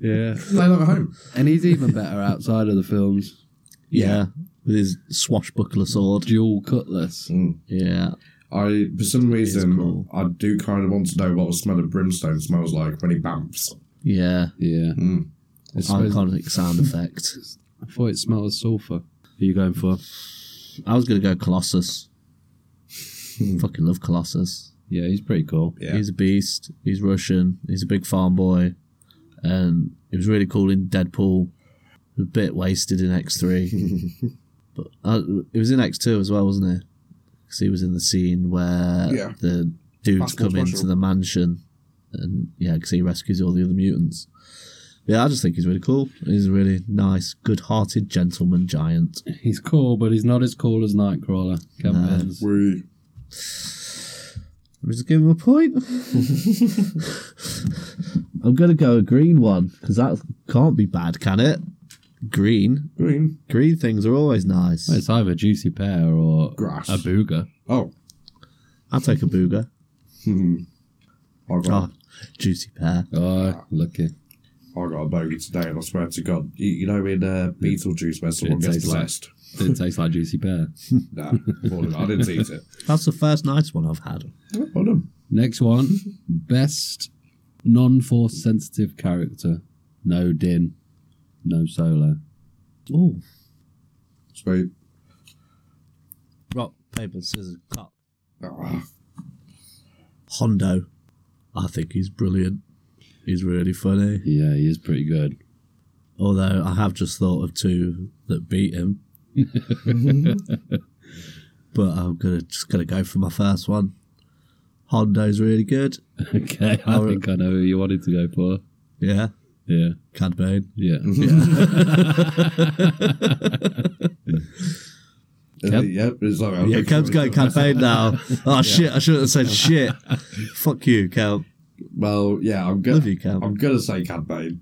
Speaker 2: Yeah.
Speaker 3: Play that at home.
Speaker 2: And he's even better outside of the films.
Speaker 1: [laughs] yeah, with his swashbuckler sword.
Speaker 2: Dual cutlass.
Speaker 3: Mm.
Speaker 1: Yeah.
Speaker 3: I, for some reason,
Speaker 1: cool.
Speaker 3: I do kind of want to know what the smell of brimstone smells like when he bamps.
Speaker 1: Yeah.
Speaker 2: Yeah. I suppose-
Speaker 1: Iconic sound effect.
Speaker 2: I thought it smelled of sulfur. Who are you going for?
Speaker 1: I was going to go Colossus.
Speaker 2: Hmm.
Speaker 1: Fucking love Colossus.
Speaker 2: Yeah, he's pretty cool.
Speaker 3: Yeah.
Speaker 1: He's a beast. He's Russian. He's a big farm boy. And he was really cool in Deadpool. A bit wasted in X3.
Speaker 3: [laughs]
Speaker 1: but uh, it was in X2 as well, wasn't it? Because he was in the scene where
Speaker 3: Yeah.
Speaker 1: the dudes
Speaker 3: Fast
Speaker 1: come
Speaker 3: Forward
Speaker 1: into
Speaker 3: Marshall.
Speaker 1: the mansion. And yeah, because he rescues all the other mutants. Yeah, I just think he's really cool. He's a really nice, good hearted gentleman giant.
Speaker 2: He's cool, but he's not as cool as Nightcrawler. Come
Speaker 1: No.
Speaker 2: on.
Speaker 3: We
Speaker 1: I'm just give him a point. I'm gonna go a green one because that can't be bad, can it? Green,
Speaker 3: Green.
Speaker 1: green things are always nice.
Speaker 2: It's either juicy pear or
Speaker 3: Grass.
Speaker 2: a booger.
Speaker 3: Oh.
Speaker 1: I'll take a booger.
Speaker 3: I got,
Speaker 1: Oh, juicy pear.
Speaker 2: Oh, lucky.
Speaker 3: I got a bogey today, and I swear to God, you, you know in uh, Beetlejuice where someone gets
Speaker 2: tastes like-
Speaker 3: possessed?
Speaker 2: Didn't taste like juicy pear.
Speaker 3: Nah, more than- I didn't eat it.
Speaker 1: That's the first nice one I've had.
Speaker 3: Well done.
Speaker 2: Next one. Best non force sensitive character. No din. No solo.
Speaker 1: Oh,
Speaker 3: Sweet.
Speaker 1: rock, paper, scissors, cut.
Speaker 3: Ah,
Speaker 1: Hondo. I think he's brilliant. He's really funny.
Speaker 2: Yeah, he is pretty good. [laughs]
Speaker 1: Although I have just thought of two that beat him. but I'm gonna just gonna go for my first one. Hondo's really good.
Speaker 2: Okay, I
Speaker 1: Our-
Speaker 2: think I know who you wanted to go for.
Speaker 1: Yeah.
Speaker 2: Yeah,
Speaker 1: Cad Bane.
Speaker 2: yeah.
Speaker 3: is
Speaker 2: Kev?
Speaker 3: it- Yep. It's like,
Speaker 1: Oh, Yeah, Kev's going Cad Bane [laughs] now. Oh shit, I shouldn't have said shit. Fuck you, Kev.
Speaker 3: Well, yeah, I'm gonna.
Speaker 1: Love you, Kev.
Speaker 3: I'm gonna say Cad Bane.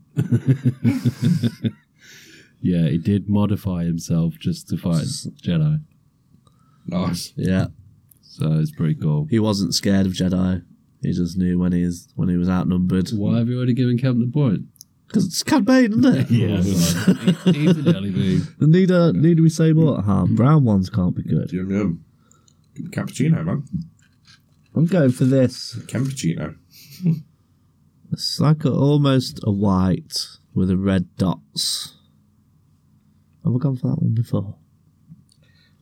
Speaker 2: Yeah, he did modify himself just to fight Jedi.
Speaker 3: Nice.
Speaker 1: Yeah.
Speaker 2: So it's pretty cool.
Speaker 1: He wasn't scared of Jedi. He just knew when he is when he was outnumbered.
Speaker 2: Why have you already given Kemp the point?
Speaker 1: Because it's Cad Bane, isn't [laughs] it?
Speaker 2: He- He's a jelly bean.
Speaker 1: Need a need we say more? Ah, brown ones can't be good.
Speaker 3: Yum yum. Cappuccino, man.
Speaker 1: I'm going for this.
Speaker 3: Cappuccino.
Speaker 1: It's like a, almost a white with a red dots. Have I gone for that one before?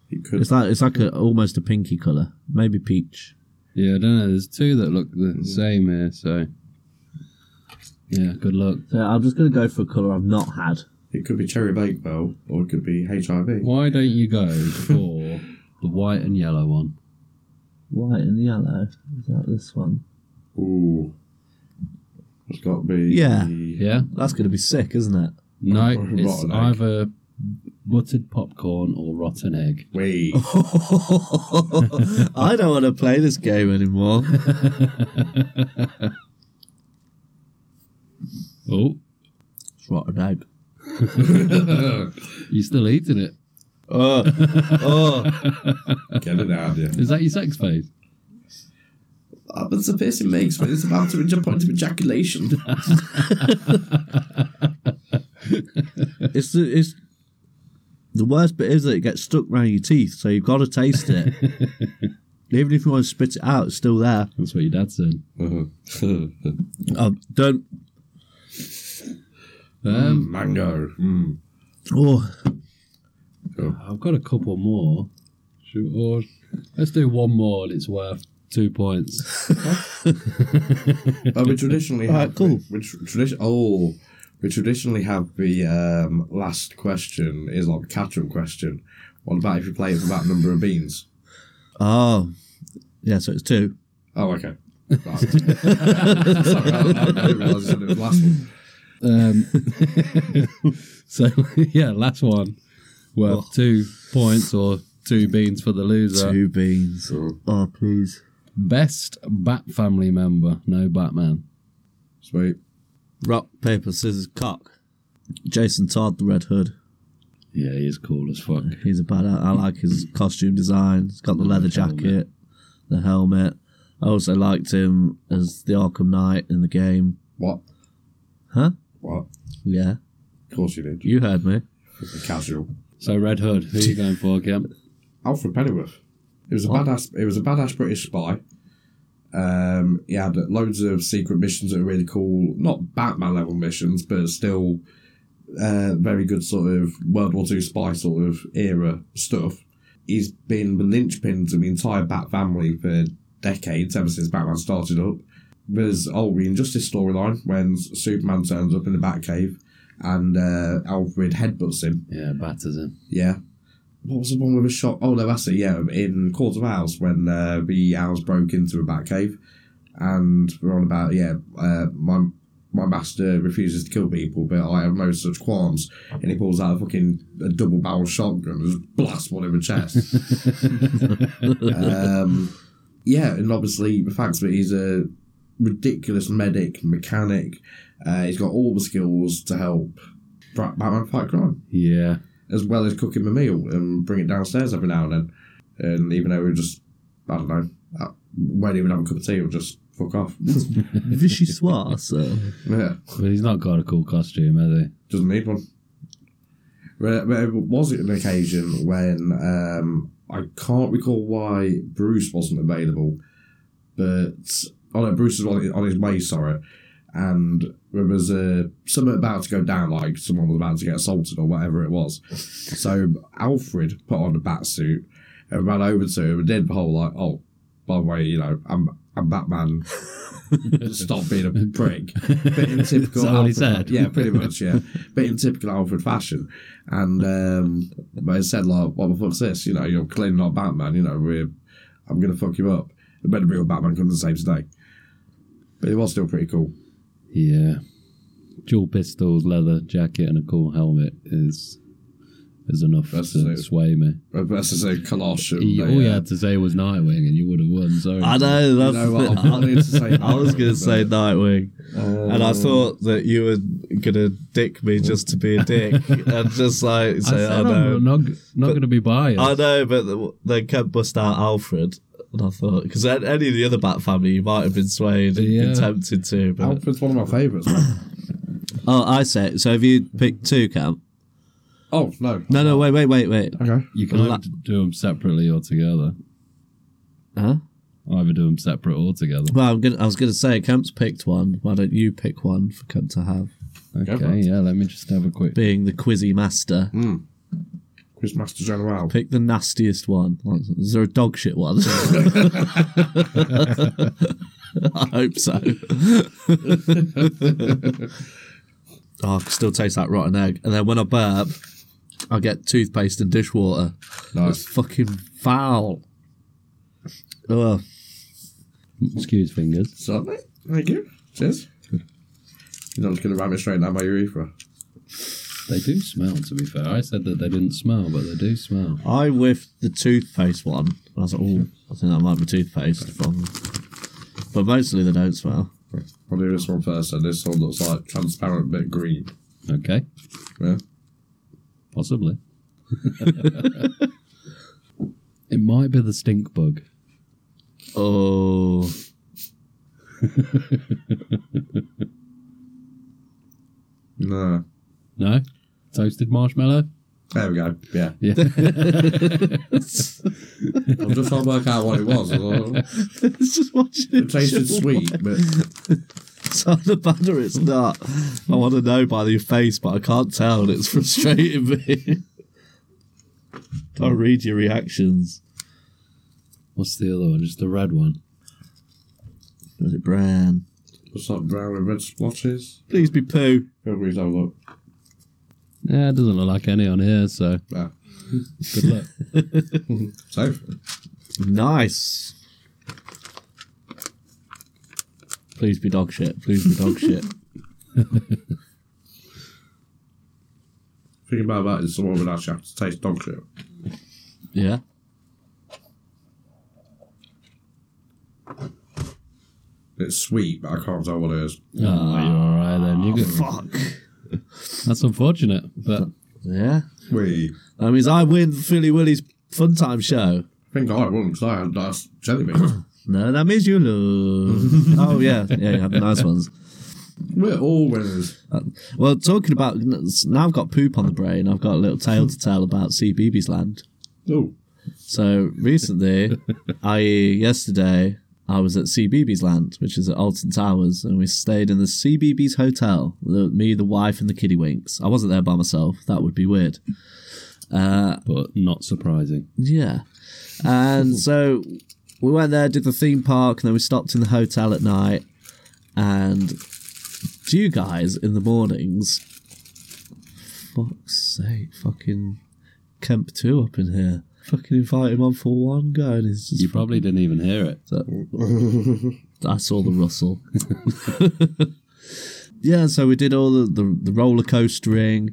Speaker 3: You could.
Speaker 1: It's like it's like a, almost a pinky colour, maybe peach.
Speaker 2: Yeah, I don't know. There's two that look the same here, so. Yeah, good luck.
Speaker 1: So I'm just gonna go for a colour I've not had.
Speaker 3: It could be cherry bakewell, or it could be HIV.
Speaker 2: Why don't you go for the white and yellow one?
Speaker 1: White and yellow. Is that this one?
Speaker 3: Ooh. It's got to be.
Speaker 1: Yeah.
Speaker 2: Yeah?
Speaker 1: That's gonna be sick, isn't it? [laughs]
Speaker 2: No,
Speaker 3: Rotten
Speaker 2: it's
Speaker 3: egg.
Speaker 2: either buttered popcorn or rotten egg.
Speaker 1: [laughs]
Speaker 3: Wait.
Speaker 1: I don't want to play this game anymore.
Speaker 2: Oh,
Speaker 1: It's rotten egg.
Speaker 2: you're still eating it.
Speaker 1: Oh, oh.
Speaker 3: Get it out of you.
Speaker 2: Is that your sex face?
Speaker 3: Oh, that's the face it makes when it's about to jump onto [laughs] ejaculation.
Speaker 1: [laughs] It's the it's the worst bit is that it gets stuck round your teeth, so you've got to taste [laughs] it. Even if you want to spit it out, it's still there.
Speaker 2: That's what your dad said.
Speaker 3: Uh-huh.
Speaker 1: Um, don't.
Speaker 2: Um,
Speaker 3: Mango. Mm.
Speaker 1: Oh,
Speaker 2: I've got a couple more. Should- Or let's do one more, and it's worth two points. [laughs]
Speaker 3: Oh, we traditionally have.
Speaker 1: Alright, cool.
Speaker 3: We, we tr- tradi- oh, we traditionally have the um, last question is like a catch-up question. What about if you play it for that number of beans?
Speaker 1: oh, yeah. So it's two.
Speaker 3: Oh, okay. Right. [laughs] Sorry, I, I, I realised it was the last one.
Speaker 2: Um, so yeah, last one worth two points or two beans for the loser.
Speaker 1: Two beans.
Speaker 3: So,
Speaker 1: Oh, please.
Speaker 2: Best Bat family member, no Batman.
Speaker 3: sweet.
Speaker 1: Rock, paper, scissors, cock. Jason Todd, the Red Hood.
Speaker 2: Yeah, he is cool as fuck.
Speaker 1: He's a bad. I like his costume design. He's got the leather
Speaker 2: helmet.
Speaker 1: jacket, the helmet. I also liked him as the Arkham Knight in the game.
Speaker 3: What?
Speaker 1: Huh?
Speaker 3: What?
Speaker 1: Yeah,
Speaker 3: Of course you did.
Speaker 1: you heard me.
Speaker 3: Casual.
Speaker 2: So Red Hood, who are you going for, Kemp?
Speaker 3: Alfred Pennyworth. It was a badass. It was a badass British spy. Um, he had loads of secret missions that were really cool. Not Batman level missions, but still uh, very good sort of World War Two spy sort of era stuff. He's been the linchpin to the entire Bat family for decades, ever since Batman started up. There's oh the Injustice storyline when Superman turns up in the Batcave and uh, Alfred headbutts him.
Speaker 2: Yeah, batters him.
Speaker 3: Yeah. What was the one with the shot? Oh, no, that's it. Yeah, in Court of Owls when uh, the owls broke into a bat cave. And we're on about, yeah, uh, my my master refuses to kill people, but I have no such qualms. And he pulls out a fucking a double barrel shotgun and just blasts one in the chest. um, yeah, and obviously the fact that he's a ridiculous medic, mechanic, uh, he's got all the skills to help Bra- Batman fight crime,
Speaker 2: Yeah.
Speaker 3: as well as cook him a meal and bring it downstairs every now and then. And even though we just, I don't know, uh, won't even have a cup of tea, we'll just fuck off.
Speaker 2: [laughs]
Speaker 1: Vichyssoise, so.
Speaker 3: yeah.
Speaker 2: But he's not got a cool costume, has he?
Speaker 3: Doesn't need one. But, but it was an occasion when um, I can't recall why Bruce wasn't available, but oh no, Bruce was on, on his way, sorry, and there was a something about to go down, like someone was about to get assaulted or whatever it
Speaker 2: [laughs]
Speaker 3: was. So Alfred put on a bat suit and ran over to him and did the whole like, oh, by the way, you know, I'm I'm
Speaker 2: [laughs]
Speaker 3: Batman. Stop being a prick. But in typical
Speaker 2: Is that what he
Speaker 3: Alfred-
Speaker 2: said?
Speaker 3: Yeah, pretty much, yeah. But in typical Alfred fashion. And um but he said like, What the fuck's this? You know, you're clearly not Batman, you know, we're I'm gonna fuck you up. It better be a Batman comes and saves the day. But it was still pretty cool.
Speaker 2: Yeah. Dual pistols, leather jacket, and a cool helmet is is enough
Speaker 3: That's
Speaker 2: to
Speaker 3: it.
Speaker 2: sway me.
Speaker 3: But that's to say Colossian.
Speaker 2: He-
Speaker 3: but,
Speaker 2: all you
Speaker 3: yeah.
Speaker 2: had to say was Nightwing, and you would have won. Sorry.
Speaker 1: I know,
Speaker 3: You
Speaker 1: that's
Speaker 3: know
Speaker 1: the
Speaker 3: what,
Speaker 1: bit-
Speaker 3: I wanted to say
Speaker 1: [laughs] I was going to
Speaker 3: Alfred,
Speaker 1: say
Speaker 3: but-
Speaker 1: Nightwing.
Speaker 2: Oh.
Speaker 1: and I thought that you were going to dick me just to be a dick.
Speaker 2: [laughs]
Speaker 1: and just like
Speaker 2: I
Speaker 1: say,
Speaker 2: said
Speaker 1: I,
Speaker 2: I'm
Speaker 1: know.
Speaker 2: not, not going to be biased.
Speaker 1: I know, but th- they kept bust out Alfred. And I thought, because any of the other Bat family, you might have been swayed and
Speaker 2: Yeah.
Speaker 1: been tempted to. But...
Speaker 3: Alfred's one of my
Speaker 1: [laughs]
Speaker 3: favourites. man.
Speaker 1: Oh, I say. So have you picked two, Cam?
Speaker 3: oh no.
Speaker 1: No, no, wait, wait, wait, wait.
Speaker 3: Okay.
Speaker 2: you can
Speaker 1: La-
Speaker 2: either do them separately or together.
Speaker 1: Huh?
Speaker 2: Either do them separate or together.
Speaker 1: Well, I'm gonna, I was going to say, Camp's picked one. Why don't you pick one for Camp to have,
Speaker 3: Go for
Speaker 2: Okay,
Speaker 3: it.
Speaker 2: yeah. Let me just have a quick.
Speaker 1: being the quizzy master?
Speaker 3: Quizmaster General.
Speaker 1: Pick the nastiest one. Like, Is there a dog shit one? [laughs] I hope so. [laughs] oh, I can still taste that rotten egg. And then when I burp, I get toothpaste and dishwater. It's
Speaker 3: Nice.
Speaker 1: fucking foul. Ugh.
Speaker 2: Excuse fingers.
Speaker 3: Certainly. Thank you. Cheers. You're not just going to ram it straight down E my urethra.
Speaker 2: They do smell. To be fair, I said that they didn't smell, but they do smell.
Speaker 1: I whiffed the toothpaste one. And I was like, oh, I think that might be toothpaste from. But mostly they don't smell.
Speaker 3: I'll do this one first, and this one looks like transparent bit green.
Speaker 2: Okay,
Speaker 3: Yeah.
Speaker 2: possibly. [laughs] it might be the stink bug.
Speaker 1: Oh.
Speaker 3: No.
Speaker 2: No, toasted marshmallow.
Speaker 3: There we go. Yeah. [laughs]
Speaker 2: Yeah.
Speaker 3: I'm just trying to work out what it was. I thought,
Speaker 1: [laughs] it's just watching it.
Speaker 3: It tasted sweet, but
Speaker 1: It's either bad or it's not. I want to know by your face, but I can't tell, and it's [laughs] frustrating me. [laughs] Can't read your reactions.
Speaker 2: What's the other one? Just the red one.
Speaker 1: Was it Bran?
Speaker 3: it's like brown and red splotches.
Speaker 1: Please be poo.
Speaker 3: Feel free to have a look.
Speaker 2: Yeah, it doesn't look like any on here. So
Speaker 3: Yeah.
Speaker 2: good luck.
Speaker 3: [laughs] So,
Speaker 1: Nice. Please be dog shit. Please be dog [laughs] shit.
Speaker 3: thinking about that is someone would actually have to taste dog shit.
Speaker 1: Yeah.
Speaker 3: It's sweet, but I can't tell what it is.
Speaker 2: Oh, you're all right then. You good.
Speaker 1: Fuck.
Speaker 2: That's unfortunate, but
Speaker 1: Yeah.
Speaker 3: We
Speaker 1: That means I win Philly Willy's fun time show.
Speaker 3: think I wouldn't because I had nice jelly
Speaker 2: [coughs]
Speaker 3: beans.
Speaker 1: No, that means you lose. oh yeah, yeah, you have the nice ones. Um,
Speaker 3: We're all winners.
Speaker 1: Well, talking about now, I've got poop on the brain. I've got a little tale to tell about CBeebies Land.
Speaker 3: Oh,
Speaker 1: So recently, i.e., yesterday, I was at CBeebies Land, which is at Alton Towers, and we stayed in the CBeebies Hotel. The, me, the wife, and the kiddywinks. I wasn't there by myself. That would be weird.
Speaker 2: but not surprising.
Speaker 1: Yeah. And so we went there, did the theme park, and then we stopped in the hotel at night. And do you guys in the mornings? Fuck's sake, fucking Kemp 2 up in here. Fucking invite him on for one go, and he's just.
Speaker 2: You probably didn't even hear it.
Speaker 1: I saw the Russell. [laughs] yeah, so we did all the, the, the roller coastering,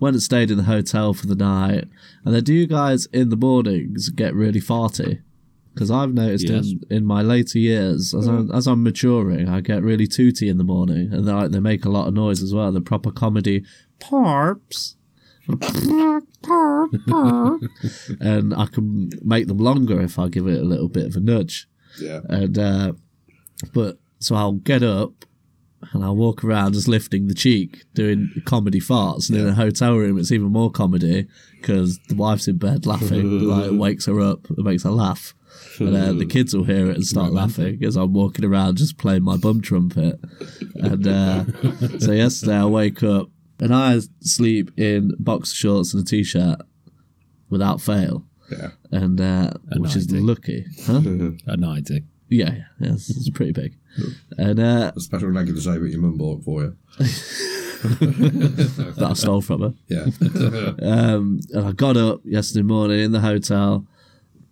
Speaker 1: went and stayed in the hotel for the night. And then, do you guys in the mornings get really farty? because I've noticed
Speaker 2: Yes.
Speaker 1: in, in my later years, as, I'm, as I'm maturing, I get really tooty in the morning, and they like, they make a lot of noise as well. The proper comedy parps, [laughs] and I can make them longer if I give it a little bit of a nudge.
Speaker 3: Yeah.
Speaker 1: And uh, but so I'll get up and I'll walk around just lifting the cheek, doing comedy farts. And in a hotel room, it's even more comedy because the wife's in bed laughing, like wakes her up, it makes her laugh. And uh, the kids will hear it and start laughing as I'm walking around just playing my bum trumpet. And uh, so yesterday I wake up and I sleep in boxer shorts and a t-shirt without fail,
Speaker 3: Yeah.
Speaker 1: and uh,
Speaker 2: A
Speaker 1: which is
Speaker 2: nighty.
Speaker 1: lucky, huh?
Speaker 2: A 90.
Speaker 1: Yeah, yeah, yeah, it's, it's pretty big. And uh,
Speaker 3: A special negative to say, but your mum bought it for you.
Speaker 1: that I stole from her.
Speaker 3: [laughs] Yeah.
Speaker 1: Um, and I got up yesterday morning in the hotel,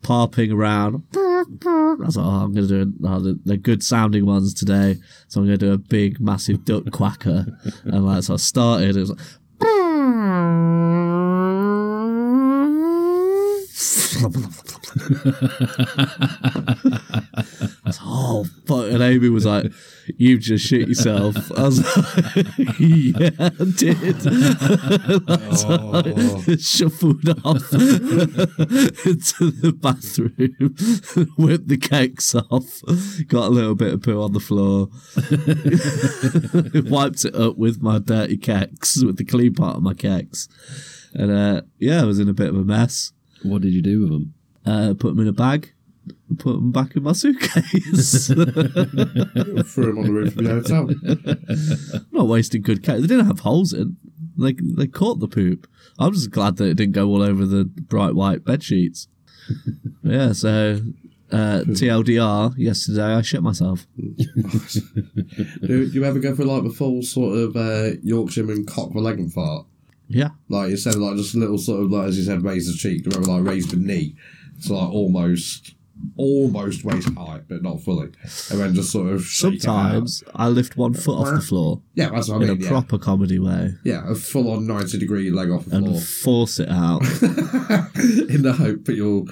Speaker 1: parping around. I was like, oh, I'm going to do oh, the, the good sounding ones today. So I'm going to do a big, massive duck quacker. and like, so I started, it was like, I was, oh fuck! And Amy was like, "You've just shit yourself." I was like, [laughs] "Yeah, I did." [laughs] shuffled off [laughs] into the bathroom, [laughs] whipped the cakes off, got a little bit of poo on the floor, [laughs] wiped it up with my dirty cakes, with the clean part of my cakes. And uh, yeah, I was in a bit of a mess.
Speaker 2: What did you do with them?
Speaker 1: Uh, put them in a bag, put them back in my suitcase. [laughs]
Speaker 3: Threw him on the roof of the [laughs] hotel.
Speaker 1: not wasting good cake. They didn't have holes in. They they caught the poop. I'm just glad that it didn't go all over the bright white bed sheets. yeah. So uh, TLDR, yesterday I shit myself.
Speaker 3: Do, do you ever go for like the full sort of uh, Yorkshireman cock the leg and fart?
Speaker 1: Yeah.
Speaker 3: Like you said, like just a little sort of like as you said, raise the cheek. Do you remember, like raise the knee to like almost, almost waist high, but not fully, and then just sort of shake it out.
Speaker 1: Sometimes I lift one foot off the floor
Speaker 3: Yeah, that's what I
Speaker 1: in a
Speaker 3: mean. Yeah.
Speaker 1: proper comedy way
Speaker 3: yeah, a full on ninety degree leg off the
Speaker 1: and
Speaker 3: floor
Speaker 1: force it out.
Speaker 3: [laughs] in the hope that you'll.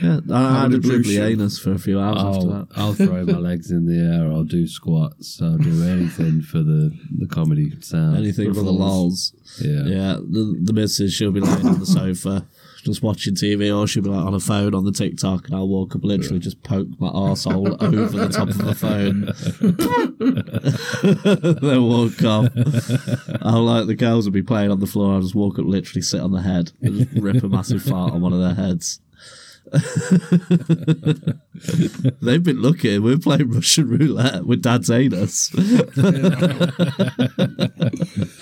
Speaker 1: yeah. I had
Speaker 3: an
Speaker 1: a dribbly
Speaker 3: ablution.
Speaker 1: anus for a few hours after
Speaker 2: I'll,
Speaker 1: that.
Speaker 2: I'll throw my legs in the air. I'll do squats. I'll do anything for the, the comedy sound.
Speaker 1: Anything for the lols.
Speaker 2: Yeah.
Speaker 1: Yeah, the, the missus, she'll be laying on the sofa just watching TV, or she'll be like on a phone on the TikTok, and I'll walk up literally just poke my arsehole [laughs] over the top of the phone. [laughs] then walk off. I'll like the girls will be playing on the floor, I'll just walk up, literally sit on the head, and just rip a massive fart on one of their heads. [laughs] They've been lucky. We're playing Russian roulette with Dad's anus. [laughs]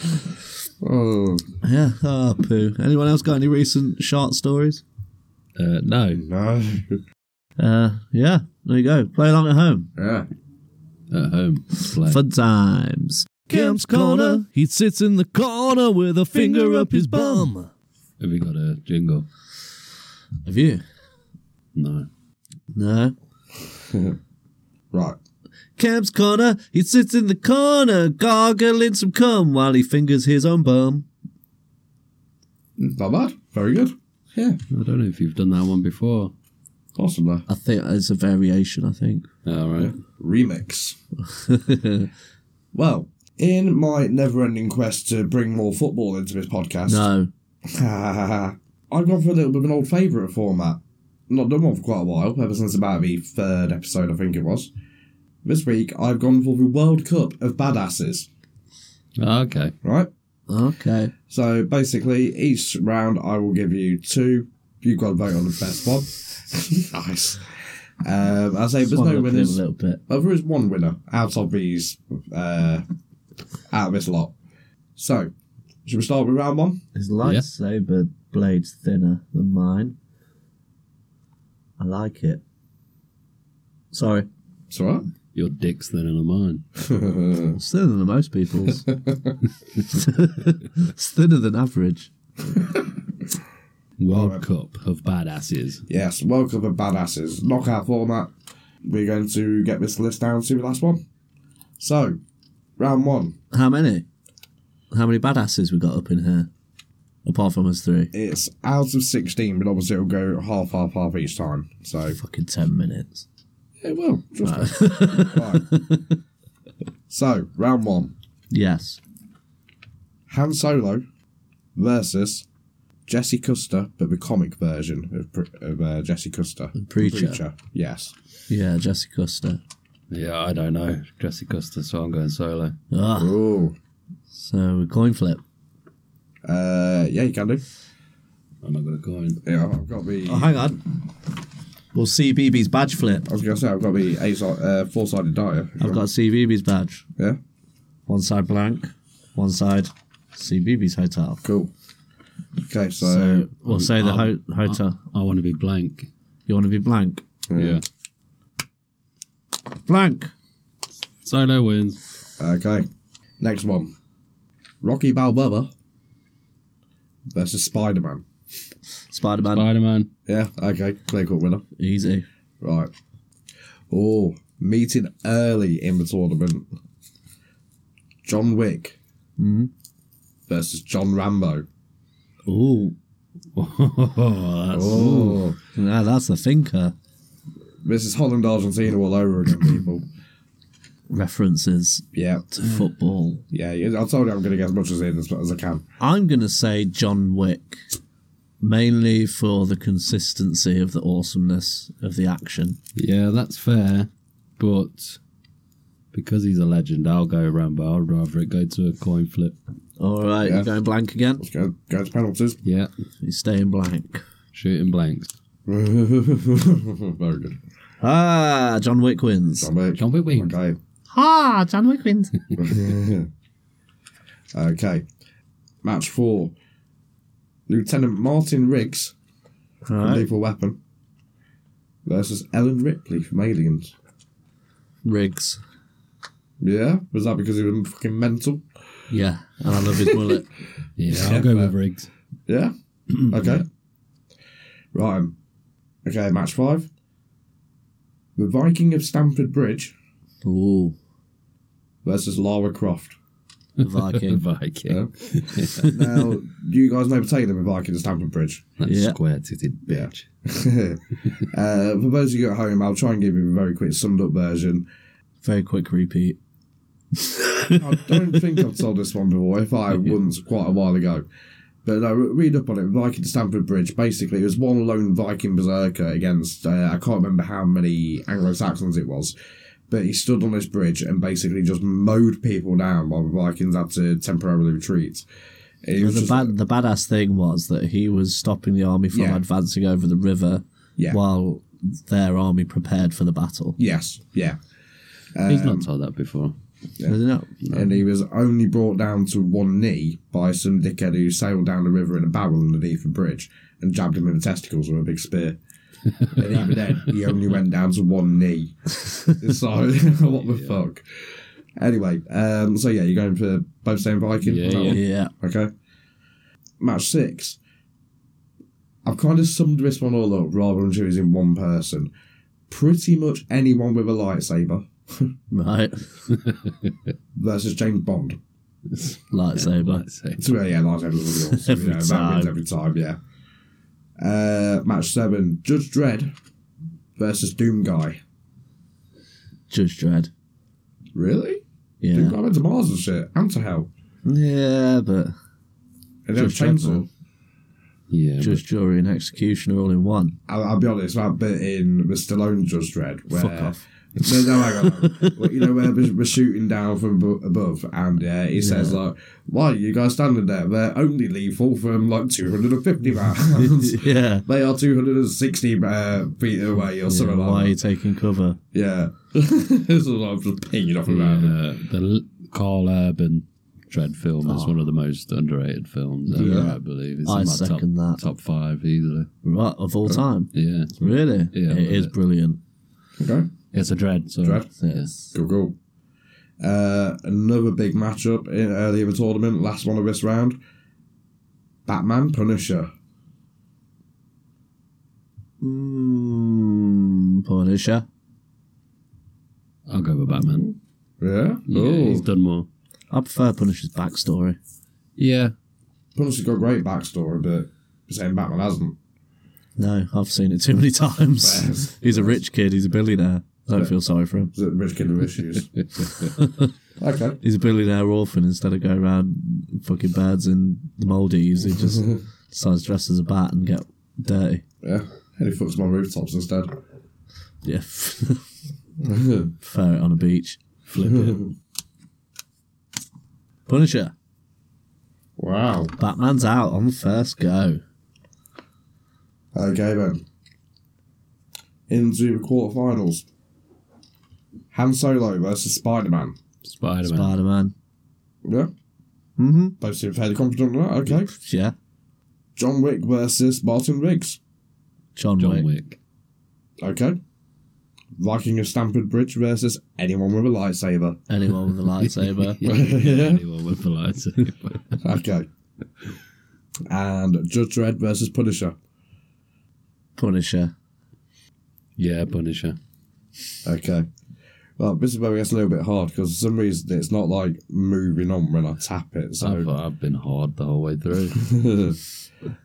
Speaker 3: Oh
Speaker 1: yeah, ah, poo. Anyone else got any recent short stories?
Speaker 2: Uh, no.
Speaker 3: no!
Speaker 1: Uh, yeah, there you go. Play along at home.
Speaker 3: Yeah,
Speaker 2: At home. Play.
Speaker 1: Fun times. Camp's corner. He sits in the corner with a finger up his bum.
Speaker 2: Have we got a jingle?
Speaker 1: Have you?
Speaker 2: No.
Speaker 1: No.
Speaker 3: right.
Speaker 1: Camp's corner. He sits in the corner, gargling some cum while he fingers his own bum.
Speaker 3: Not bad. Very good. Yeah,
Speaker 2: I don't know if you've done that one before.
Speaker 3: possibly
Speaker 1: I think it's a variation. I think. [laughs]
Speaker 2: All right.
Speaker 3: remix. Well, in my never-ending quest to bring more football into this podcast,
Speaker 1: no.
Speaker 3: [laughs] I've gone for a little bit of an old favourite format. Not done one for quite a while, ever since about the third episode, I think it was. This week, I've gone for the World Cup of Badasses,
Speaker 2: Okay.
Speaker 3: right?
Speaker 1: Okay.
Speaker 3: So basically, each round I will give you two. You've got to vote on the best one. [laughs] nice. Um, I say there's
Speaker 1: Swung
Speaker 3: no
Speaker 1: up
Speaker 3: winners.
Speaker 1: A little bit.
Speaker 3: Well, there is one winner out of these, uh, out of this lot. So, should we start with round one?
Speaker 1: His lightsaber blade's thinner than mine. I like it. Sorry.
Speaker 3: It's all right.
Speaker 2: Your dick's thinner than mine.
Speaker 1: It's thinner than most people's. [laughs] it's thinner than average.
Speaker 2: World Cup of badasses.
Speaker 3: Yes, World Cup of Badasses. Knockout format. We're going to get this list down to the last one. So, round one.
Speaker 1: How many? How many badasses we got up in here? apart from us three.
Speaker 3: It's out of 16, but obviously it'll go half, half, half each time. So
Speaker 1: Fucking 10 minutes. [laughs]
Speaker 3: it will. Trust me. Right. So, round one
Speaker 1: Yes.
Speaker 3: Han Solo versus Jesse Custer, but the comic version of, Pr- of uh, Jesse Custer.
Speaker 1: Preacher.
Speaker 3: Yes.
Speaker 1: Yeah, Jesse Custer.
Speaker 2: Yeah, I don't know. Jesse Custer, so I'm going solo.
Speaker 1: Ah,
Speaker 3: Ooh.
Speaker 1: so coin flip.
Speaker 3: Uh, yeah, you can do.
Speaker 2: I'm not going to coin.
Speaker 3: Yeah, I've got the.
Speaker 1: Oh, hang on. We'll see BB's badge flip.
Speaker 3: I was going to say, I've got the eight, si- uh, four sided die.
Speaker 1: I've got CBB's badge.
Speaker 3: Yeah,
Speaker 1: One side blank, one side CBB's hotel.
Speaker 3: cool. Okay, so.
Speaker 1: So, we'll say the ho-
Speaker 2: I'll-
Speaker 1: hotel.
Speaker 2: I want to be blank.
Speaker 1: You want to be blank?
Speaker 2: Yeah.
Speaker 1: Blank.
Speaker 2: Solo wins.
Speaker 3: Okay. Next one. Rocky Balboa versus Spider Man.
Speaker 1: Spider Man.
Speaker 2: Spider Man.
Speaker 3: Yeah, okay. Clear cut winner.
Speaker 1: Easy.
Speaker 3: Right. Oh, meeting early in the tournament. John Wick
Speaker 1: Mm-hmm.
Speaker 3: versus John Rambo.
Speaker 1: Ooh.
Speaker 2: that's,
Speaker 3: Oh.
Speaker 1: Now that's the uh, thinker.
Speaker 3: This is Holland Argentina all over again, people.
Speaker 1: References
Speaker 3: yeah.
Speaker 1: to football.
Speaker 3: Yeah, I told you I'm going to get as much as in as, as I can.
Speaker 1: I'm going to say John Wick, mainly for the consistency of the awesomeness of the action.
Speaker 2: yeah, that's fair. But because he's a legend, I'll go Rambo. I'd rather it go to a coin flip.
Speaker 1: All right,
Speaker 3: Yeah.
Speaker 1: you're going blank again?
Speaker 3: Let's go, go to penalties. [laughs]
Speaker 2: Yeah.
Speaker 1: He's staying blank.
Speaker 2: Shooting blanks.
Speaker 3: Very good.
Speaker 1: Ah, John Wick wins.
Speaker 3: John Wick.
Speaker 2: John Wick wins.
Speaker 3: Okay.
Speaker 1: Ah, John Wick wins.
Speaker 3: [laughs] Okay. Match four. Lieutenant Martin Riggs
Speaker 1: All
Speaker 3: from
Speaker 1: right.
Speaker 3: Lethal Weapon versus Ellen Ripley from Aliens.
Speaker 1: Riggs.
Speaker 3: Yeah? Was that because he was fucking mental?
Speaker 1: Yeah, and I love his
Speaker 3: [laughs]
Speaker 1: mullet.
Speaker 2: Yeah, I'll go with Riggs.
Speaker 3: Yeah? Okay. Right. um, Okay, match five. The Viking of Stamford Bridge
Speaker 1: Ooh,
Speaker 3: versus
Speaker 1: [laughs]
Speaker 3: Lara Croft.
Speaker 1: Viking.
Speaker 2: Viking.
Speaker 3: now, you guys know potato the Viking of Stamford Bridge.
Speaker 2: That
Speaker 1: Yeah.
Speaker 2: square titted
Speaker 3: Yeah.
Speaker 2: bitch.
Speaker 3: [laughs] Uh, for those of you at home, I'll try and give you a very quick summed up version.
Speaker 1: Very quick repeat.
Speaker 3: I don't think I've told this one before. If I once, quite a while ago. But no, re- read up on it. Viking to Stamford Bridge. Basically, it was one lone Viking berserker against, uh, I can't remember how many Anglo Saxons it was. But he stood on this bridge and basically just mowed people down while the Vikings had to temporarily retreat. It was
Speaker 1: The,
Speaker 3: just-
Speaker 1: bad, the badass thing was that he was stopping the army from
Speaker 3: Yeah.
Speaker 1: advancing over the river
Speaker 3: Yeah.
Speaker 1: while their army prepared for the battle.
Speaker 3: yes, yeah. Um,
Speaker 2: He's not told that before.
Speaker 1: Isn't it?
Speaker 3: And
Speaker 2: Mm.
Speaker 3: he was only brought down to one knee by some dickhead who sailed down the river in a barrel underneath a bridge and jabbed him in the testicles with a big
Speaker 2: [laughs]
Speaker 3: spear. and even then, he only went down to one
Speaker 2: [laughs]
Speaker 3: knee. so, [laughs] what the fuck? Anyway, um, so yeah, you're going for both same Viking?
Speaker 2: Yeah,
Speaker 3: Is that
Speaker 2: yeah.
Speaker 1: Yeah.
Speaker 3: one? Okay. Match six. I've kind of summed this one all up rather than choosing one person. Pretty much anyone with a lightsaber
Speaker 1: Right.
Speaker 3: versus James Bond.
Speaker 1: Lightsaber.
Speaker 2: Let's say.
Speaker 3: So, yeah, Lars
Speaker 1: [laughs]
Speaker 3: Evans was awesome.
Speaker 1: Every
Speaker 3: yeah, That wins
Speaker 1: time.
Speaker 3: every time, yeah. Uh, match seven Judge Dredd versus Doom Guy.
Speaker 1: Judge Dredd.
Speaker 3: Really? Doom
Speaker 1: Yeah.
Speaker 3: Guy went to Mars and shit, and to hell.
Speaker 1: Yeah, but
Speaker 3: And then
Speaker 1: Judge Dredd,
Speaker 3: Chainsaw.
Speaker 1: man.
Speaker 2: Yeah.
Speaker 1: judge, jury, and executioner all in one.
Speaker 3: I'll, I'll be honest, that bit in the Stallone Judge Dredd where.
Speaker 1: Fuck off.
Speaker 3: no, no, hang on. hang on. Well, you know, where we're we're shooting down from abo- above, and uh, he says, like, why are you guys standing there? They're only lethal from like
Speaker 1: [laughs]
Speaker 3: 250 rounds.
Speaker 1: yeah.
Speaker 3: they are 260 uh, feet away or something like
Speaker 1: Why
Speaker 3: that.
Speaker 1: are you taking cover?
Speaker 3: Yeah. [laughs] this is what I'm just pinging off around. Yeah.
Speaker 2: Yeah, the L- Carl Urban Dread film is one of the most underrated films ever,
Speaker 3: Yeah.
Speaker 2: I believe. It's
Speaker 1: I
Speaker 2: in my
Speaker 1: second
Speaker 2: top,
Speaker 1: that.
Speaker 2: top five easily.
Speaker 1: Right, of all time.
Speaker 2: Yeah.
Speaker 1: Really?
Speaker 2: Yeah,
Speaker 1: it
Speaker 2: I
Speaker 1: is
Speaker 2: love it.
Speaker 1: brilliant.
Speaker 3: Okay.
Speaker 2: It's a dread. So
Speaker 3: Dread.
Speaker 2: Yes.
Speaker 3: Go, go. Uh, another big matchup in early in the tournament, last one of this round. Batman Punisher.
Speaker 1: Mm, Punisher.
Speaker 2: I'll go with Batman.
Speaker 3: Yeah?
Speaker 2: Yeah, he's
Speaker 3: Oh.
Speaker 2: done more. [laughs]
Speaker 1: I prefer Punisher's backstory.
Speaker 2: Yeah.
Speaker 3: Punisher's got great backstory, but saying Batman hasn't.
Speaker 1: No, I've seen it too many times.
Speaker 3: Yes.
Speaker 1: he's a rich kid. He's a billionaire. I don't
Speaker 3: Yeah.
Speaker 1: feel sorry for him.
Speaker 3: Is it rich kid with issues? [laughs] okay.
Speaker 1: He's a billionaire orphan instead of going around fucking birds in the Maldives. He just starts dressed as a bat and get dirty.
Speaker 3: Yeah. And he fucks him on rooftops [laughs] instead.
Speaker 1: Yeah, [laughs] fair it on a beach. Flip it. Punisher.
Speaker 3: wow.
Speaker 1: Batman's out on the first go.
Speaker 3: Okay then. Into the quarterfinals. Han Solo versus Spider Man.
Speaker 2: Spider Man.
Speaker 1: Spider Man.
Speaker 3: Yeah.
Speaker 1: Mm-hmm.
Speaker 3: Both seem fairly confident on that. Okay.
Speaker 1: Yeah.
Speaker 3: John Wick versus Martin Riggs.
Speaker 1: John,
Speaker 2: John
Speaker 1: Wick.
Speaker 2: Wick.
Speaker 3: Okay. Viking of Stamford Bridge versus anyone with a lightsaber.
Speaker 1: Anyone with a
Speaker 2: [laughs]
Speaker 1: lightsaber.
Speaker 2: Anyone with the lightsaber.
Speaker 3: Okay. And Judge Dredd versus Punisher.
Speaker 1: Punisher.
Speaker 2: yeah, Punisher.
Speaker 3: Okay. Well, this is where it gets a little bit hard because for some reason it's not like moving on when I tap it. So
Speaker 2: I've, I've been hard the whole
Speaker 3: [laughs]
Speaker 2: way through.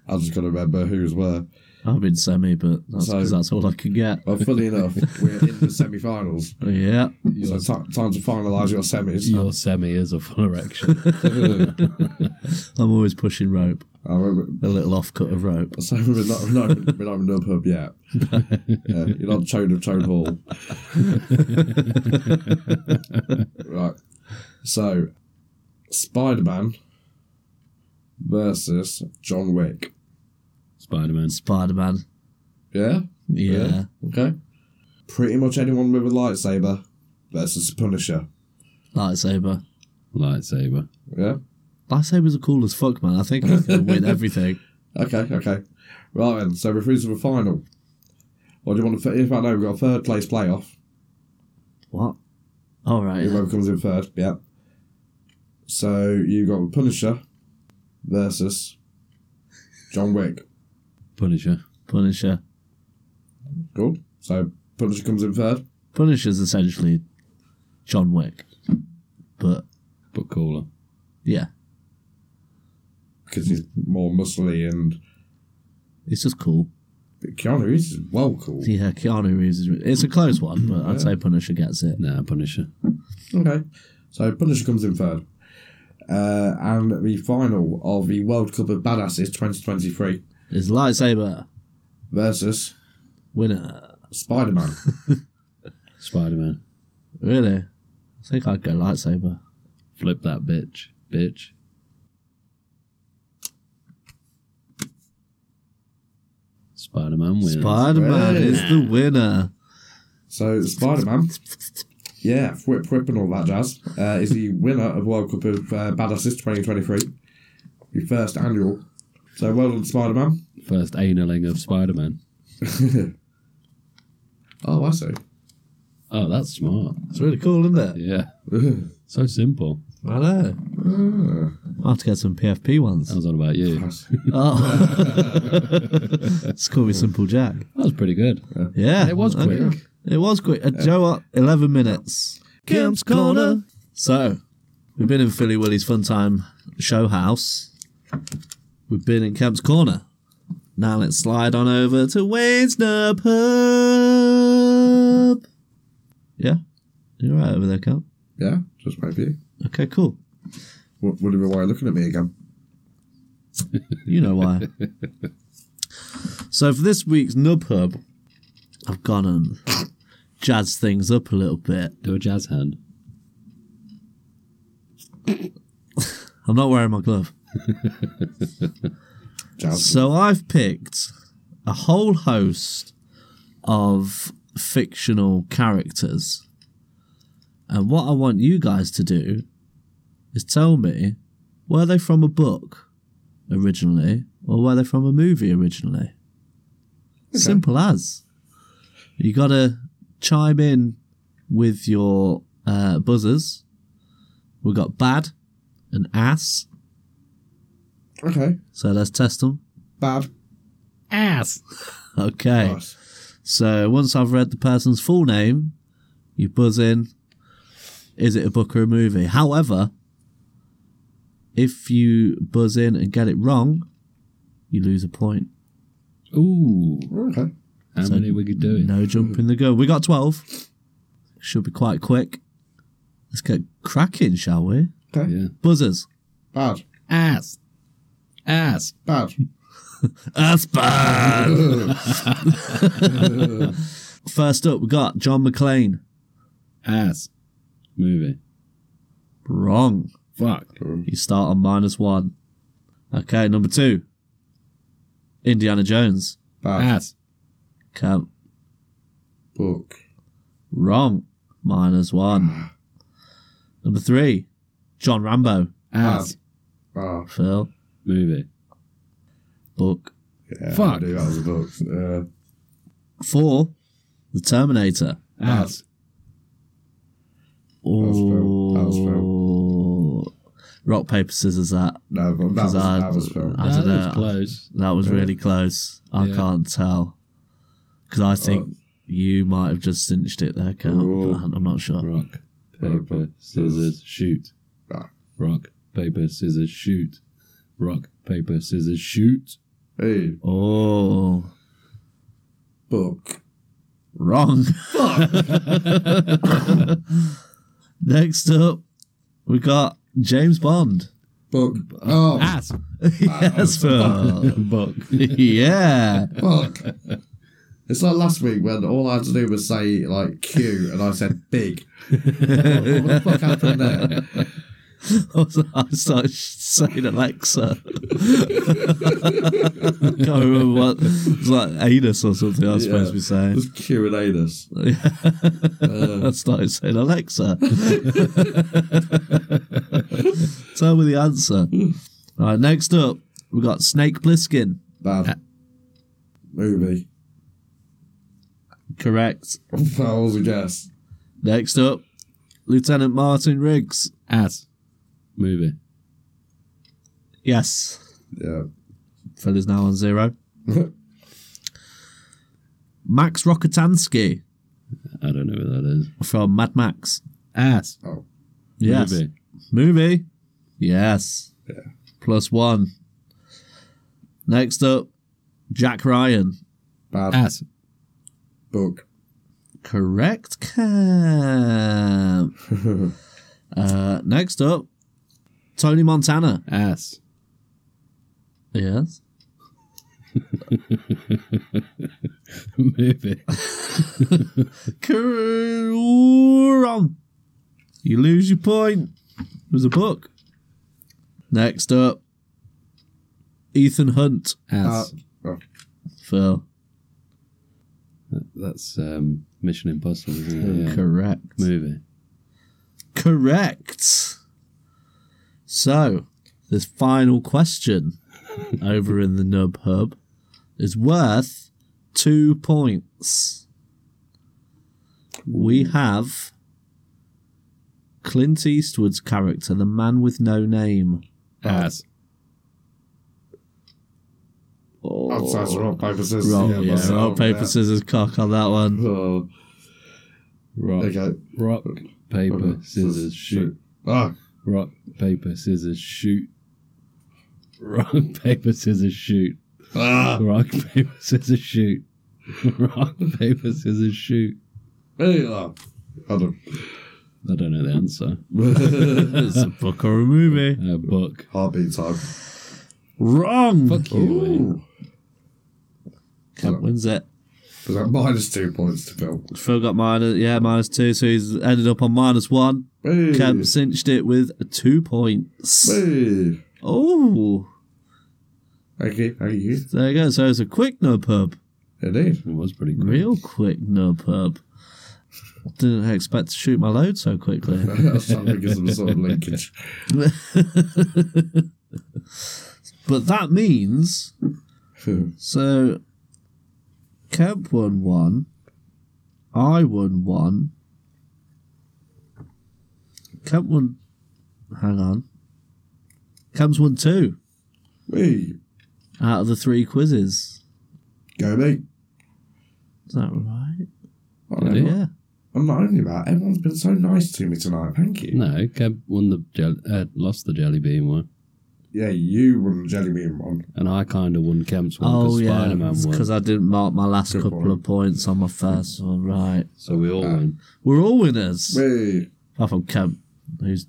Speaker 3: I just got to remember who's where.
Speaker 1: I've been semi, but that's
Speaker 3: So-
Speaker 1: because that's all I could get.
Speaker 3: Well, funny enough, we're in the semi finals.
Speaker 1: [laughs] Yeah.
Speaker 3: So ti- time to finalise your semis.
Speaker 2: Your semi is a full erection.
Speaker 1: I'm always pushing rope.
Speaker 3: Uh, we're- we're-
Speaker 1: A little offcut of
Speaker 3: [laughs]
Speaker 1: rope.
Speaker 3: so we're not, we're not, we're not in Nub Hub yet. Yeah, you're not Chode of Chode Hall. right. So, Spider Man versus John Wick.
Speaker 2: Spider Man.
Speaker 1: Spider Man.
Speaker 3: Yeah?
Speaker 1: Yeah.
Speaker 3: Okay. Pretty much anyone with a lightsaber versus Punisher.
Speaker 1: Lightsaber.
Speaker 2: Lightsaber.
Speaker 3: Yeah.
Speaker 1: Lightsabers are cool as fuck, man. I think I [laughs] can win everything.
Speaker 3: Okay. Okay. Right then. So we're through to the final. Or do you want to? If I know, we've got a third place playoff.
Speaker 1: What? All right.
Speaker 3: Whoever comes in third. Yeah. So you got Punisher versus John Wick.
Speaker 2: Punisher.
Speaker 1: Punisher.
Speaker 3: Cool. So Punisher comes in third.
Speaker 1: Punisher's essentially John Wick, but
Speaker 2: But cooler.
Speaker 1: yeah,
Speaker 3: Because he's more muscly and
Speaker 1: it's just cool.
Speaker 3: Keanu is well cool.
Speaker 1: Yeah, Keanu Reeves is. It's a close one, but I'd say Punisher gets it.
Speaker 2: Nah, Punisher.
Speaker 3: Okay. So Punisher comes in third. Uh, and the final of the World Cup of Badasses 2023
Speaker 1: It's lightsaber
Speaker 3: versus
Speaker 1: winner.
Speaker 3: Spider Man.
Speaker 2: Spider Man.
Speaker 1: Really, I think I'd go lightsaber.
Speaker 2: Flip that bitch. Bitch. Spider Man wins.
Speaker 1: Spider Man is the winner.
Speaker 3: so Spider Man, yeah, whip whip and all that jazz, uh, is the winner of World Cup of uh, Badasses 2023, the first annual. So well done, Spider Man.
Speaker 2: First analing of Spider Man.
Speaker 3: [laughs] Oh, I see. [laughs]
Speaker 2: Oh, that's smart.
Speaker 1: It's really cool, isn't it?
Speaker 2: Yeah. so simple.
Speaker 1: I know. I'll have to get some PFP ones.
Speaker 2: That was all about you.
Speaker 1: [laughs] Oh. it's called me Simple Jack.
Speaker 2: That was pretty good.
Speaker 1: Yeah.
Speaker 2: It was quick.
Speaker 1: It was quick. Uh, Joe, what? 11 minutes. Kim's Corner. So, we've been in Philly Willie's Fun Time show house. We've been in Kemp's Corner. Now let's slide on over to Wayne's Nub Hub. Yeah? You're right over there, Kemp.
Speaker 3: yeah, just maybe.
Speaker 1: Okay, cool.
Speaker 3: What would have been why you're looking at me again?
Speaker 1: You know why. so for this week's Nub Hub, I've gone and jazz things up a little bit.
Speaker 2: Do a jazz hand.
Speaker 1: I'm not wearing my glove.
Speaker 3: Jazz.
Speaker 1: So I've picked a whole host of fictional characters. And what I want you guys to do is tell me were they from a book originally or were they from a movie originally? Simple as. You got to chime in with your uh, buzzers. We've got bad and ass.
Speaker 3: okay.
Speaker 1: So let's test them.
Speaker 3: Bad.
Speaker 2: Ass.
Speaker 1: Okay.
Speaker 3: Nice.
Speaker 1: So once I've read the person's full name, you buzz in. Is it a book or a movie? However, If you buzz in and get it wrong, you lose a point.
Speaker 2: Ooh,
Speaker 3: Okay.
Speaker 2: how many we could do it?
Speaker 1: No jump in the gun. We got 12. Should be quite quick. Let's get cracking, shall we?
Speaker 3: Okay.
Speaker 2: Yeah.
Speaker 1: Buzzers.
Speaker 3: Bad.
Speaker 2: Ass, ass.
Speaker 3: Bad.
Speaker 1: That's bad. [laughs] First up, we got John McClane.
Speaker 2: ass movie.
Speaker 1: Wrong.
Speaker 2: Fuck.
Speaker 1: You start on minus one. Okay, number two. Indiana Jones. Ah.
Speaker 3: Bad.
Speaker 2: Ass.
Speaker 1: Count.
Speaker 3: Book.
Speaker 1: Wrong. Minus one. Number three. John Rambo.
Speaker 2: Ass.
Speaker 3: Oh,
Speaker 1: Phil.
Speaker 2: Movie.
Speaker 1: Book.
Speaker 3: yeah,
Speaker 2: Fuck.
Speaker 3: I knew that was a book. Uh, Yeah.
Speaker 1: Four. The Terminator.
Speaker 2: Ass.
Speaker 3: was Phil. That was Phil.
Speaker 1: Oh. Rock, paper, scissors, that.
Speaker 3: No, but that was,
Speaker 1: Because I-
Speaker 3: that was film.
Speaker 1: I don't
Speaker 2: That was
Speaker 1: know.
Speaker 2: close.
Speaker 1: That was really close. I
Speaker 2: Yeah.
Speaker 1: can't tell. Because I think you might have just cinched it there, Cal.
Speaker 3: Oh.
Speaker 1: but I'm not sure.
Speaker 2: Rock, paper, scissors, shoot.
Speaker 3: Ah.
Speaker 2: Rock, paper, scissors, shoot. Rock, paper, scissors, shoot.
Speaker 3: Hey,
Speaker 1: Oh.
Speaker 3: book.
Speaker 1: Wrong. [laughs] Next up, we got James Bond.
Speaker 3: Book. Oh,
Speaker 1: Ah.
Speaker 2: Ass.
Speaker 1: yes, Phil.
Speaker 2: Buck.
Speaker 1: yeah.
Speaker 3: fuck. [laughs] It's like last week when all I had to do was say, like, Q, and I said big. what the fuck happened there?
Speaker 1: I started saying Alexa. Can't remember what. It's like anus or something I was supposed to be saying.
Speaker 3: Just Q and anus.
Speaker 1: [laughs] I started saying Alexa. [laughs] Tell me the answer. All right, next up, we got Snake Bliskin.
Speaker 3: Bad. Movie.
Speaker 1: Correct.
Speaker 3: That was a guess.
Speaker 1: Next up, Lieutenant Martin Riggs.
Speaker 2: Ass. Movie.
Speaker 1: Yes.
Speaker 3: Yeah. [laughs]
Speaker 1: Fella's now on zero. Max Rokotansky
Speaker 2: I don't know what that is.
Speaker 1: from Mad Max.
Speaker 2: Ass.
Speaker 3: oh,
Speaker 1: Yes.
Speaker 2: Movie.
Speaker 1: Movie. Yes. Plus one. Next up, Jack Ryan.
Speaker 3: bad.
Speaker 2: Ass.
Speaker 3: Book.
Speaker 1: Correct, [laughs] Cam. uh, next up, Tony Montana.
Speaker 2: Ass. [laughs]
Speaker 1: Yes.
Speaker 2: Movie.
Speaker 1: Cor- wrong. You lose your point. It was a book. Next up, Ethan Hunt.
Speaker 3: Uh,
Speaker 2: Ass.
Speaker 3: oh,
Speaker 1: Phil.
Speaker 2: That's um, Mission Impossible, isn't it? Yeah.
Speaker 1: Correct.
Speaker 2: Movie.
Speaker 1: Correct. So, this final question over in the Nub Hub is worth two points. We have Clint Eastwood's character, the man with no name.
Speaker 2: Ass.
Speaker 3: oh, so it's rock, paper, scissors.
Speaker 1: Rock,
Speaker 3: Yeah,
Speaker 1: yeah,
Speaker 3: that's
Speaker 1: rock,
Speaker 3: wrong,
Speaker 1: paper,
Speaker 3: yeah.
Speaker 1: scissors, cock on that one.
Speaker 3: Oh,
Speaker 2: Rock.
Speaker 3: okay.
Speaker 2: Rock. Paper.
Speaker 3: Okay.
Speaker 2: Scissors. Shoot.
Speaker 3: Ah,
Speaker 2: Rock. Paper. Scissors. Shoot. Rock. [laughs] Paper. Scissors. Shoot.
Speaker 3: ah,
Speaker 2: Rock. Paper. Scissors. Shoot. [laughs] Rock. Paper. Scissors. Shoot.
Speaker 3: hey, ah. Hold on.
Speaker 2: I don't know the answer.
Speaker 1: [laughs] It's a book or a movie.
Speaker 2: Uh, book.
Speaker 3: Heartbeat time.
Speaker 1: Wrong.
Speaker 2: Fuck you. eh?
Speaker 3: Ooh.
Speaker 1: Kemp wins it.
Speaker 3: Was that minus two points to Phil?
Speaker 1: Phil got minus, yeah, minus two, so he's ended up on minus one.
Speaker 3: Hey.
Speaker 1: Kemp cinched it with two points.
Speaker 3: Hey.
Speaker 1: Oh,
Speaker 3: Okay, thank you.
Speaker 1: there you go. So it's a quick nub hub.
Speaker 3: [laughs] Indeed.
Speaker 2: It was pretty good.
Speaker 1: Real quick nub hub. Didn't expect to shoot my load so
Speaker 3: [laughs]
Speaker 1: quickly.
Speaker 3: That's something is some sort of linkage. [laughs]
Speaker 1: But that means so Kemp won one, I won one. Kemp won hang on. Kemp's won two
Speaker 3: hey,
Speaker 1: out of the three quizzes.
Speaker 3: go me.
Speaker 1: Is that right?
Speaker 3: Oh,
Speaker 2: Yeah.
Speaker 1: Yeah.
Speaker 3: I'm not only that, everyone's been so nice to me tonight. Thank you.
Speaker 2: No, Kev won the jell uh, lost the jelly bean one.
Speaker 3: yeah, you won the jelly bean one.
Speaker 2: And I kind of won Kemp's one because
Speaker 1: Oh yeah,
Speaker 2: Spider Man won.
Speaker 1: because I didn't mark my last
Speaker 3: Good
Speaker 1: couple
Speaker 3: point.
Speaker 1: of points on my first one. Right,
Speaker 2: So we all won.
Speaker 1: we're all winners.
Speaker 3: Wait,
Speaker 1: Apart from Kemp, who's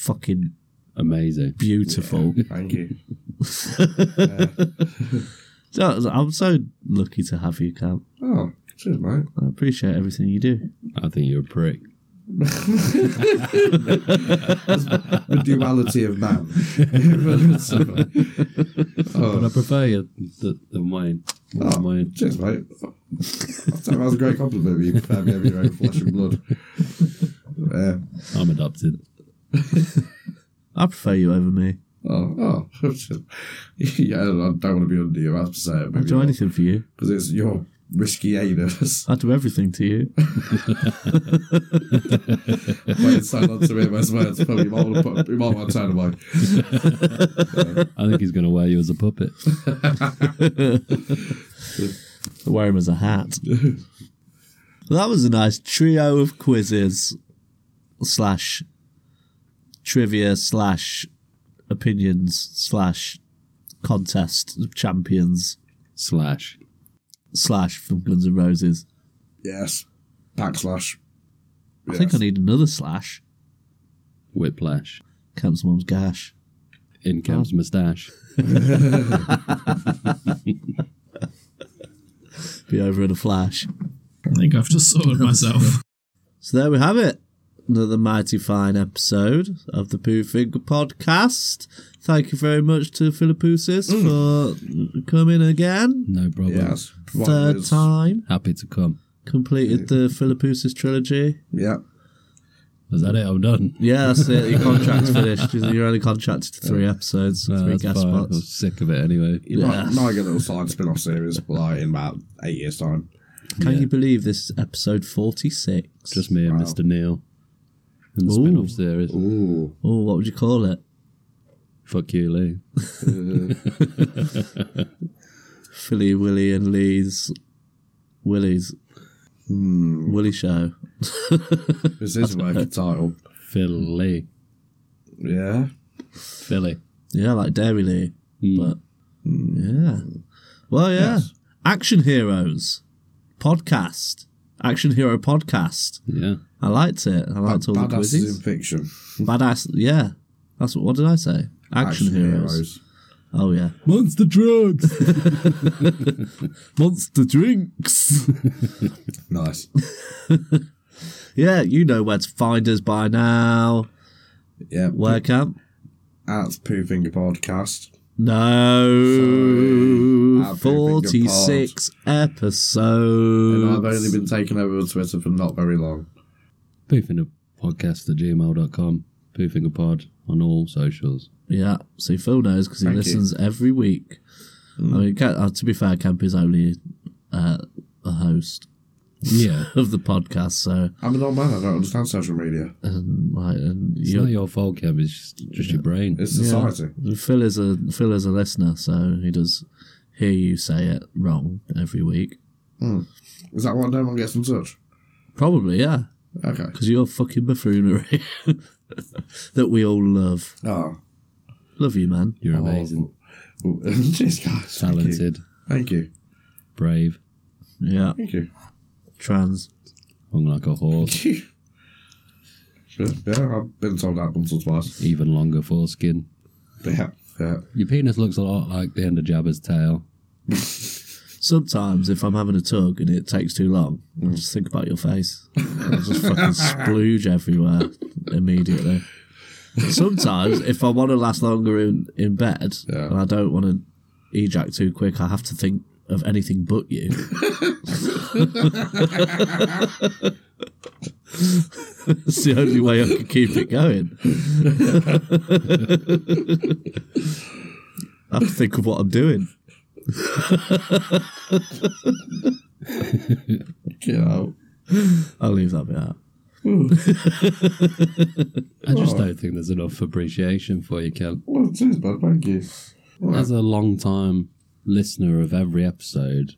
Speaker 1: fucking
Speaker 2: Amazing.
Speaker 1: beautiful.
Speaker 3: thank you.
Speaker 1: [laughs] So, I'm so lucky to have you, Kemp.
Speaker 3: Oh, cheers, mate.
Speaker 1: I appreciate everything you do.
Speaker 2: I think you're a prick.
Speaker 3: The duality of man. But-
Speaker 2: But I prefer you Ah. th- than Wayne.
Speaker 3: oh,
Speaker 2: Than Wayne.
Speaker 3: cheers, mate. I thought that was a great compliment. You prepared me over your own flesh and blood. Yeah.
Speaker 2: I'm adopted.
Speaker 1: I prefer you over me.
Speaker 3: Oh, oh. [laughs] yeah, I don't want to be under you. That's for certain.
Speaker 1: I'd do anything for you.
Speaker 3: because it's your risky [laughs] anus.
Speaker 1: I'd do everything to you.
Speaker 3: Wait, sign on to him as well. It's probably you might want to put, you might want to turn him on.
Speaker 2: I think he's going to wear you as a [laughs] puppet.
Speaker 1: I wear him as a hat. Well, that was a nice trio of quizzes slash trivia slash opinions slash contest of champions
Speaker 2: Slash.
Speaker 1: slash from Guns N' Roses.
Speaker 3: Yes, backslash.
Speaker 1: I think I need another slash.
Speaker 2: Whiplash.
Speaker 1: Camp's mum's gash.
Speaker 2: In Kemp's moustache.
Speaker 1: Be over in a flash.
Speaker 6: I think I've just
Speaker 1: [laughs]
Speaker 6: sorted myself.
Speaker 1: So there we have it. Another mighty fine episode of the Poo Finger podcast. Thank you very much to Philippusis
Speaker 2: Mm.
Speaker 1: for coming again.
Speaker 2: No problem.
Speaker 3: Yes,
Speaker 1: Third time.
Speaker 2: Happy to come.
Speaker 1: Completed the Philippusis trilogy.
Speaker 3: Yeah,
Speaker 2: Is that it? I'm done.
Speaker 1: Yeah, that's it. Your
Speaker 2: [laughs]
Speaker 1: contract's finished. You're only contracted to three episodes,
Speaker 2: No,
Speaker 1: three
Speaker 2: that's
Speaker 1: guest
Speaker 2: fine. I'm
Speaker 1: spots.
Speaker 2: sick of it anyway.
Speaker 3: you might,
Speaker 1: Yes.
Speaker 3: might get a little side spin-off series like in about eight years' time.
Speaker 1: Can you believe this is episode 46?
Speaker 2: Just me and
Speaker 3: Wow.
Speaker 2: Mr. Neil. And the
Speaker 1: Ooh.
Speaker 2: spin off series.
Speaker 3: Ooh,
Speaker 1: Oh, what would you call it?
Speaker 2: Fuck you, Lee.
Speaker 1: Philly, Willy, and Lee's Willy's Willy Show.
Speaker 3: this is a working title.
Speaker 2: Philly.
Speaker 3: Yeah,
Speaker 2: Philly.
Speaker 1: Yeah, like Dairy Lee. But yeah. Well, yeah. Action Heroes podcast. Action Hero podcast.
Speaker 2: Yeah.
Speaker 1: I liked it. I liked all the
Speaker 3: badasses in
Speaker 1: quizzes.
Speaker 3: fiction.
Speaker 1: Badass. Yeah. That's what, what did I say? Action, heroes. Oh, yeah.
Speaker 2: Monster drugs.
Speaker 1: Monster drinks.
Speaker 3: Nice.
Speaker 1: [laughs] yeah, you know where to find us by now.
Speaker 3: Yeah,
Speaker 1: Where camp?
Speaker 3: at Poo Finger Podcast.
Speaker 1: No.
Speaker 3: Sorry. I've been thinking
Speaker 1: 46
Speaker 3: And
Speaker 1: episodes.
Speaker 3: I've only been taken over on Twitter for not very long.
Speaker 2: Poofingerpodcast at gmail.com. Poofingerpod on all socials.
Speaker 1: Yeah, see, Phil knows because he
Speaker 3: Thank you.
Speaker 1: listens every week. I mean, Ca- uh, to be fair, Camp is only uh, a host
Speaker 2: Yeah.
Speaker 3: [laughs]
Speaker 1: of the podcast, so
Speaker 3: I'm an old man. I don't understand social media.
Speaker 1: and, like, and
Speaker 2: It's
Speaker 1: you
Speaker 2: not your fault, Kev. It's just, just your brain.
Speaker 3: It's society.
Speaker 1: Phil is a Phil is a listener, so he does hear you say it wrong every week.
Speaker 3: Is that why no one gets in touch?
Speaker 1: Probably, yeah,
Speaker 3: Okay.
Speaker 1: because you're fucking buffoonery [laughs] that we all love.
Speaker 3: Oh,
Speaker 1: Love you, man.
Speaker 3: [laughs]
Speaker 2: You're amazing.
Speaker 3: Oh, Cheers, guys. Thank you.
Speaker 2: Talented.
Speaker 3: Thank you.
Speaker 2: Brave.
Speaker 1: Yeah,
Speaker 3: Thank you. [laughs]
Speaker 1: trans.
Speaker 2: Hung like a horse.
Speaker 3: Yeah, yeah, I've been told that once or twice.
Speaker 2: Even longer foreskin.
Speaker 3: Yeah, yeah.
Speaker 2: Your penis looks a lot like the end of Jabba's tail.
Speaker 1: Sometimes if I'm having a tug and it takes too long, I just think about your face. I just fucking splooge everywhere immediately. Sometimes if I want to last longer in, in bed
Speaker 3: Yeah.
Speaker 1: and I don't want to ejac too quick, I have to think of anything but you. [laughs] It's the only way I can keep it going. [laughs] I have to think of what I'm doing.
Speaker 3: Get out.
Speaker 1: I'll leave that bit out.
Speaker 2: I just don't think there's enough appreciation for you, Kev.
Speaker 3: Well, cheers, bud. Thank you.
Speaker 2: As a long time listener of every episode,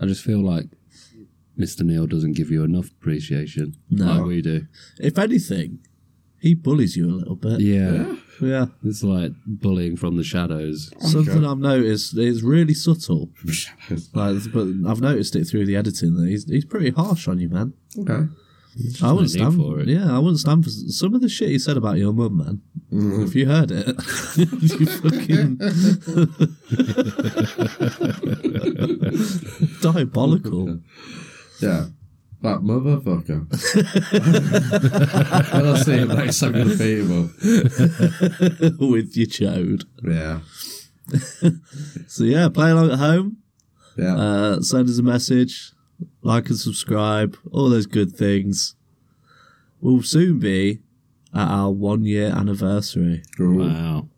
Speaker 2: I just feel like Mr. Neil doesn't give you enough appreciation
Speaker 1: No.
Speaker 2: like we do.
Speaker 1: If anything, He bullies you a little bit.
Speaker 2: Yeah.
Speaker 1: yeah.
Speaker 2: It's like bullying from the shadows.
Speaker 1: Something I've noticed is really subtle. Like, but I've noticed it through the editing. That he's he's pretty harsh on you, man.
Speaker 3: okay.
Speaker 1: I wouldn't
Speaker 2: no need
Speaker 1: stand
Speaker 2: for it.
Speaker 1: Yeah, I wouldn't stand for s- some of the shit he said about your mum, man. If you heard it, [laughs] you fucking [laughs] diabolical.
Speaker 3: Yeah. That motherfucker. [laughs] when I see him next, I'm going to beat him up.
Speaker 1: with your chode.
Speaker 3: Yeah.
Speaker 1: So yeah, play along at home.
Speaker 3: Yeah.
Speaker 1: Uh, send us a message, like and subscribe, all those good things. We'll soon be at our one year anniversary.
Speaker 3: cool.
Speaker 2: Wow.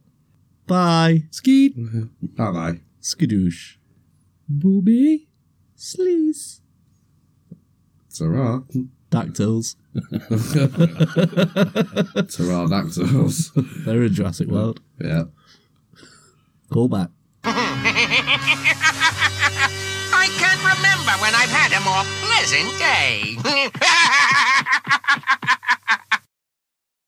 Speaker 1: Bye.
Speaker 2: Skeet.
Speaker 3: Bye-bye.
Speaker 1: Skidoosh.
Speaker 2: Booby.
Speaker 1: Sleaze.
Speaker 3: Ta-ra.
Speaker 1: Dactyls.
Speaker 3: Ta-ra, back to us.
Speaker 1: They're in Jurassic World.
Speaker 3: [laughs] Yeah.
Speaker 1: Call back.
Speaker 7: I can't remember when I've had a more pleasant day.